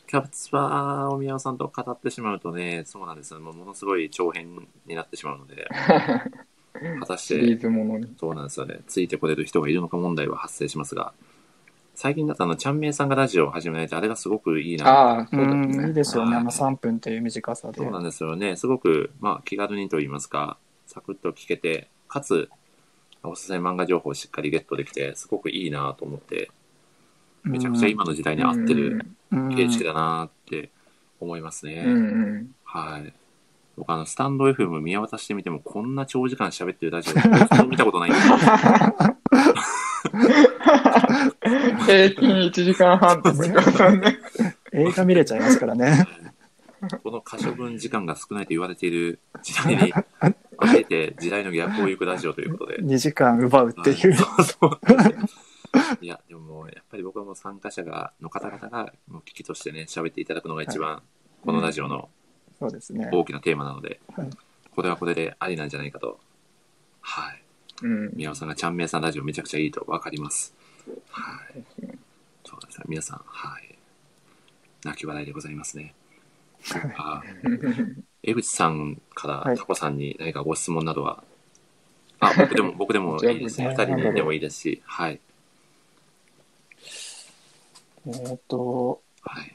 [SPEAKER 1] キャプツバーを宮尾さんと語ってしまうとね、そうなんですよ。もうものすごい長編になってしまうの で、果たし
[SPEAKER 3] シ
[SPEAKER 1] て、
[SPEAKER 3] リーズものに。
[SPEAKER 1] そうなんですよね。ついてこれる人がいるのか問題は発生しますが、最近だとあの、ちゃんめいさんがラジオを始められて、あれがすごくいいな。
[SPEAKER 3] ああ、そううです
[SPEAKER 2] ん、いい
[SPEAKER 3] ね。
[SPEAKER 2] ですよね。あの3分という短さで
[SPEAKER 1] そう。なんですよね。すごく、まあ、気軽にと言いますか、サクッと聞けて、かつ、おすすめ漫画情報をしっかりゲットできて、すごくいいなと思って、めちゃくちゃ今の時代に合ってる
[SPEAKER 2] うん
[SPEAKER 1] 形式だなって思いますね。
[SPEAKER 3] うんうん。
[SPEAKER 1] はい。僕あの、スタンド FM 見渡してみても、こんな長時間喋ってるラジオ、一つも見たことないんですよ。
[SPEAKER 3] 平均1時間半とか言ってましたね。
[SPEAKER 2] 映画見れちゃいますか らね。
[SPEAKER 1] この可処分時間が少ないと言われている時代に、あえて時代の逆を行くラジオということで。
[SPEAKER 2] 2時間奪うっていう。
[SPEAKER 1] はいそうそうなんです よいや、でももうやっぱり僕はもう参加者が、の方々が、もう聞きとしてね、喋っていただくのが一番、このラジオの
[SPEAKER 2] そうですね。
[SPEAKER 1] 大きなテーマなので
[SPEAKER 2] はい、
[SPEAKER 1] これはこれでありなんじゃないかと。はい。
[SPEAKER 3] うん。
[SPEAKER 1] 宮尾さんがちゃんめいさんラジオめちゃくちゃいいとわかります。はい。そうですね。皆さん、はい。泣き笑いでございますね。あー江口さんか
[SPEAKER 2] は
[SPEAKER 1] ら
[SPEAKER 2] い
[SPEAKER 1] タコさんに何かご質問など は、あ、僕でも、僕でもいい ですね。二
[SPEAKER 2] じゃあ
[SPEAKER 1] 人にでもいいですし、はい。
[SPEAKER 2] えーっと、
[SPEAKER 1] はい。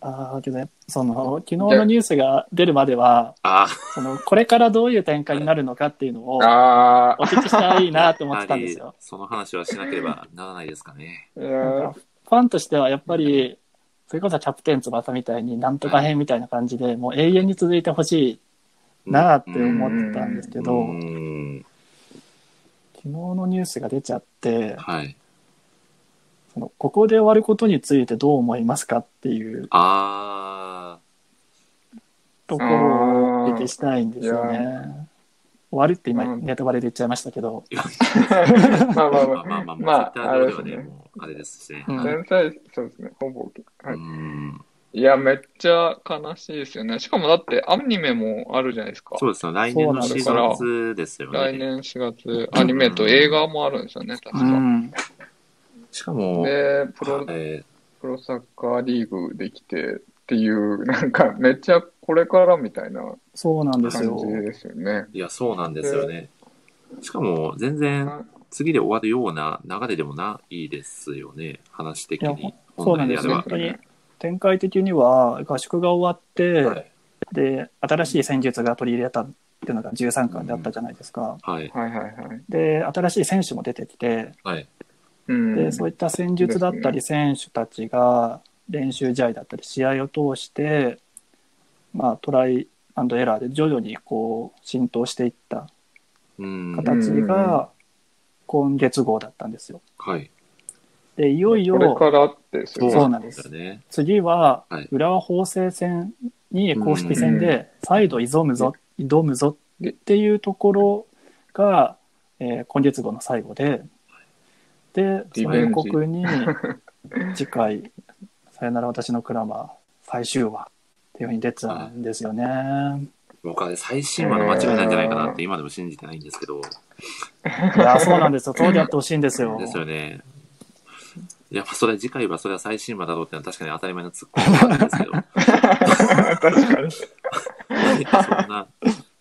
[SPEAKER 2] ああ、けどね、その、昨日のニュースが出るまでは、
[SPEAKER 1] あ
[SPEAKER 2] その、これからどういう展開になるのかっていうのを、
[SPEAKER 3] あ
[SPEAKER 2] お聞きしたらいいなと
[SPEAKER 1] ー、
[SPEAKER 2] 思って
[SPEAKER 1] や
[SPEAKER 2] た
[SPEAKER 1] は
[SPEAKER 2] んです
[SPEAKER 1] り
[SPEAKER 2] よ。
[SPEAKER 1] その話はしなければならないですかね。
[SPEAKER 3] あ、い
[SPEAKER 2] なん
[SPEAKER 3] や
[SPEAKER 2] かファンとしてはやっぱり、それこそキャプテン翼みたいになんとか編みたいな感じで、もう永遠に続いてほしいなって思ってたんですけ
[SPEAKER 1] う
[SPEAKER 2] ど、
[SPEAKER 1] ん。
[SPEAKER 2] 昨日のニュースが出ちゃって、
[SPEAKER 1] はい。
[SPEAKER 2] そのここで終わることについてどう思いますかっていう
[SPEAKER 1] あ
[SPEAKER 2] ところをお聞きしたいんですよね
[SPEAKER 3] あーい。
[SPEAKER 2] 終わるって今
[SPEAKER 3] うん
[SPEAKER 2] ネタバレで言っちゃいましたけど、
[SPEAKER 3] まあま
[SPEAKER 1] ー、
[SPEAKER 3] あ
[SPEAKER 1] まあ
[SPEAKER 3] ま
[SPEAKER 1] まあ
[SPEAKER 3] あ。
[SPEAKER 1] まあ、
[SPEAKER 3] ま
[SPEAKER 1] まあ、
[SPEAKER 3] あ、
[SPEAKER 1] ツイッタ
[SPEAKER 3] あ
[SPEAKER 1] ー上で
[SPEAKER 3] れで
[SPEAKER 1] はね、
[SPEAKER 3] すね。
[SPEAKER 1] もう、あれですしね。
[SPEAKER 2] うん
[SPEAKER 1] はい
[SPEAKER 3] 天才、そうですね。ほぼ。は
[SPEAKER 1] う
[SPEAKER 3] い
[SPEAKER 1] ん。
[SPEAKER 3] いや、めっちゃ悲しいですよね。しかもだってアニメもあるじゃないですか。
[SPEAKER 1] そうですね。来年の
[SPEAKER 2] そうなん
[SPEAKER 1] 4
[SPEAKER 2] です
[SPEAKER 3] よ
[SPEAKER 1] 月ですよね。
[SPEAKER 3] 来年4月、アニメと映画もあるんですよね、確
[SPEAKER 2] う
[SPEAKER 3] か。
[SPEAKER 2] ん、
[SPEAKER 1] しかも、
[SPEAKER 3] で、プロ、
[SPEAKER 1] えー
[SPEAKER 3] プロサッカーリーグできてっていう、なんかめっちゃこれからみたいな
[SPEAKER 2] そうなんです
[SPEAKER 3] 感
[SPEAKER 2] よ
[SPEAKER 3] じ。ですよね。
[SPEAKER 1] いや、そうなんですよね。しかも、全然、次で終わるような流れでもないですよね、話的
[SPEAKER 2] いや
[SPEAKER 1] に。
[SPEAKER 2] そうなん
[SPEAKER 1] 本来
[SPEAKER 2] で
[SPEAKER 1] あ
[SPEAKER 2] す
[SPEAKER 1] れ
[SPEAKER 2] よ。
[SPEAKER 1] ば
[SPEAKER 2] 本当に展開的には合宿が終わって、
[SPEAKER 1] はい。
[SPEAKER 2] で、新しい戦術が取り入れたっていうのが13巻であったじゃないですか。
[SPEAKER 1] はい。
[SPEAKER 3] はいはいはい。
[SPEAKER 2] で、新しい選手も出てきて、
[SPEAKER 1] はい。
[SPEAKER 3] うん。
[SPEAKER 2] でそういった戦術だったり選手たちが練習試合だったり試合を通して、まあ、トライアンドエラーで徐々にこう浸透していった
[SPEAKER 1] うん。
[SPEAKER 2] 形
[SPEAKER 3] うん
[SPEAKER 2] が今月号だったんですよ。
[SPEAKER 1] はい。
[SPEAKER 2] でいよい
[SPEAKER 3] これ
[SPEAKER 2] よ
[SPEAKER 3] からってですよね。
[SPEAKER 2] そうなんです
[SPEAKER 1] よね。
[SPEAKER 2] 次は
[SPEAKER 1] はい
[SPEAKER 2] 浦和法政戦に公式戦
[SPEAKER 3] うん
[SPEAKER 2] で再度挑むぞ挑むぞっていうところが、えー今月号の最後ででそ
[SPEAKER 3] リ
[SPEAKER 2] の
[SPEAKER 3] ベン
[SPEAKER 2] 予
[SPEAKER 3] ジ
[SPEAKER 2] 告に次回「さよなら私のクラマー」最終話っていうふうに出てたんですよね。
[SPEAKER 1] 僕はね最新話の間違いなんじゃないかなって今でも信じてないんですけど、
[SPEAKER 2] いやそうなんですよそうであってほしいんですよ。
[SPEAKER 1] ですよね。いや、まあそれは次回はそれは最新話だろうってのは確かに当たり前のツッコミなんですけど、
[SPEAKER 3] 確かに。
[SPEAKER 1] いやそんな、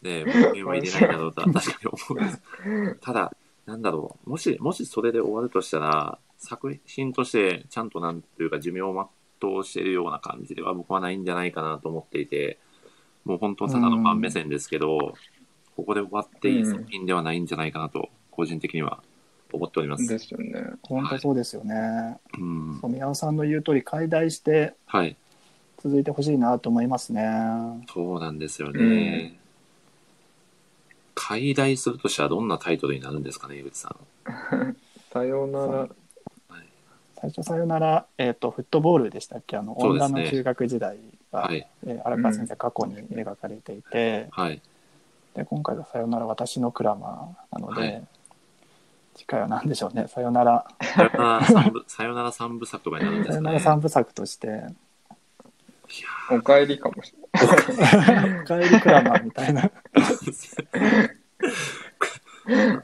[SPEAKER 1] ね、文明は入れないだろうとは確かに思うんです。ただ、なんだろう、もし、もしそれで終わるとしたら、作品としてちゃんとなんというか寿命を全うしているような感じでは僕はないんじゃないかなと思っていて、もう本当ただのファン目線ですけど、ここで終わっていい作品ではないんじゃないかなと、個人的には思っております
[SPEAKER 3] で。すよね。
[SPEAKER 2] 本当そうですよね。
[SPEAKER 1] うん。
[SPEAKER 2] そう宮尾さんの言う通り解体して
[SPEAKER 1] はい。
[SPEAKER 2] 続いてほしいなと思いますね。
[SPEAKER 1] そうなんですよ
[SPEAKER 3] う
[SPEAKER 1] ね。解題するとしたらどんなタイトルになるんですかね、江口さん。
[SPEAKER 3] さような
[SPEAKER 2] 最初さよなら、えー、とフットボールでしたっけあの
[SPEAKER 1] そう
[SPEAKER 2] 温
[SPEAKER 1] です
[SPEAKER 2] 暖
[SPEAKER 1] ね
[SPEAKER 2] の中学時代が、
[SPEAKER 1] はい。
[SPEAKER 2] えー荒川先生過去に描かれていて、
[SPEAKER 1] はい。
[SPEAKER 2] で今回が「さよなら私のクラマー」なので、
[SPEAKER 1] はい
[SPEAKER 2] 次回は何でしょうね「さよなら
[SPEAKER 1] さよな ら三部、さよなら三部作とかになるんで
[SPEAKER 2] さ
[SPEAKER 1] す
[SPEAKER 2] よ
[SPEAKER 1] か
[SPEAKER 2] な
[SPEAKER 1] ね。
[SPEAKER 2] ら三部作」として
[SPEAKER 3] ら、おかえりかもしれ な
[SPEAKER 2] 「
[SPEAKER 3] い。
[SPEAKER 2] おかえりクラマー」みたいな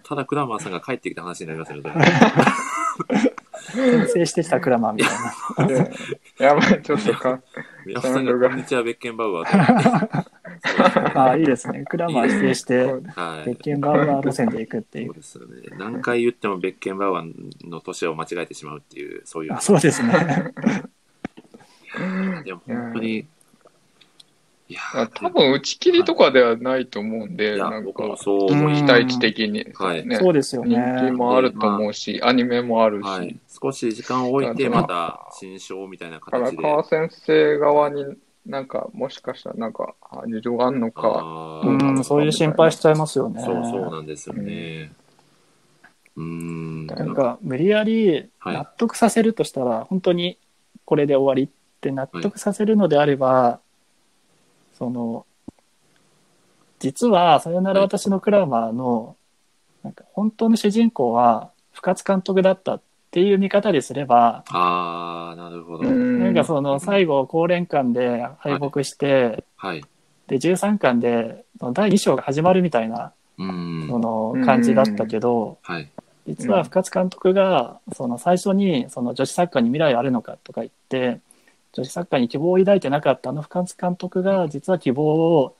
[SPEAKER 1] ただ、クラマーさんが帰ってきた話になりますよね。
[SPEAKER 2] 転生してきたクラマーみた いな
[SPEAKER 3] でやばい、ちょっ とか、
[SPEAKER 1] 宮本さんが、こんにちは、ベッケンバウアーって。
[SPEAKER 2] ああいいですねクラマー否定して
[SPEAKER 1] は
[SPEAKER 2] 鉄
[SPEAKER 1] い。
[SPEAKER 2] 拳バウアー路線で行くってい
[SPEAKER 1] そう
[SPEAKER 2] う
[SPEAKER 1] ですよね。何回言ってもベッケンバウアーの年を間違えてしまうっていう、そういう
[SPEAKER 2] あ。そうですね
[SPEAKER 1] でも本当に、いや
[SPEAKER 3] あ多分打ち切りとかではないと思うん
[SPEAKER 1] い
[SPEAKER 3] で、な
[SPEAKER 1] や、
[SPEAKER 3] ん
[SPEAKER 1] 僕も
[SPEAKER 3] か、
[SPEAKER 1] そう思い
[SPEAKER 3] 期
[SPEAKER 1] ま
[SPEAKER 3] 待値的に、
[SPEAKER 1] はい
[SPEAKER 3] ね
[SPEAKER 2] そうですよね
[SPEAKER 3] 人気もあると思うし、アニメもある
[SPEAKER 1] す。
[SPEAKER 3] し、
[SPEAKER 1] はい。少し時間を置いて、また、新章みたいな
[SPEAKER 3] だから
[SPEAKER 1] 形で。
[SPEAKER 3] 川先生側になんか、もしかしたらなんか、あ事情があるのか、
[SPEAKER 1] あ
[SPEAKER 2] う
[SPEAKER 1] ー
[SPEAKER 2] んそういう心配しちゃいますよね
[SPEAKER 1] そうそうなんですよね。うーん。
[SPEAKER 2] なんか無理やり
[SPEAKER 1] はい
[SPEAKER 2] 納得させるとしたら、本当にこれで終わりって納得させるのであれば、その実は「さよなら私のクラマーの」なんか本当の主人公は深津監督だったっていう見方ですれば、
[SPEAKER 1] ああ、なるほど。
[SPEAKER 3] うん
[SPEAKER 2] なんかその最後高連巻で敗北して、
[SPEAKER 1] はい。
[SPEAKER 2] で13巻でその第2章が始まるみたいな
[SPEAKER 1] うー
[SPEAKER 2] そ
[SPEAKER 1] ん。
[SPEAKER 2] の感じだったけど。
[SPEAKER 1] はい。
[SPEAKER 2] 実は深津監督がその最初にその女子サッカーに未来あるのかとか言って女子サッカーに希望を抱いてなかったあの深津監督が実は希望を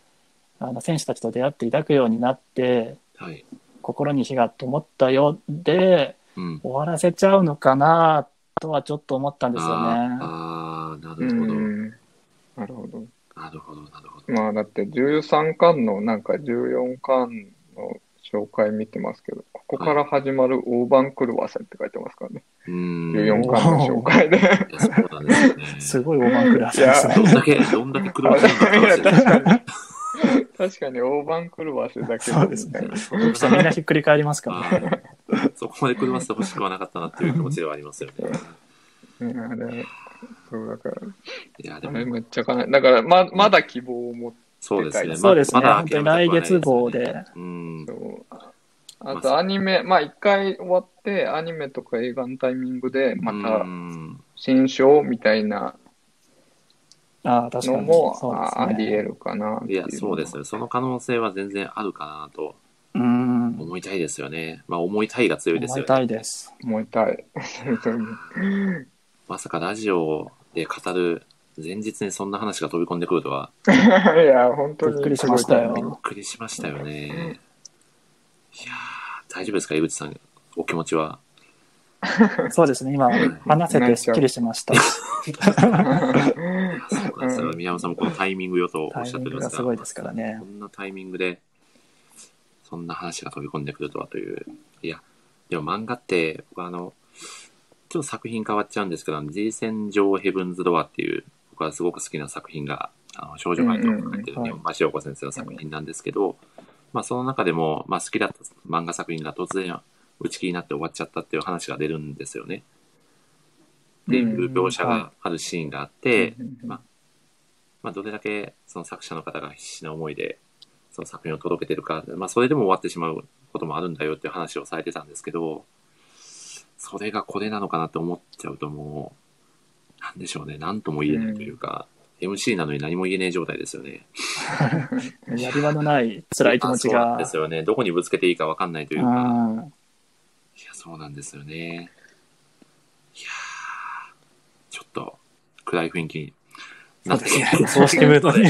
[SPEAKER 2] あの選手たちと出会って抱くようになって
[SPEAKER 1] はい。
[SPEAKER 2] 心に火が灯ったようで
[SPEAKER 1] うん。
[SPEAKER 2] 終わらせちゃうのかなとはちょっと思ったんですよね。
[SPEAKER 1] あーあー、な
[SPEAKER 3] う
[SPEAKER 1] るほど。
[SPEAKER 3] ん、なるほど。
[SPEAKER 1] なるほど、なるほど。
[SPEAKER 3] まあだって13巻のなんか14巻の紹介見てますけど、ここから始まる大番狂わせって書いてますからね。
[SPEAKER 1] うーん。
[SPEAKER 3] 14巻の紹介 で。
[SPEAKER 1] いやそうなんですよね。
[SPEAKER 2] すごい大盤クラスですね
[SPEAKER 1] ど。んだけ、どんだけ苦労してるんだっ
[SPEAKER 3] 確
[SPEAKER 1] て話
[SPEAKER 3] かに。確かに大番狂わせだけど
[SPEAKER 2] そうで
[SPEAKER 3] み
[SPEAKER 2] す
[SPEAKER 3] た
[SPEAKER 2] ね じゃあみ
[SPEAKER 3] いな。
[SPEAKER 2] んなひっくり返りますから、ね。
[SPEAKER 1] あーそこまで狂わせてほしくはなかったなっていう気持ちではありますよ ね。
[SPEAKER 3] うんあれそうだから、
[SPEAKER 1] いや、で
[SPEAKER 3] あれ
[SPEAKER 1] も、
[SPEAKER 3] めっちゃかない。だから、ま、まだ希望を持って
[SPEAKER 1] そうですね。ま
[SPEAKER 2] そうですね。
[SPEAKER 1] まだ
[SPEAKER 2] 本当に来月号
[SPEAKER 1] 諦めたくはないすよね。
[SPEAKER 2] で。
[SPEAKER 1] うん。
[SPEAKER 3] そう
[SPEAKER 1] ま
[SPEAKER 3] あ
[SPEAKER 1] あ
[SPEAKER 3] とアニメ、まあ一回終わって、アニメとか映画のタイミングで、ま
[SPEAKER 1] う
[SPEAKER 3] た
[SPEAKER 1] ん
[SPEAKER 3] 新章みたいな
[SPEAKER 2] ああ、確か
[SPEAKER 3] の
[SPEAKER 2] に。
[SPEAKER 3] も
[SPEAKER 2] そう
[SPEAKER 3] ああ
[SPEAKER 2] です
[SPEAKER 3] り
[SPEAKER 2] ね。
[SPEAKER 3] 得るかなって
[SPEAKER 1] い
[SPEAKER 3] いう
[SPEAKER 1] や、そうですね。その可能性は全然あるかなと
[SPEAKER 2] うん。
[SPEAKER 1] 思いたいですよね。まあ、思いたいが強いです
[SPEAKER 2] 思
[SPEAKER 1] よ
[SPEAKER 2] い
[SPEAKER 1] ね。
[SPEAKER 2] たいです。
[SPEAKER 3] 思いたい。 本当に
[SPEAKER 1] まさかラジオで語る前日にそんな話が飛び込んでくるとは、
[SPEAKER 3] いや、本当に。
[SPEAKER 2] びっくりしましたよ
[SPEAKER 1] びっくりしましたよね。いやー、大丈夫ですか江口さん、お気持ちは。
[SPEAKER 2] そうですね、今、話せてすっきりしまし た。
[SPEAKER 1] あそうなんですよ。宮本さんもこのタイミングよとお
[SPEAKER 2] タ
[SPEAKER 1] っ
[SPEAKER 2] イ
[SPEAKER 1] しゃっ
[SPEAKER 2] ミ
[SPEAKER 1] て
[SPEAKER 2] ン
[SPEAKER 1] る
[SPEAKER 2] グ
[SPEAKER 1] んで
[SPEAKER 2] が
[SPEAKER 1] す
[SPEAKER 2] す
[SPEAKER 1] が、
[SPEAKER 2] ごいですからね
[SPEAKER 1] こ。んなタイミングで、そんな話が飛び込んでくるとはという。いや、でも漫画って、僕あの、ちょっと作品変わっちゃうんですけど、あの G 戦場ヘブンズドアっていう、僕はすごく好きな作品が、あの少女漫画を書いて
[SPEAKER 2] うんう
[SPEAKER 1] る
[SPEAKER 2] ん
[SPEAKER 1] 日本橋陽子先生の作品なんですけど、まあその中でも、まあ好きだった漫画作品が突然打ち切りになって終わっちゃったっていう話が出るんですよね。っていう描写があるシーンがあって、まあ、どれだけその作者の方が必死な思いでその作品を届けてるか、まあ、それでも終わってしまうこともあるんだよっていう話をされてたんですけど、それがこれなのかなって思っちゃうともう、なんでしょうね、なんとも言えないというか、MC なのに何も言えない状態ですよね。
[SPEAKER 2] やり場のない辛い気持ち
[SPEAKER 1] まあそうな
[SPEAKER 2] が。
[SPEAKER 1] んですよね。どこにぶつけていいかわかんないといううか、
[SPEAKER 2] ん
[SPEAKER 1] いや、そうなんですよね。いやーちょっと暗い雰囲気になってきました
[SPEAKER 2] そうしてみるとね、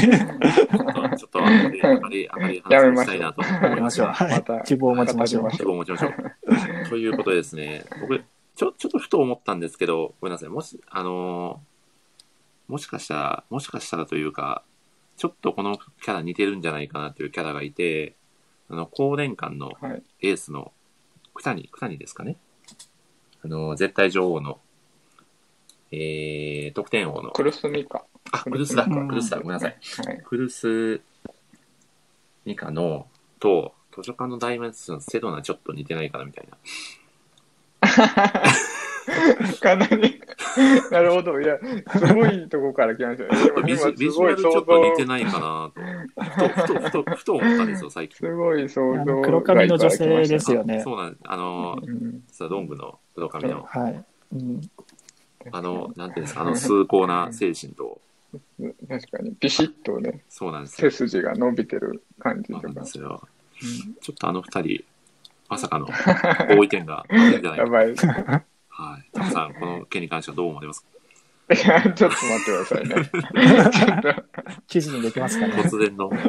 [SPEAKER 1] ちょっと明るい、明るい、 明るい話をしたいなと思い
[SPEAKER 2] 行き
[SPEAKER 1] ま。
[SPEAKER 2] ますしょう。
[SPEAKER 3] また
[SPEAKER 2] はい希望を持ちましょう
[SPEAKER 3] ま。た
[SPEAKER 1] 希望を持ちましょう。 ということでですね、僕、ちょ、ちょっとふと思ったんですけど、ごめんなさい。もし、あのーもしかしたら、もしかしたらというか、ちょっとこのキャラ似てるんじゃないかなというキャラがいて、あの、高連館の
[SPEAKER 3] はい
[SPEAKER 1] エースの、九谷、九谷ですかね。あのー絶対女王の、えー、得点王の、
[SPEAKER 3] 苦しみか。
[SPEAKER 1] あ、クルスだ、
[SPEAKER 2] うん
[SPEAKER 1] クルスだ、ごめんなさい。
[SPEAKER 3] はい。
[SPEAKER 1] クルスミカのと図書館のダイメンスのセドナちょっと似てないかなみたいな。
[SPEAKER 3] かなり、なるほど。いや、すごいとこから来ましたね。
[SPEAKER 1] ビ
[SPEAKER 3] 今
[SPEAKER 1] ジビジュア
[SPEAKER 3] すごい
[SPEAKER 1] ルちょ
[SPEAKER 3] 想
[SPEAKER 1] っと似て
[SPEAKER 3] 像、
[SPEAKER 1] ないかなと。ふと、 ふと、ふと、ふと思ったんですよ、最近。
[SPEAKER 3] すごい
[SPEAKER 2] あ
[SPEAKER 3] 想像
[SPEAKER 2] の黒髪の女性で
[SPEAKER 3] です
[SPEAKER 2] よね。
[SPEAKER 1] そうなんあの、 さロングの黒髪の、
[SPEAKER 2] はい。うん
[SPEAKER 1] あの、なんていうんですか、あの崇高な精神と、
[SPEAKER 3] 確かに、ビシッとね、
[SPEAKER 1] そうなんです
[SPEAKER 3] 背
[SPEAKER 1] よ。
[SPEAKER 3] 筋が伸びてる感じ
[SPEAKER 1] そうな
[SPEAKER 3] と
[SPEAKER 1] ん
[SPEAKER 3] か
[SPEAKER 1] で。すよ。ちょっとあの二人、まさかの合意点があるんじゃない
[SPEAKER 3] や
[SPEAKER 1] か。
[SPEAKER 3] ばい。い
[SPEAKER 1] はい。たくさん、この件に関してはどう思いますか
[SPEAKER 3] や、ちょっと待ってくださいね。 ちょっと、
[SPEAKER 2] 記事にできますかね。
[SPEAKER 1] 突然の、はい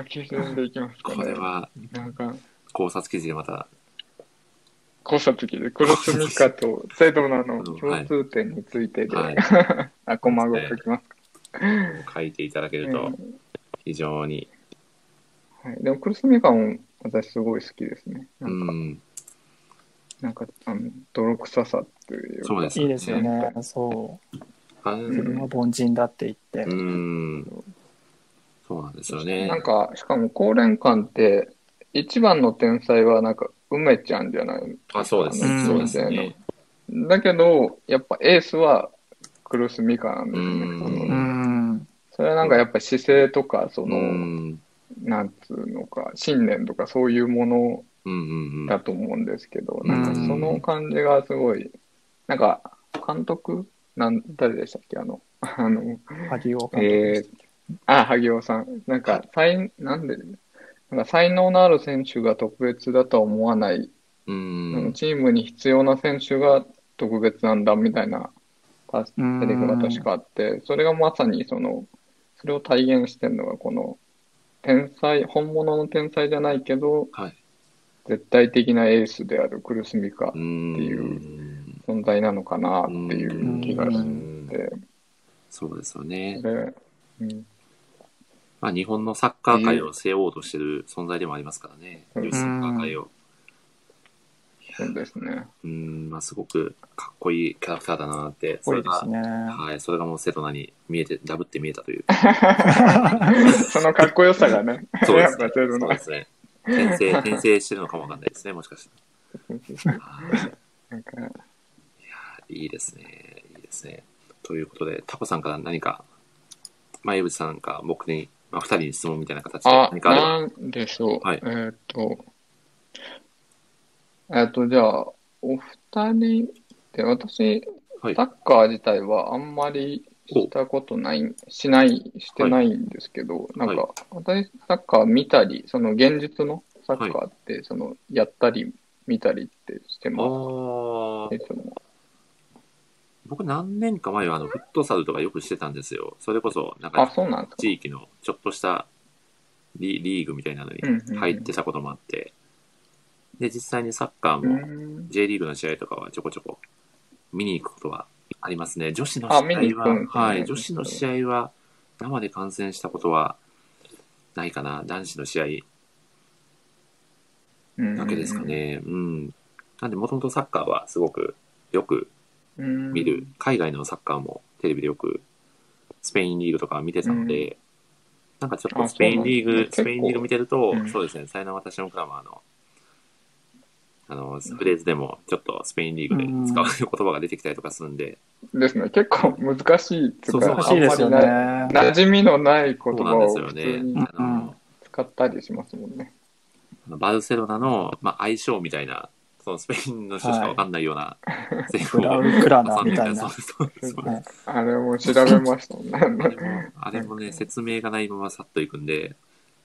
[SPEAKER 3] あ、基準でいきますか
[SPEAKER 1] こ
[SPEAKER 3] ね
[SPEAKER 1] れ。は
[SPEAKER 3] なんか、
[SPEAKER 1] 考察記事でまた
[SPEAKER 3] 考察記で、黒住かとセドナの共通点についてで、
[SPEAKER 1] はい
[SPEAKER 3] あ、コマごときますか。
[SPEAKER 1] 書いていただけると非常に、
[SPEAKER 3] はい、でも、黒住かも私すごい好きですね。な
[SPEAKER 1] うん
[SPEAKER 3] か、
[SPEAKER 1] ん、
[SPEAKER 3] なんかあの泥臭さっていうか。
[SPEAKER 1] そうです
[SPEAKER 2] いいですよ
[SPEAKER 1] ね。
[SPEAKER 2] ね。そう。
[SPEAKER 1] あ
[SPEAKER 2] 自分は凡人だって言って
[SPEAKER 1] う。ん、そうなんですよね。
[SPEAKER 3] なんか、しかも、高連館って、一番の天才は、なんか、梅ちゃんじゃない。
[SPEAKER 1] あ、そうです、
[SPEAKER 2] うん
[SPEAKER 1] そうですね。
[SPEAKER 3] だけど、やっぱエースは、黒住かなんです
[SPEAKER 1] う
[SPEAKER 3] ね。
[SPEAKER 1] ん
[SPEAKER 3] そ
[SPEAKER 2] うん
[SPEAKER 3] の
[SPEAKER 2] ん。
[SPEAKER 3] それはなんかやっぱ姿勢とか、そうの、
[SPEAKER 1] ん、
[SPEAKER 3] なんつうのか、信念とかそういうもの
[SPEAKER 1] うん、うん、うん。
[SPEAKER 3] だと思うんですけど、
[SPEAKER 1] うん
[SPEAKER 3] なんかその感じがすごい、なんか、監督なん、誰でしたっけあの、あの、
[SPEAKER 2] 萩尾監督
[SPEAKER 3] えー、あ、萩尾さん。なんか、才、なんで、なんか才能のある選手が特別だとは思わない、
[SPEAKER 1] う
[SPEAKER 3] その
[SPEAKER 1] ん、
[SPEAKER 3] チームに必要な選手が特別なんだみたいな、たセ
[SPEAKER 2] うん
[SPEAKER 3] リフが確かあって、それがまさにその、それを体現してるのがこの、天才、本物の天才じゃないけど、
[SPEAKER 1] はい。
[SPEAKER 3] 絶対的なエースである苦しみか
[SPEAKER 1] うん、
[SPEAKER 3] っていう存在なのかなっていう気がし
[SPEAKER 1] うん
[SPEAKER 3] て、
[SPEAKER 1] そうですよね
[SPEAKER 3] そ。れ、うん、
[SPEAKER 1] まあ、日本のサッカー界を背負おうとしてる存在でもありますからね。
[SPEAKER 3] うん
[SPEAKER 1] 女子サッカー界を。
[SPEAKER 3] そうですね。
[SPEAKER 1] うん、まあ、すごくかっこいいキャラクターだなって、そ
[SPEAKER 2] 多い
[SPEAKER 1] れ
[SPEAKER 2] で
[SPEAKER 1] が
[SPEAKER 2] す、ね。
[SPEAKER 1] はい、それがもうセトナに見えて、ダブって見えたという。
[SPEAKER 3] そのかっこよさがね、
[SPEAKER 1] そうです
[SPEAKER 3] や
[SPEAKER 1] ね
[SPEAKER 3] っぱ出る。
[SPEAKER 1] そう
[SPEAKER 3] の
[SPEAKER 1] ですね。転生、転生してるのかもわかんないですね、もしかしたら。はい
[SPEAKER 3] なんか、
[SPEAKER 1] いいですね。いいですね。ということで、タコさんから何か、まあ、江口さんか僕に、まあ、二人に質問みたいな形で
[SPEAKER 3] あ、
[SPEAKER 1] 何かあれば。
[SPEAKER 3] なんでしょう。
[SPEAKER 1] はい
[SPEAKER 3] えーっと、えーっと、じゃあ、お二人で、私、
[SPEAKER 1] はい
[SPEAKER 3] サッカー自体はあんまりしたことない、しない、してないんですけど、
[SPEAKER 1] はい
[SPEAKER 3] なんか、私、サッカー見たり、その現実のサッカーって、その、やったり見たりってして
[SPEAKER 1] あ
[SPEAKER 3] ま
[SPEAKER 1] あ
[SPEAKER 3] す。いつも。
[SPEAKER 1] 僕何年か前はあの、フットサルとかよくしてたんですよ。それこそ、なん
[SPEAKER 3] あ、
[SPEAKER 1] か、
[SPEAKER 3] そうなんですか。
[SPEAKER 1] 地域のちょっとしたリリーグみたいなのに
[SPEAKER 3] うんうんうん
[SPEAKER 1] 入ってたこともあって、で、実際にサッカー
[SPEAKER 3] う
[SPEAKER 1] も
[SPEAKER 3] ん。
[SPEAKER 1] J リーグの試合とかはちょこちょこ見に行くことはありますね。女子の
[SPEAKER 3] あ見
[SPEAKER 1] 試
[SPEAKER 3] に
[SPEAKER 1] 合
[SPEAKER 3] 行く
[SPEAKER 1] は、
[SPEAKER 3] んですね
[SPEAKER 1] はい、女子の試合は生で観戦したことはないかな。男子の試合だけですかね。うん。なんで、もともとサッカーはすごくよく
[SPEAKER 3] うん。
[SPEAKER 1] 見る、海外のサッカーもテレビでよく、スペインリーグとか見てたので、なんかちょっと
[SPEAKER 3] あ
[SPEAKER 1] スペインリー
[SPEAKER 3] そうな
[SPEAKER 1] グ
[SPEAKER 3] ん、です
[SPEAKER 1] ス
[SPEAKER 3] ね
[SPEAKER 1] ペインリーグ見てると、
[SPEAKER 3] 結構うん
[SPEAKER 1] そうですね、才能私のクラマーの、あの、フレーズでもちょっとスペインリーグで使われる言葉が出てきたりとかするんで、
[SPEAKER 3] ですね。結構難しいっていう
[SPEAKER 1] そう
[SPEAKER 3] か、
[SPEAKER 1] そう
[SPEAKER 2] 欲しいですよ
[SPEAKER 3] あんまりない
[SPEAKER 2] ね。
[SPEAKER 3] 馴染みのない言
[SPEAKER 1] そう
[SPEAKER 3] 葉
[SPEAKER 1] なんで
[SPEAKER 3] を
[SPEAKER 1] す
[SPEAKER 3] 普
[SPEAKER 1] よ
[SPEAKER 3] 通
[SPEAKER 1] ね
[SPEAKER 3] に。
[SPEAKER 1] あ
[SPEAKER 2] うん
[SPEAKER 1] の、
[SPEAKER 3] 使ったりしますもんね。
[SPEAKER 1] バルセロナの、まあ、相性みたいな、そのスペインの人しかわかんないような、セリフ
[SPEAKER 2] ブラウクラナ
[SPEAKER 1] 挟んで
[SPEAKER 2] みたい
[SPEAKER 1] そう
[SPEAKER 2] な。
[SPEAKER 1] そうそう
[SPEAKER 2] はい
[SPEAKER 3] あれも調べましたもんね。
[SPEAKER 1] あれもね、説明がないままさっといくんで、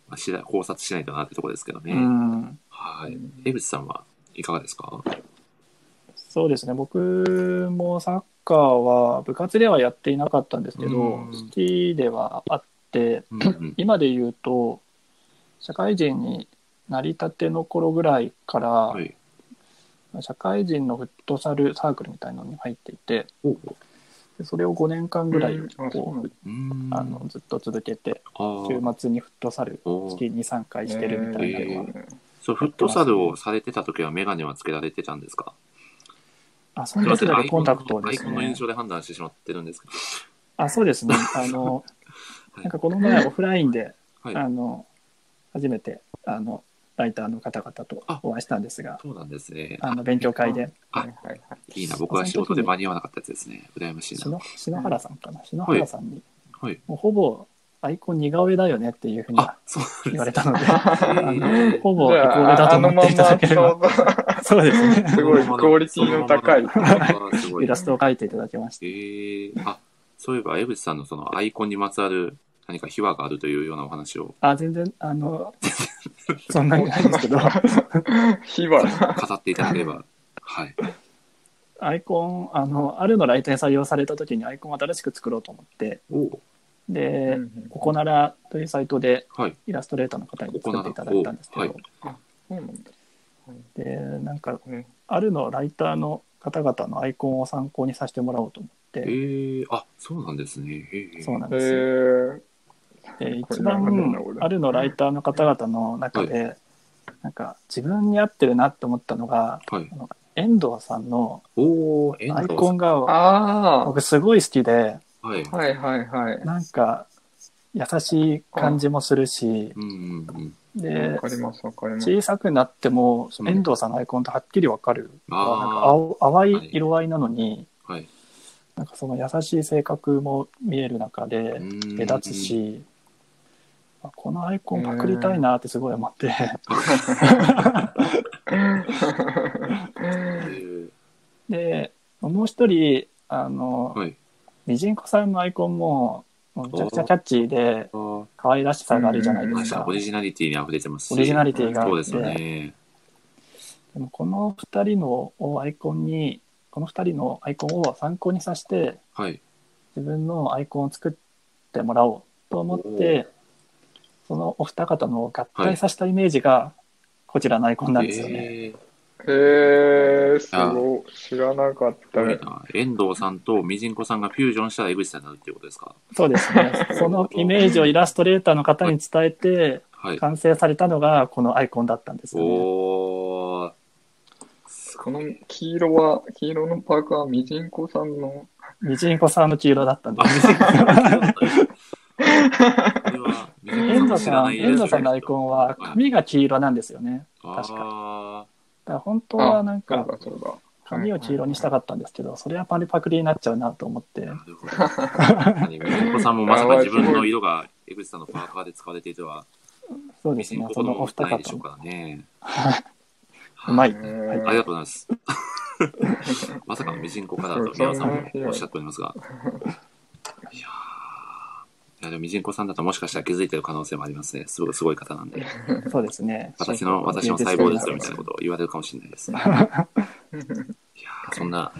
[SPEAKER 1] まあ、しら考察しないとなってとこですけどね。
[SPEAKER 2] うん。
[SPEAKER 1] はい。江口さんはいかがですか
[SPEAKER 2] そうですね。僕もサッカーは部活ではやっていなかったんですけど、
[SPEAKER 1] うん
[SPEAKER 2] 好きではあって、
[SPEAKER 1] うんうん。
[SPEAKER 2] 今で言うと、社会人になりたての頃ぐらいから、
[SPEAKER 1] はい。
[SPEAKER 2] 社会人のフットサルサークルみたいのに入っていて、
[SPEAKER 1] ほうほ
[SPEAKER 2] でそれを5年間ぐらい
[SPEAKER 3] うんあそう
[SPEAKER 2] こ
[SPEAKER 3] なん
[SPEAKER 2] う、
[SPEAKER 1] う。うん。
[SPEAKER 2] あの、ずっと続けて、
[SPEAKER 1] あー、
[SPEAKER 2] 週末にフットサル
[SPEAKER 1] おー
[SPEAKER 2] 月に3回してるみたいなのが、
[SPEAKER 3] えー
[SPEAKER 1] そう、フットサルをされてた時はメガネはつけられてたんですか
[SPEAKER 2] あその時だけコンタクトをです
[SPEAKER 1] アイコンの
[SPEAKER 2] ね
[SPEAKER 1] 印象で判断してしまってるんですけど。
[SPEAKER 2] あそうです ねあの
[SPEAKER 1] はい
[SPEAKER 2] なんかこの前オフラインで、
[SPEAKER 1] はい
[SPEAKER 2] あの初めてあのライターの方々と
[SPEAKER 1] あ
[SPEAKER 2] お会いしたんですが
[SPEAKER 1] そうなんですね。
[SPEAKER 2] あの勉強会で
[SPEAKER 3] はいはいはい
[SPEAKER 1] いいな、僕は仕事で間に合わなかったやつですね。羨ましいな。
[SPEAKER 2] 篠篠原さんかな篠原さんに、
[SPEAKER 1] はい。
[SPEAKER 2] もうほぼアイコン似顔絵だよねっていうふうに
[SPEAKER 1] あ、そう
[SPEAKER 2] 言
[SPEAKER 1] なん
[SPEAKER 2] わ
[SPEAKER 1] で
[SPEAKER 2] れ
[SPEAKER 1] すね
[SPEAKER 2] たので
[SPEAKER 1] えー
[SPEAKER 2] ほぼ
[SPEAKER 3] じ
[SPEAKER 2] イコール
[SPEAKER 3] ゃ
[SPEAKER 2] だ
[SPEAKER 3] あ、
[SPEAKER 2] と
[SPEAKER 3] あの
[SPEAKER 2] 思っ
[SPEAKER 3] ま
[SPEAKER 2] ていただ
[SPEAKER 3] ま、
[SPEAKER 2] ければ
[SPEAKER 3] そう
[SPEAKER 2] そうですね
[SPEAKER 3] すごいクオリティの高い
[SPEAKER 1] そのままのあーすごい
[SPEAKER 2] イラストを描いていただきまし
[SPEAKER 1] えー、あ、そういえば、江口さんのそのアイコンにまつわる何か秘話があるというようなお話を
[SPEAKER 2] たあ全然 あのそんなにないんですけど
[SPEAKER 3] 火花。
[SPEAKER 1] 語っていただければ。はい。
[SPEAKER 2] アイコンあのあるの来店採用された時にアイコンを新しく作ろうと思って
[SPEAKER 1] おう
[SPEAKER 2] で、
[SPEAKER 3] うん
[SPEAKER 2] ココナラというサイトで
[SPEAKER 1] はい。
[SPEAKER 2] イラストレーターの方に作っていただいたんですけど、
[SPEAKER 1] ココ
[SPEAKER 3] そうなんだ
[SPEAKER 2] でなんか
[SPEAKER 3] ね
[SPEAKER 2] あるのライターの方々のアイコンを参考にさせてもらおうと思っ
[SPEAKER 1] え
[SPEAKER 2] て、
[SPEAKER 1] ー、あ、そうなんですね。えー、
[SPEAKER 2] そうなん
[SPEAKER 3] へ
[SPEAKER 2] ですよで
[SPEAKER 3] ーこれ
[SPEAKER 2] 一
[SPEAKER 3] なんかどんな
[SPEAKER 2] 番
[SPEAKER 3] 俺
[SPEAKER 2] あるのライターの方々の中で、なんか自分に合ってるなって思ったのが
[SPEAKER 1] はい。
[SPEAKER 2] 遠藤さんの
[SPEAKER 1] おー、遠
[SPEAKER 2] アイ
[SPEAKER 1] 藤
[SPEAKER 2] コンが
[SPEAKER 3] あ
[SPEAKER 2] 僕すごい好きで
[SPEAKER 1] さん。はい。
[SPEAKER 3] あ、はいはいはい。
[SPEAKER 2] なんか優しい感じもするし
[SPEAKER 1] うんうんうん。
[SPEAKER 2] で
[SPEAKER 3] わかりますわかります。
[SPEAKER 2] 小さくなっても
[SPEAKER 1] うん
[SPEAKER 2] 遠藤さんのアイコンとはっきりわかる、なんか
[SPEAKER 1] あ
[SPEAKER 2] 青淡い色合いなのに、
[SPEAKER 1] ー、はい。
[SPEAKER 2] なんかその優しい性格も見える中で目
[SPEAKER 1] 目
[SPEAKER 2] 立つ。し、あこのアイコンパクりたいなってすごい思って、
[SPEAKER 1] えー
[SPEAKER 2] でもう一人あの、
[SPEAKER 1] はい。
[SPEAKER 2] ミジンコさんのアイコンももうめちゃくちゃキャッチーで
[SPEAKER 1] あー
[SPEAKER 2] 可愛らしさがあるじゃないで
[SPEAKER 1] 確
[SPEAKER 2] す
[SPEAKER 1] か
[SPEAKER 2] か
[SPEAKER 1] にオ。リジナリティに溢れてますし。
[SPEAKER 2] オリジナリティがあって
[SPEAKER 1] そうですよね。
[SPEAKER 2] でもこの二人のをアイコンにこの二人のアイコンを参考にさせて
[SPEAKER 1] はい。
[SPEAKER 2] 自分のアイコンを作ってもらおうと思ってそのお二方の合体させたイメージがこちらのアイコンなんですよね。
[SPEAKER 1] えー
[SPEAKER 3] へえ、すごい。知らなかっ
[SPEAKER 1] す
[SPEAKER 3] た。
[SPEAKER 1] ごいな遠藤さんとみじんこさんがフュージョンしたら江口さんになるっていうことですか
[SPEAKER 2] そうですね そのイメージをイラストレーターの方に伝えて
[SPEAKER 1] はい。
[SPEAKER 2] 完成されたのがこのアイコンだったんですよね。
[SPEAKER 1] おー。す
[SPEAKER 3] この黄色は、黄色のパーカーはミジンコさんの、
[SPEAKER 2] みじんこさんの黄色だったんで
[SPEAKER 1] あ、
[SPEAKER 2] す。
[SPEAKER 1] 水木さんのアイコンだったこれは水木さんの
[SPEAKER 2] 遠
[SPEAKER 1] 知
[SPEAKER 2] 藤さ、
[SPEAKER 1] らなんい
[SPEAKER 2] 遠藤さんのアイコンは髪が黄色なんですよね。
[SPEAKER 1] 確
[SPEAKER 2] 確
[SPEAKER 1] か。
[SPEAKER 2] だから本当はなん
[SPEAKER 3] そう
[SPEAKER 2] か
[SPEAKER 3] だそうだ。
[SPEAKER 2] 髪を黄色にしたかったんですけど、それはパリパクリになっちゃうなと思って。
[SPEAKER 1] なるほど。確かにみじんこさんもまさか自分の色が江口さんのパーカーで使われていては、
[SPEAKER 2] そうで
[SPEAKER 1] み
[SPEAKER 2] す
[SPEAKER 1] じん
[SPEAKER 2] ね。
[SPEAKER 1] こ
[SPEAKER 2] そ
[SPEAKER 1] ほど
[SPEAKER 2] のお二
[SPEAKER 1] ないで
[SPEAKER 2] 方
[SPEAKER 1] しょう
[SPEAKER 2] の。
[SPEAKER 1] からね。
[SPEAKER 2] うまい。
[SPEAKER 3] はい
[SPEAKER 1] ありがとうございます。まさかのミジンコカラーと宮尾さんもおっしゃっておりますが。いやや、でも、みじんこさんだともしかしたら気づいてる可能性もありますね。すごい、すごい方なんで。
[SPEAKER 2] そうですね。
[SPEAKER 1] 私の、私の細胞ですよ、みたいなことを言われるかもしれないです。いやーそんな、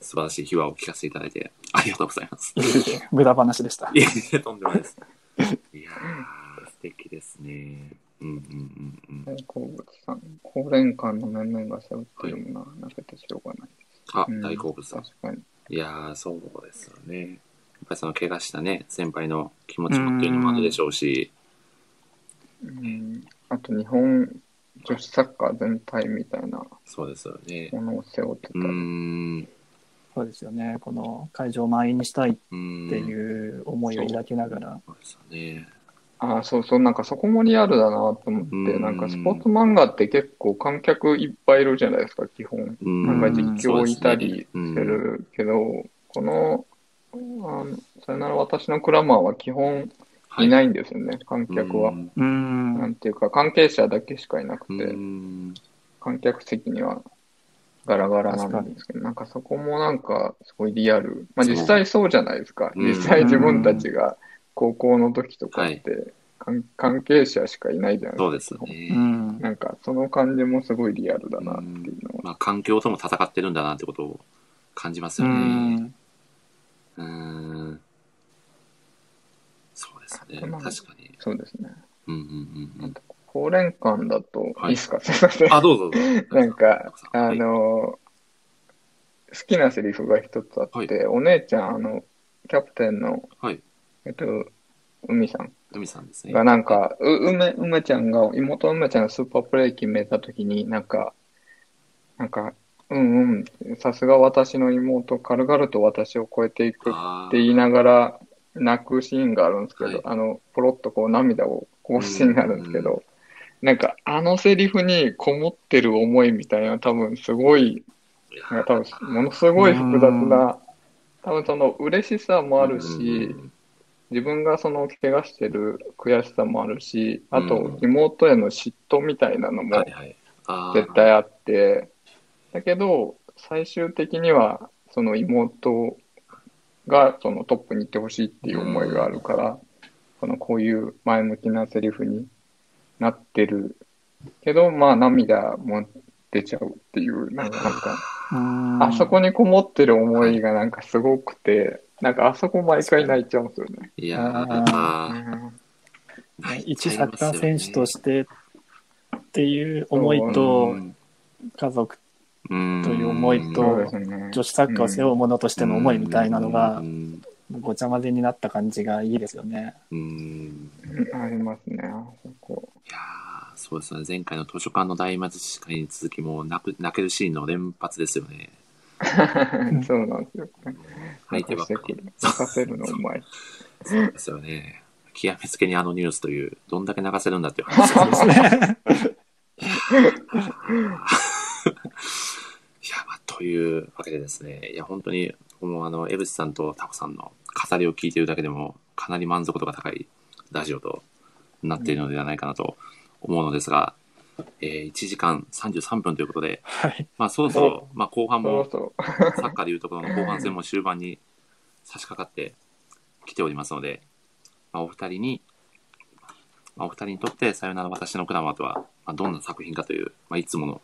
[SPEAKER 1] 素晴らしい秘話を聞かせていただいて、ありがとうございます。
[SPEAKER 2] 無駄話でした。
[SPEAKER 1] いやいや、とんでもないです。いやー素敵ですね。うんうんうんうん。
[SPEAKER 3] 好物さん、高連館の面々が背負ってるものはなくてしょうがない。
[SPEAKER 1] あ
[SPEAKER 3] うん、
[SPEAKER 1] 大好物さん。
[SPEAKER 3] 確かに。
[SPEAKER 1] いやーそうですよね。やっぱりその怪我したね、先輩の気持ちもっていうのもあるでしょうし、
[SPEAKER 3] うん、あと日本女子サッカー全体みたいな
[SPEAKER 1] そうですよね。
[SPEAKER 3] ものを背負ってた
[SPEAKER 1] うー。ん。
[SPEAKER 2] そうですよね。この会場を満員にしたいっ
[SPEAKER 1] う
[SPEAKER 2] て
[SPEAKER 1] ーん。
[SPEAKER 2] いう思いを抱きながら。
[SPEAKER 1] そうですよね。
[SPEAKER 3] ああ、そうそう、なんかそこもリアルだなと思って、
[SPEAKER 1] うん
[SPEAKER 3] なんかスポーツ漫画って結構観客いっぱいいるじゃないですか、基本。
[SPEAKER 1] うーん。
[SPEAKER 3] なんか実況いた
[SPEAKER 1] そうで
[SPEAKER 3] り
[SPEAKER 1] すね
[SPEAKER 3] して。るけど、この、あの、さよなら私のクラマーは基本いないんですよね、観客は
[SPEAKER 1] う。ん
[SPEAKER 2] う。
[SPEAKER 3] なんんていうか、関係者だけしかいなく
[SPEAKER 1] う
[SPEAKER 3] て、
[SPEAKER 1] ーん。
[SPEAKER 3] 観客席にはガラガラなんですけど、なんかそこもなんかすごいリアル。まあ
[SPEAKER 1] そう
[SPEAKER 3] 実際そうじゃないですか。
[SPEAKER 1] うん
[SPEAKER 3] 実際自分たちが高校の時とかって、かん関係者しかいないじゃない
[SPEAKER 1] そう
[SPEAKER 3] で
[SPEAKER 1] ですすよ。
[SPEAKER 3] か
[SPEAKER 2] う
[SPEAKER 1] ね。
[SPEAKER 2] ん。
[SPEAKER 3] なんかその感じもすごいリアルだなっていうのは。
[SPEAKER 1] まあ、環境とも戦ってるんだなってことを感じます
[SPEAKER 2] う
[SPEAKER 1] よね。
[SPEAKER 2] ん。
[SPEAKER 1] うーん。そうですね。
[SPEAKER 3] まあ
[SPEAKER 1] 確かに。
[SPEAKER 3] そうですね。
[SPEAKER 1] うんうんうんうん。
[SPEAKER 3] 高連館だと、、
[SPEAKER 1] はいい
[SPEAKER 3] いですか すいません。
[SPEAKER 1] あ、どうぞ どうぞ。
[SPEAKER 3] なんか、あ
[SPEAKER 1] はい
[SPEAKER 3] の、好きなセリフが一つあって、
[SPEAKER 1] は
[SPEAKER 3] お姉ちゃん、あの、キャプテンの、
[SPEAKER 1] はい。
[SPEAKER 3] えっと、海さん
[SPEAKER 1] 海さんですね。
[SPEAKER 3] がなんか、う、梅、梅ちゃんが、妹の梅ちゃんがスーパープレイ決めたときに、なんか、なんか、うんうん、さすが私の妹、軽々と私を超えていくっ
[SPEAKER 1] あー
[SPEAKER 3] て言いながら泣くシーンがあるんですけど、
[SPEAKER 1] はい
[SPEAKER 3] あの、ポロッとこう涙をこぼすシーンがあるんですけど、なんか、あのセリフにこもってる思いみたいな、多分すごい、
[SPEAKER 1] いや
[SPEAKER 3] なんか多分、ものすごい複雑な、多分その嬉しさもあるし、自分がその怪我してる悔しさもあるし、あと
[SPEAKER 1] うん
[SPEAKER 3] 妹への嫉妬みたいなの
[SPEAKER 1] は
[SPEAKER 3] も
[SPEAKER 1] いはい。あー
[SPEAKER 3] 絶対あって、だけど最終的にはその妹がそのトップに行ってほしいっていう思いがあるから、そのこういう前向きなセリフになってるけど、まあ涙も出ちゃうっていう、なんかなんか、
[SPEAKER 2] うん
[SPEAKER 3] あそ。こにこもってる思いがなんかすごくて、なんかあそこ毎回泣いちゃうんですよね。
[SPEAKER 1] いや
[SPEAKER 2] あー
[SPEAKER 1] ー、
[SPEAKER 2] 一サッカー選手としてっていう思いと、家族
[SPEAKER 1] うん
[SPEAKER 2] という思いと
[SPEAKER 3] そうですね。
[SPEAKER 2] 女子サッカーを背負うものとしての思いみたいなのが
[SPEAKER 1] う、ん
[SPEAKER 2] ごちゃ混ぜになった感じがいいですよね。
[SPEAKER 1] うん
[SPEAKER 3] ありますね、あそこ。
[SPEAKER 1] いやーそうですね。前回の図書館の大貧し会に続き、もう泣く泣けるシーンの連発ですよね。
[SPEAKER 3] そうなんですよ。
[SPEAKER 1] 泣いてばっか
[SPEAKER 3] く
[SPEAKER 1] り。
[SPEAKER 3] る。泣かせるのうまい。
[SPEAKER 1] そうですよね。極めつけにあのニュースという、どんだけ泣かせるんだ っていう話ですね。いや、まあ、というわけでですね、いや、本当に、もう、あの、江口さんとタコさんの語りを聞いているだけでも、かなり満足度が高いラジオとなっているのではないかなと思うのですが、えー1時間33分ということで、
[SPEAKER 2] はい。
[SPEAKER 1] まあ、そろそろ、まあ、後半
[SPEAKER 3] そう
[SPEAKER 1] も、
[SPEAKER 3] そ
[SPEAKER 1] サッカーでいうところの後半戦も終盤に差し掛かってきておりますので、まあ、お二人に、まあ、お二人にとって、さよなら私のクラマーとは、まあ、どんな作品かという、まあ、いつもの、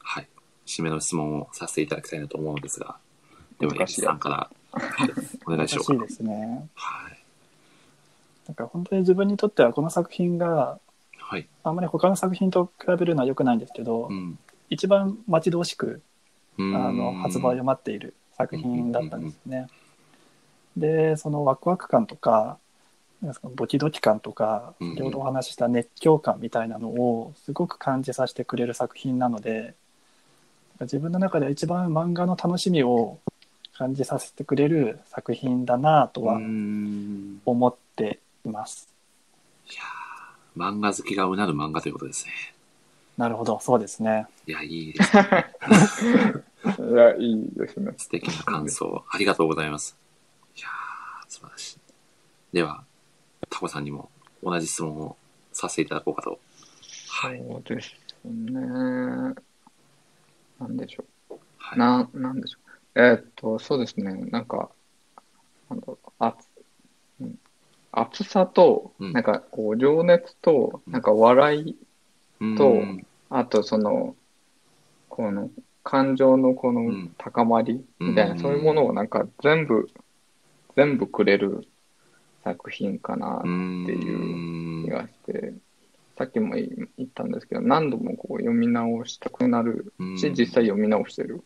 [SPEAKER 1] はい、締めの質問をさせていただきたいなと思うのですが、では、エ
[SPEAKER 3] 難
[SPEAKER 1] ッ
[SPEAKER 3] しい
[SPEAKER 1] さんから、はいお願いしよ
[SPEAKER 2] 難し
[SPEAKER 1] う
[SPEAKER 2] い
[SPEAKER 1] か。
[SPEAKER 2] ですね。
[SPEAKER 1] はい。
[SPEAKER 2] なんか本当に自分にとってはこの作品が
[SPEAKER 1] はい。
[SPEAKER 2] あんまり他の作品と比べるのは良くないんですけど、
[SPEAKER 1] うん。
[SPEAKER 2] 一番待ち遠しく
[SPEAKER 1] あ
[SPEAKER 2] あの発売を待っている作品だったんですね。でそのワクワク感とかなんですかドキドキ感とか
[SPEAKER 1] うん
[SPEAKER 2] 先ほどお話しした熱狂感みたいなのをすごく感じさせてくれる作品なので自分の中では一番漫画の楽しみを感じさせてくれる作品だなとは
[SPEAKER 1] うん。
[SPEAKER 2] 思っています。
[SPEAKER 1] いやー漫画好きがうなる漫画ということですね。
[SPEAKER 2] なるほどそうですね。
[SPEAKER 1] いや、いいですね。
[SPEAKER 3] う。いや、いいですね。
[SPEAKER 1] 素敵な感想、ありがとうございます。いやー、素晴らしい。では、タコさんにも同じ質問をさせていただこうかと。はい。
[SPEAKER 3] そうですね。なんでしょう。
[SPEAKER 1] はい、
[SPEAKER 3] な、なんでしょう。えーっと、そうですね。なんか、なんだろう。あ、うん熱さと、
[SPEAKER 1] うん
[SPEAKER 3] なんかこう情熱と、
[SPEAKER 1] うん
[SPEAKER 3] なんか笑い、
[SPEAKER 1] うん
[SPEAKER 3] とあとその、この感情のこ
[SPEAKER 1] ん
[SPEAKER 3] の高まりみたいな、
[SPEAKER 1] うん
[SPEAKER 3] そういうものをなんか全部、全部くれる作品かな
[SPEAKER 1] うん
[SPEAKER 3] って
[SPEAKER 1] い
[SPEAKER 3] 気がして、さっきも言い言ったんですけど、何度もこう読み直したくなるし、実際読み直してる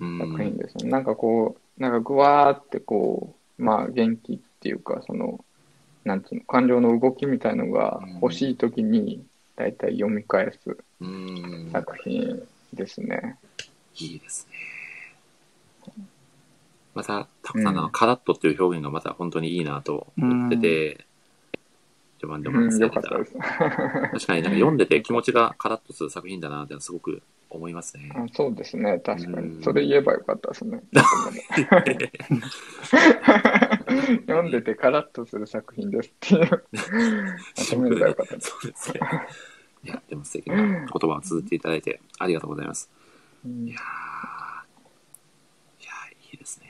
[SPEAKER 3] 作品ですね。なんかこう、なんかぐわーってこう、まあ元気っていうか、その、なんつうの、感情の動きみたいのが欲しい時に、だいたい読み返す
[SPEAKER 1] うん
[SPEAKER 3] 作品ですね。
[SPEAKER 1] いいですね。また、たくさんの、カラッとっていう表現がまた本当にいいなと思ってて、序盤でも
[SPEAKER 3] うん、
[SPEAKER 1] 話され
[SPEAKER 3] よか
[SPEAKER 1] て。
[SPEAKER 3] ったたで
[SPEAKER 1] 確
[SPEAKER 3] す。
[SPEAKER 1] かになんか読んでて気持ちがカラッとする作品だなってすごく思いますね。
[SPEAKER 3] あそうですね、確か
[SPEAKER 1] うん
[SPEAKER 3] に。それ言えばよかったです ね。読んでてカラッとする作品です っていう。まとめればよかったです。
[SPEAKER 1] そうですね。いや、でも素敵な言葉を続けていただいてありがとうございます。
[SPEAKER 3] うん
[SPEAKER 1] いやーいやーいいですね。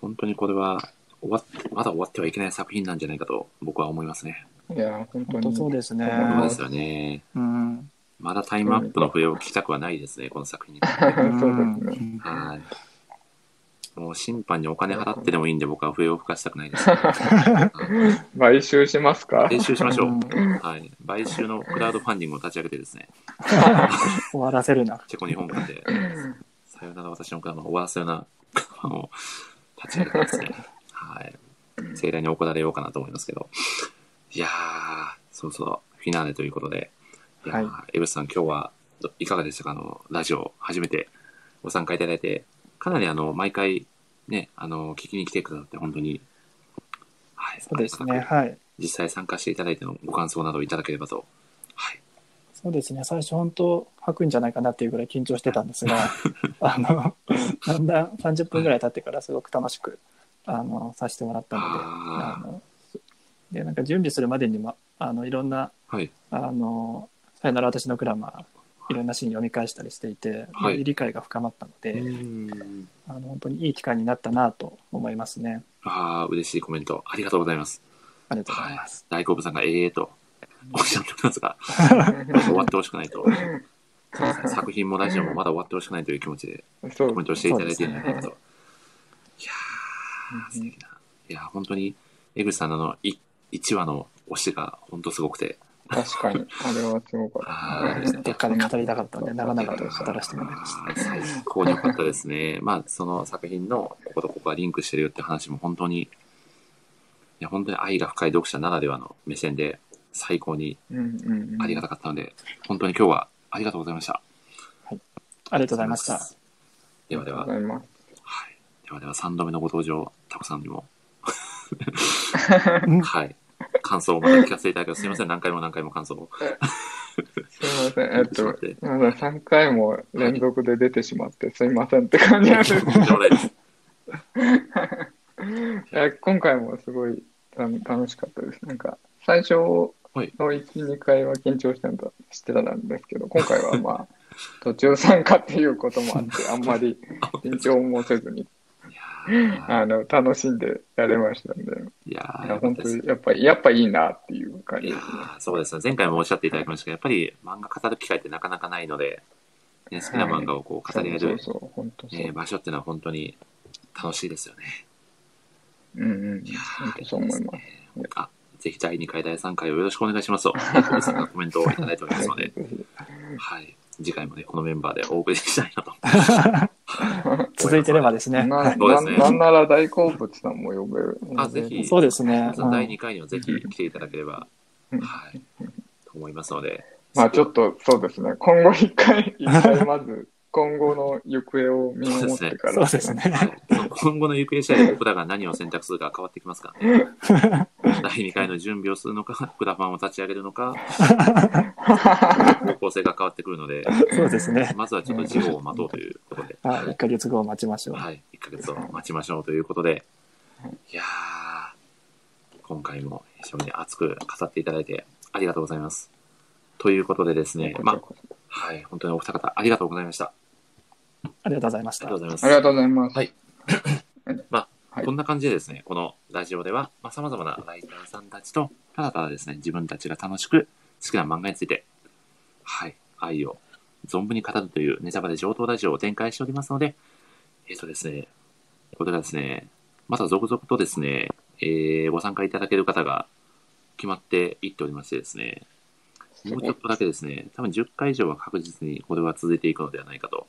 [SPEAKER 1] 本当にこれは終わっ、まだ終わってはいけない作品なんじゃないかと僕は思いますね。
[SPEAKER 3] いや、本当
[SPEAKER 2] 本当そう
[SPEAKER 3] に。
[SPEAKER 2] ですね。
[SPEAKER 3] あー
[SPEAKER 1] そうですよね。
[SPEAKER 2] うん。
[SPEAKER 1] まだタイムアップの笛を聞きたくはないですね、この作品。
[SPEAKER 3] そうですね。
[SPEAKER 2] ね。
[SPEAKER 1] はい。もう審判にお金払ってでもいいんで、僕は笛を吹かしたくない です、ね。
[SPEAKER 3] 買収しますか
[SPEAKER 1] 練習しましょ
[SPEAKER 2] うん
[SPEAKER 1] う。はい。買収のクラウドファンディングを立ち上げてですね、
[SPEAKER 2] 終わらせるな。
[SPEAKER 1] チェコ日本館で、さよなら私の車を終わらせるような車を立ち上げてですね、はい。盛大に行われようかなと思いますけど。いやー、そうそう、フィナーレということで、いやー、
[SPEAKER 2] は
[SPEAKER 1] エブスさん今日はどいかがでしたかあの、ラジオ初めてご参加いただいて、かなりあの、毎回ね、あの、聞きに来てくださって本当に、はい、
[SPEAKER 2] そうです
[SPEAKER 1] あり
[SPEAKER 2] ね。
[SPEAKER 1] がたく
[SPEAKER 2] はい。
[SPEAKER 1] 実際参加していただいてのご感想などをいただければと。はい。
[SPEAKER 2] そうですね、最初、本当、吐くんじゃないかなっていうぐらい緊張してたんで すが、あのだんだん30分ぐらい経ってから、すごく楽しくあのさせてもらったので、あ
[SPEAKER 1] あ
[SPEAKER 2] のでなんか準備するまでにも、あのいろんな、
[SPEAKER 1] ーはい。
[SPEAKER 2] あのさよなら私のクラマー、いろんなシーン読み返したりしていて、
[SPEAKER 1] はい
[SPEAKER 2] より理解が深まったので、
[SPEAKER 1] うん
[SPEAKER 2] あの、本当にいい機会になったなと思いますね。
[SPEAKER 1] ああ、嬉しいコメント。ありがとうございます。
[SPEAKER 2] ありがとうございます。
[SPEAKER 1] 大好物さんがええとおっしゃっております が、終わってほしくないと。作品もラジオもまだ終わってほしくないという気持ちで
[SPEAKER 3] そ
[SPEAKER 1] コ
[SPEAKER 3] う
[SPEAKER 1] メン
[SPEAKER 3] で
[SPEAKER 1] トしていただいているんじゃないかと。いやー、素敵な。いやー、本当に、江口さんのあのい1話の推しが本当すごくて。
[SPEAKER 3] す。確かに。あれはすごか
[SPEAKER 1] は
[SPEAKER 3] っ
[SPEAKER 1] い
[SPEAKER 3] た。
[SPEAKER 2] どっかで語りたかったので、長々と語らせてもらいました。
[SPEAKER 1] 最高に良かったです ね。まあ、その作品のこことここがリンクしてるよって話も本当に、いや、本当に愛が深い読者ならではの目線で最高に
[SPEAKER 3] うんうんうん
[SPEAKER 1] ありがたかったので、本当に今日はありがとうございました。
[SPEAKER 2] ありがとうございました。。
[SPEAKER 1] ではで
[SPEAKER 3] ありが
[SPEAKER 1] は
[SPEAKER 3] とうご、ざいます。
[SPEAKER 1] はい。ではでは3度目のご登場、タコさんにも、
[SPEAKER 2] うん
[SPEAKER 1] はい。感想をまた聞かせていただきます。すみません、何回も何回も感想を。
[SPEAKER 3] すいません。えっ
[SPEAKER 1] 言
[SPEAKER 3] と、
[SPEAKER 1] ってしまって
[SPEAKER 3] すいません。3回も連続で出てしまって、すいませんって感じなんです
[SPEAKER 1] とんでもない です
[SPEAKER 3] え今回もすごいた楽しかったです。なんか、最初の
[SPEAKER 1] はい
[SPEAKER 3] 1、2回は緊張してたしてたんですけど、今回はまあ、途中参加っていうこともあって、あんま り緊張もせずに、
[SPEAKER 1] いや
[SPEAKER 3] あの、楽しんでやれましたんで、
[SPEAKER 1] ーいや
[SPEAKER 3] い
[SPEAKER 1] ー
[SPEAKER 3] や
[SPEAKER 1] よかっ
[SPEAKER 3] 本
[SPEAKER 1] た
[SPEAKER 3] 当
[SPEAKER 1] です
[SPEAKER 3] に、やっぱり、やっぱいいなっていう感
[SPEAKER 1] い
[SPEAKER 3] じで
[SPEAKER 1] や
[SPEAKER 3] すね。
[SPEAKER 1] ーそうですね。前回もおっしゃっていただきましたけど、やっぱり漫画語る機会ってなかなかないので、ね、好きな漫画をこう語り合え
[SPEAKER 3] そ
[SPEAKER 1] る
[SPEAKER 3] う、そう、本当そう。
[SPEAKER 1] ね、場所っていうのは本当に楽しいですよね。
[SPEAKER 3] うんうん
[SPEAKER 1] いや。
[SPEAKER 3] 本当そう思います。
[SPEAKER 1] す。あ、ぜひ第2回、第3回をよろしくお願いしますと、 小さんがコメントをいただいておりますので、はい。次回もね、このメンバーでお送りしたい なと。
[SPEAKER 2] 続いてればですね。
[SPEAKER 3] な
[SPEAKER 1] そうで
[SPEAKER 3] な
[SPEAKER 1] すね
[SPEAKER 3] なんなら大好物さんも呼べる。
[SPEAKER 1] あ、ぜひ、
[SPEAKER 2] そうですね。
[SPEAKER 1] その第2回にはぜひ来ていただければ、
[SPEAKER 3] うん
[SPEAKER 1] はい、と思いますので、
[SPEAKER 3] まあちょっとそうですね、今後一回、一回まず、今後の行方を見守ってから、
[SPEAKER 2] そうですね。
[SPEAKER 1] はいその今後の行方次第で僕らが何を選択するか変わってきますからね。第 2回の準備をするのか、クラファンを立ち上げるの か、方向性が変わってくるので、
[SPEAKER 2] そうですね。
[SPEAKER 1] まずはちょっと事後を待とうということで、
[SPEAKER 2] はい、1ヶ月後を待ちましょう。
[SPEAKER 1] はい、1ヶ月を待ちましょうということで、いやー、今回も非常に熱く語っていただいてありがとうございます。ということでですね、まあ、はい、本当にお二方ありがとうございました。
[SPEAKER 2] ありがとうございまし
[SPEAKER 1] あり
[SPEAKER 2] た
[SPEAKER 1] がとう。ございます。
[SPEAKER 3] ありがとうございます。
[SPEAKER 1] はい。まあ、
[SPEAKER 3] はい
[SPEAKER 1] こんな感じでですね、このラジオでは、まあ、様々なライターさんたちと、ただただですね、自分たちが楽しく好きな漫画について、はい、愛を存分に語るというネタバレ上等ラジオを展開しておりますので、えっ、とですね、これがですね、また続々とですね、えーご参加いただける方が決まっていっておりましてですね、
[SPEAKER 3] す
[SPEAKER 1] もう
[SPEAKER 3] ご
[SPEAKER 1] ちょっ
[SPEAKER 3] い。
[SPEAKER 1] とだけですね、多分10回以上は確実にこれは続いていくのではないかと、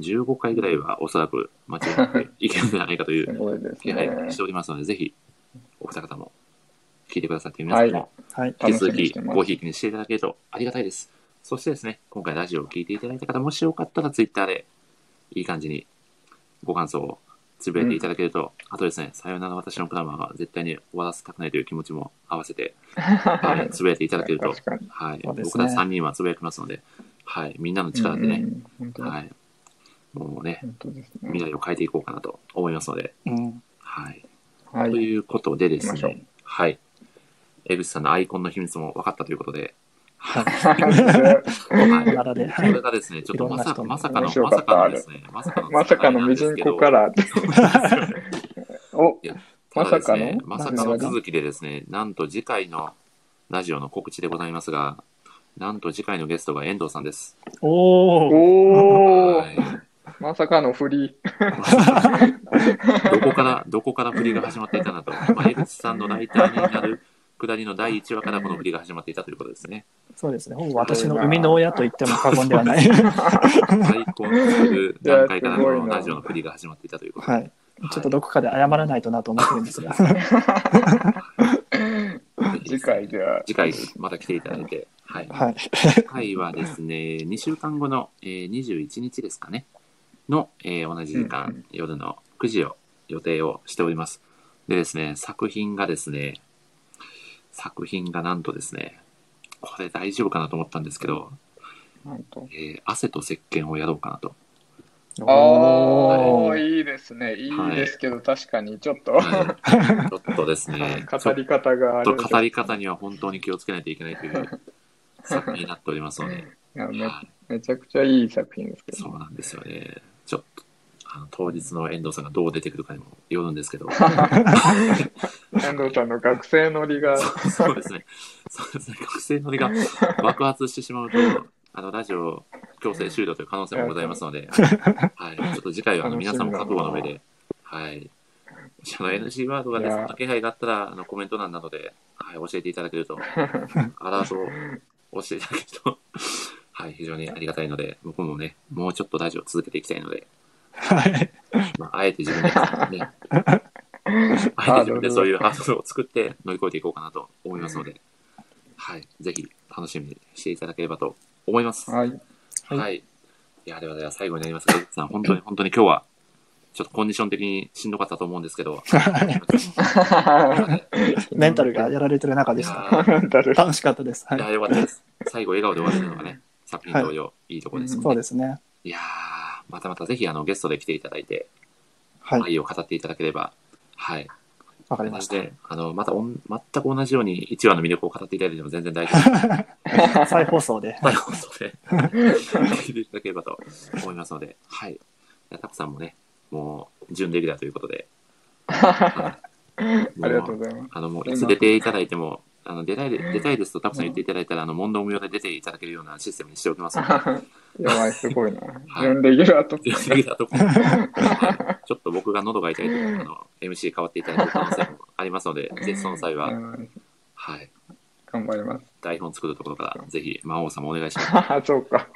[SPEAKER 1] 15回ぐらいはおそらく間違っていけるのではないかとい
[SPEAKER 3] す
[SPEAKER 1] う
[SPEAKER 3] ごいです
[SPEAKER 1] 気
[SPEAKER 3] ね。
[SPEAKER 1] 配をしておりますので、ぜひお二方も聞いてくださって皆さんも
[SPEAKER 2] はい。
[SPEAKER 1] 引き続
[SPEAKER 3] 楽
[SPEAKER 1] き
[SPEAKER 3] しみにしてます
[SPEAKER 1] ごひいきにしていただけるとありがたいです。そしてですね、今回ラジオを聞いていただいた方、もしよかったらツイッターでいい感じにご感想をつぶやいていただけると、あとですね、さよなら私のクラマーが絶対に終わらせたくないという気持ちも合わせて、はい、つぶやいていただけると
[SPEAKER 3] 確かに。
[SPEAKER 1] はい。
[SPEAKER 2] そうですね
[SPEAKER 1] 僕ら3人はつぶやきますので、はい。みんなの力でね、
[SPEAKER 3] うん本当に
[SPEAKER 1] はい。もうね、
[SPEAKER 3] 本当ですね。
[SPEAKER 1] 未来を変えていこうかなと思いますので、
[SPEAKER 2] うん。
[SPEAKER 1] はい。
[SPEAKER 3] は
[SPEAKER 1] と
[SPEAKER 3] い。
[SPEAKER 1] いうことでです
[SPEAKER 3] 行きましょ
[SPEAKER 1] ね、はい。江口さんのアイコンの秘密も分かったということで、 はい。
[SPEAKER 2] おならで。
[SPEAKER 1] こ
[SPEAKER 2] はい
[SPEAKER 1] れがですね、ちょっとまさ
[SPEAKER 2] いろん
[SPEAKER 1] ま
[SPEAKER 2] な
[SPEAKER 1] さかの、ま
[SPEAKER 2] 人の
[SPEAKER 3] 面白か
[SPEAKER 1] さ
[SPEAKER 3] った
[SPEAKER 1] か
[SPEAKER 3] あ
[SPEAKER 1] ので
[SPEAKER 3] れ
[SPEAKER 1] すね、まさかの、
[SPEAKER 3] まさかのミジン コか。ら。お、
[SPEAKER 1] ただです
[SPEAKER 3] まさ
[SPEAKER 1] ね
[SPEAKER 3] かの
[SPEAKER 1] まさかの続きでですね、なんと次回のラジオの告知でございますが、なんと次回のゲストが遠藤さんです。
[SPEAKER 2] おお。
[SPEAKER 3] お
[SPEAKER 1] は
[SPEAKER 3] ー、
[SPEAKER 1] い。
[SPEAKER 3] まさかのフリー。
[SPEAKER 1] どこから、どこから振りが始まっていたなと。まあ、江口さんのライターになる下りの第1話からこの振りが始まっていたということですね。
[SPEAKER 2] そうですね。ほぼ私の生みの親と言っても過言ではない。 は
[SPEAKER 1] 最高の段階からこのラジオの振りが始まっていたということで。
[SPEAKER 2] い。ちょっとどこかで謝らないとなと思ってるんですが。
[SPEAKER 1] はい
[SPEAKER 3] 次回じゃあ、
[SPEAKER 1] 次回、また来ていただいて。はい。
[SPEAKER 2] はい。
[SPEAKER 1] 次回はですね、2週間後の、えー21日ですかね、の、えー同じ時間、
[SPEAKER 3] うんう
[SPEAKER 1] 夜の9時を予定をしております。でですね、作品がですね、作品がなんとですね、これ大丈夫かなと思ったんですけど、
[SPEAKER 3] なんと。
[SPEAKER 1] えー汗と石鹸をやろうかなと。
[SPEAKER 3] あ
[SPEAKER 2] お
[SPEAKER 3] あ、
[SPEAKER 2] ー
[SPEAKER 3] いいですね。いいですけど、確かにちょっと、
[SPEAKER 1] はいちょっとですね、ちょ
[SPEAKER 3] 語
[SPEAKER 1] っ
[SPEAKER 3] り方があ
[SPEAKER 1] と
[SPEAKER 3] れ
[SPEAKER 1] 語り方には本当に気をつけないといけないという作品になっておりますので、
[SPEAKER 3] いやめ
[SPEAKER 1] はい
[SPEAKER 3] めちゃくちゃいい作品ですけ
[SPEAKER 1] そ
[SPEAKER 3] ど。
[SPEAKER 1] うなんですよね。ちょっと、あの当日の遠藤さんがどう出てくるかにもよるんですけど、
[SPEAKER 3] 遠藤さんの学生乗りが、
[SPEAKER 1] そうそうですね。そうですね。学生のりが爆発してしまうと、あの、ラジオ強制終了という可能性もございますの で、はい。ちょっと次回は、あの、
[SPEAKER 3] 楽し
[SPEAKER 1] 皆
[SPEAKER 3] み
[SPEAKER 1] さ
[SPEAKER 3] だ
[SPEAKER 1] んも
[SPEAKER 3] な
[SPEAKER 1] 覚悟の上で、はい。もしあの、NG ワードがね、
[SPEAKER 3] いや
[SPEAKER 1] そんな気配があったら、あの、コメント欄などで、はい、教えていただけ ると、アラートを教えていただけると、はい、非常にありがたいので、僕もね、もうちょっとラジオ続けていきたいので、
[SPEAKER 2] はい。
[SPEAKER 1] まあ、あえて自分で、ね、あえて自分でそういうハードルを作って乗り越えていこうかなと思いますので、はい、ぜひ楽しみにしていただければと思います。
[SPEAKER 3] はい。
[SPEAKER 1] はい。い、や、ではでは最後になりますが、ゆきさん、本当に本当に今日は、ちょっとコンディション的にしんどかったと思うんですけど、
[SPEAKER 2] メンタルがやられてる中
[SPEAKER 1] い
[SPEAKER 2] でした。
[SPEAKER 1] や
[SPEAKER 3] メンタル。
[SPEAKER 2] 楽しかったです。はいい。
[SPEAKER 1] や、よかったです。最後、笑顔で終われるのがね、作品同様、い、いとこです、
[SPEAKER 2] そうですね。
[SPEAKER 1] いやー、またまたぜひ、あの、ゲストで来ていただいて、
[SPEAKER 2] はい。
[SPEAKER 1] 愛を語っていただければ、はい、
[SPEAKER 2] わかりました。
[SPEAKER 1] で、あの、またおん、全く同じように1話の魅力を語っていただいても全然大丈夫です。
[SPEAKER 2] 再放送で。
[SPEAKER 1] 最後で、 聞いていただければと思いますので、はい。タコさんもね、もう、準レギュラーということ で、あ
[SPEAKER 3] ありがとうございます。
[SPEAKER 1] あの、もう、いつ出ていただいても、あの、出たいで、出たいですとタコさん言っていただいたら、あの、問答無用で出ていただけるようなシステムにしておきます ので、
[SPEAKER 3] やばい、すごいな。準レギュラーと。
[SPEAKER 1] 準レギュラーとか、はいちょっと僕が喉が痛いとき、あの、MC 変わっていただける可能性もありますので、ぜひその際
[SPEAKER 3] や
[SPEAKER 1] は、
[SPEAKER 3] ばい
[SPEAKER 1] はい。
[SPEAKER 3] 頑張ります。
[SPEAKER 1] 台本作るところから、ぜひ、魔王様お願いします。 よ
[SPEAKER 3] あ そうか。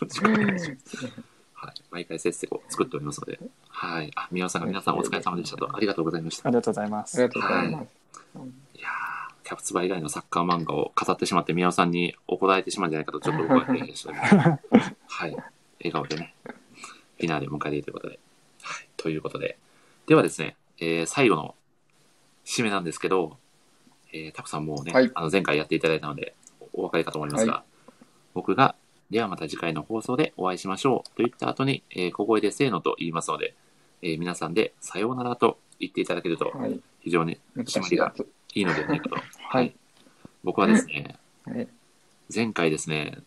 [SPEAKER 1] ろしくお願いします。はい。毎回せっせこ作っておりますので。はい。あ、宮尾さんが皆さんお疲れ様でしたと。ありがとうございまし
[SPEAKER 2] あ
[SPEAKER 1] た。
[SPEAKER 2] りがとうございま
[SPEAKER 3] あり
[SPEAKER 2] す
[SPEAKER 3] が。とうございます。
[SPEAKER 1] いやーキャプツバ以外のサッカー漫画を語ってしまって、宮尾さんに怒られてしまうんじゃないかと、ちょっと僕はヘラヘラしており ます。はい。笑顔でね、フィナーレ迎えているということで。はい。ということで。ではですね、えー最後の締めなんですけど、えー、タコさんもうね、
[SPEAKER 3] はい
[SPEAKER 1] あの前回やっていただいたので、おお別れかと思いますが、
[SPEAKER 3] は
[SPEAKER 1] 僕が、ではまた次回の放送でお会いしましょうと言った後に、えー小声でせーのと言いますので、えー皆さんでさようならと言っていただけると、
[SPEAKER 3] はい。
[SPEAKER 1] 非常に
[SPEAKER 3] 難
[SPEAKER 1] 締ま
[SPEAKER 3] しい
[SPEAKER 1] り
[SPEAKER 3] や
[SPEAKER 1] が
[SPEAKER 3] つ。
[SPEAKER 1] いいのではないかと。
[SPEAKER 2] はい。
[SPEAKER 1] 僕はですね、
[SPEAKER 3] はい。
[SPEAKER 1] 前回ですね、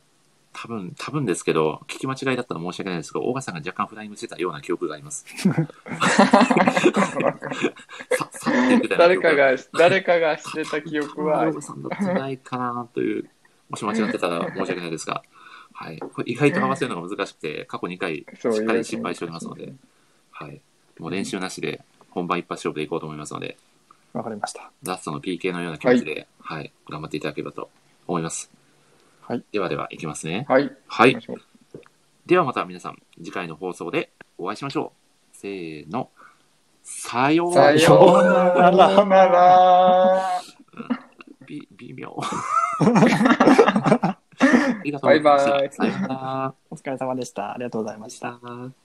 [SPEAKER 1] 多分、多分ですけど、聞き間違いだったら申し訳ないですが、大賀さんが若干フライングしてたような記憶があります。さ、さって言ってたような
[SPEAKER 3] 誰
[SPEAKER 1] 記憶
[SPEAKER 3] か
[SPEAKER 1] あります
[SPEAKER 3] が、誰かがしてた記憶はあ
[SPEAKER 1] 多分
[SPEAKER 3] る
[SPEAKER 1] 大。賀さんだったんじゃないかなという、もし間違ってたら申し訳ないですが、はい。これ意外と合わせるのが難しくて、過去2回
[SPEAKER 3] そう
[SPEAKER 1] しっか
[SPEAKER 3] いう
[SPEAKER 1] り 失敗しておりますので、はい。もう練習なしで本番一発勝負でいこうと思いますので、
[SPEAKER 2] わかりました。
[SPEAKER 1] ラストの PK のような気持ちで、はい、頑張っていただければと思います。
[SPEAKER 2] はい。
[SPEAKER 1] ではでは、いきますね。
[SPEAKER 3] はい。
[SPEAKER 1] は
[SPEAKER 3] 行き
[SPEAKER 1] い
[SPEAKER 3] ま。しょう
[SPEAKER 1] ではまた皆さん、次回の放送でお会いしましょう。せーの。さよう
[SPEAKER 3] さよう
[SPEAKER 2] あ
[SPEAKER 3] な
[SPEAKER 2] ら
[SPEAKER 3] ら。
[SPEAKER 1] び微 妙。 ありがとう
[SPEAKER 3] バイ
[SPEAKER 1] ございま
[SPEAKER 3] バイ
[SPEAKER 1] した。さようなら。
[SPEAKER 2] お疲れ様でした。ありがとうございまし
[SPEAKER 1] さよ
[SPEAKER 2] た。
[SPEAKER 1] うなら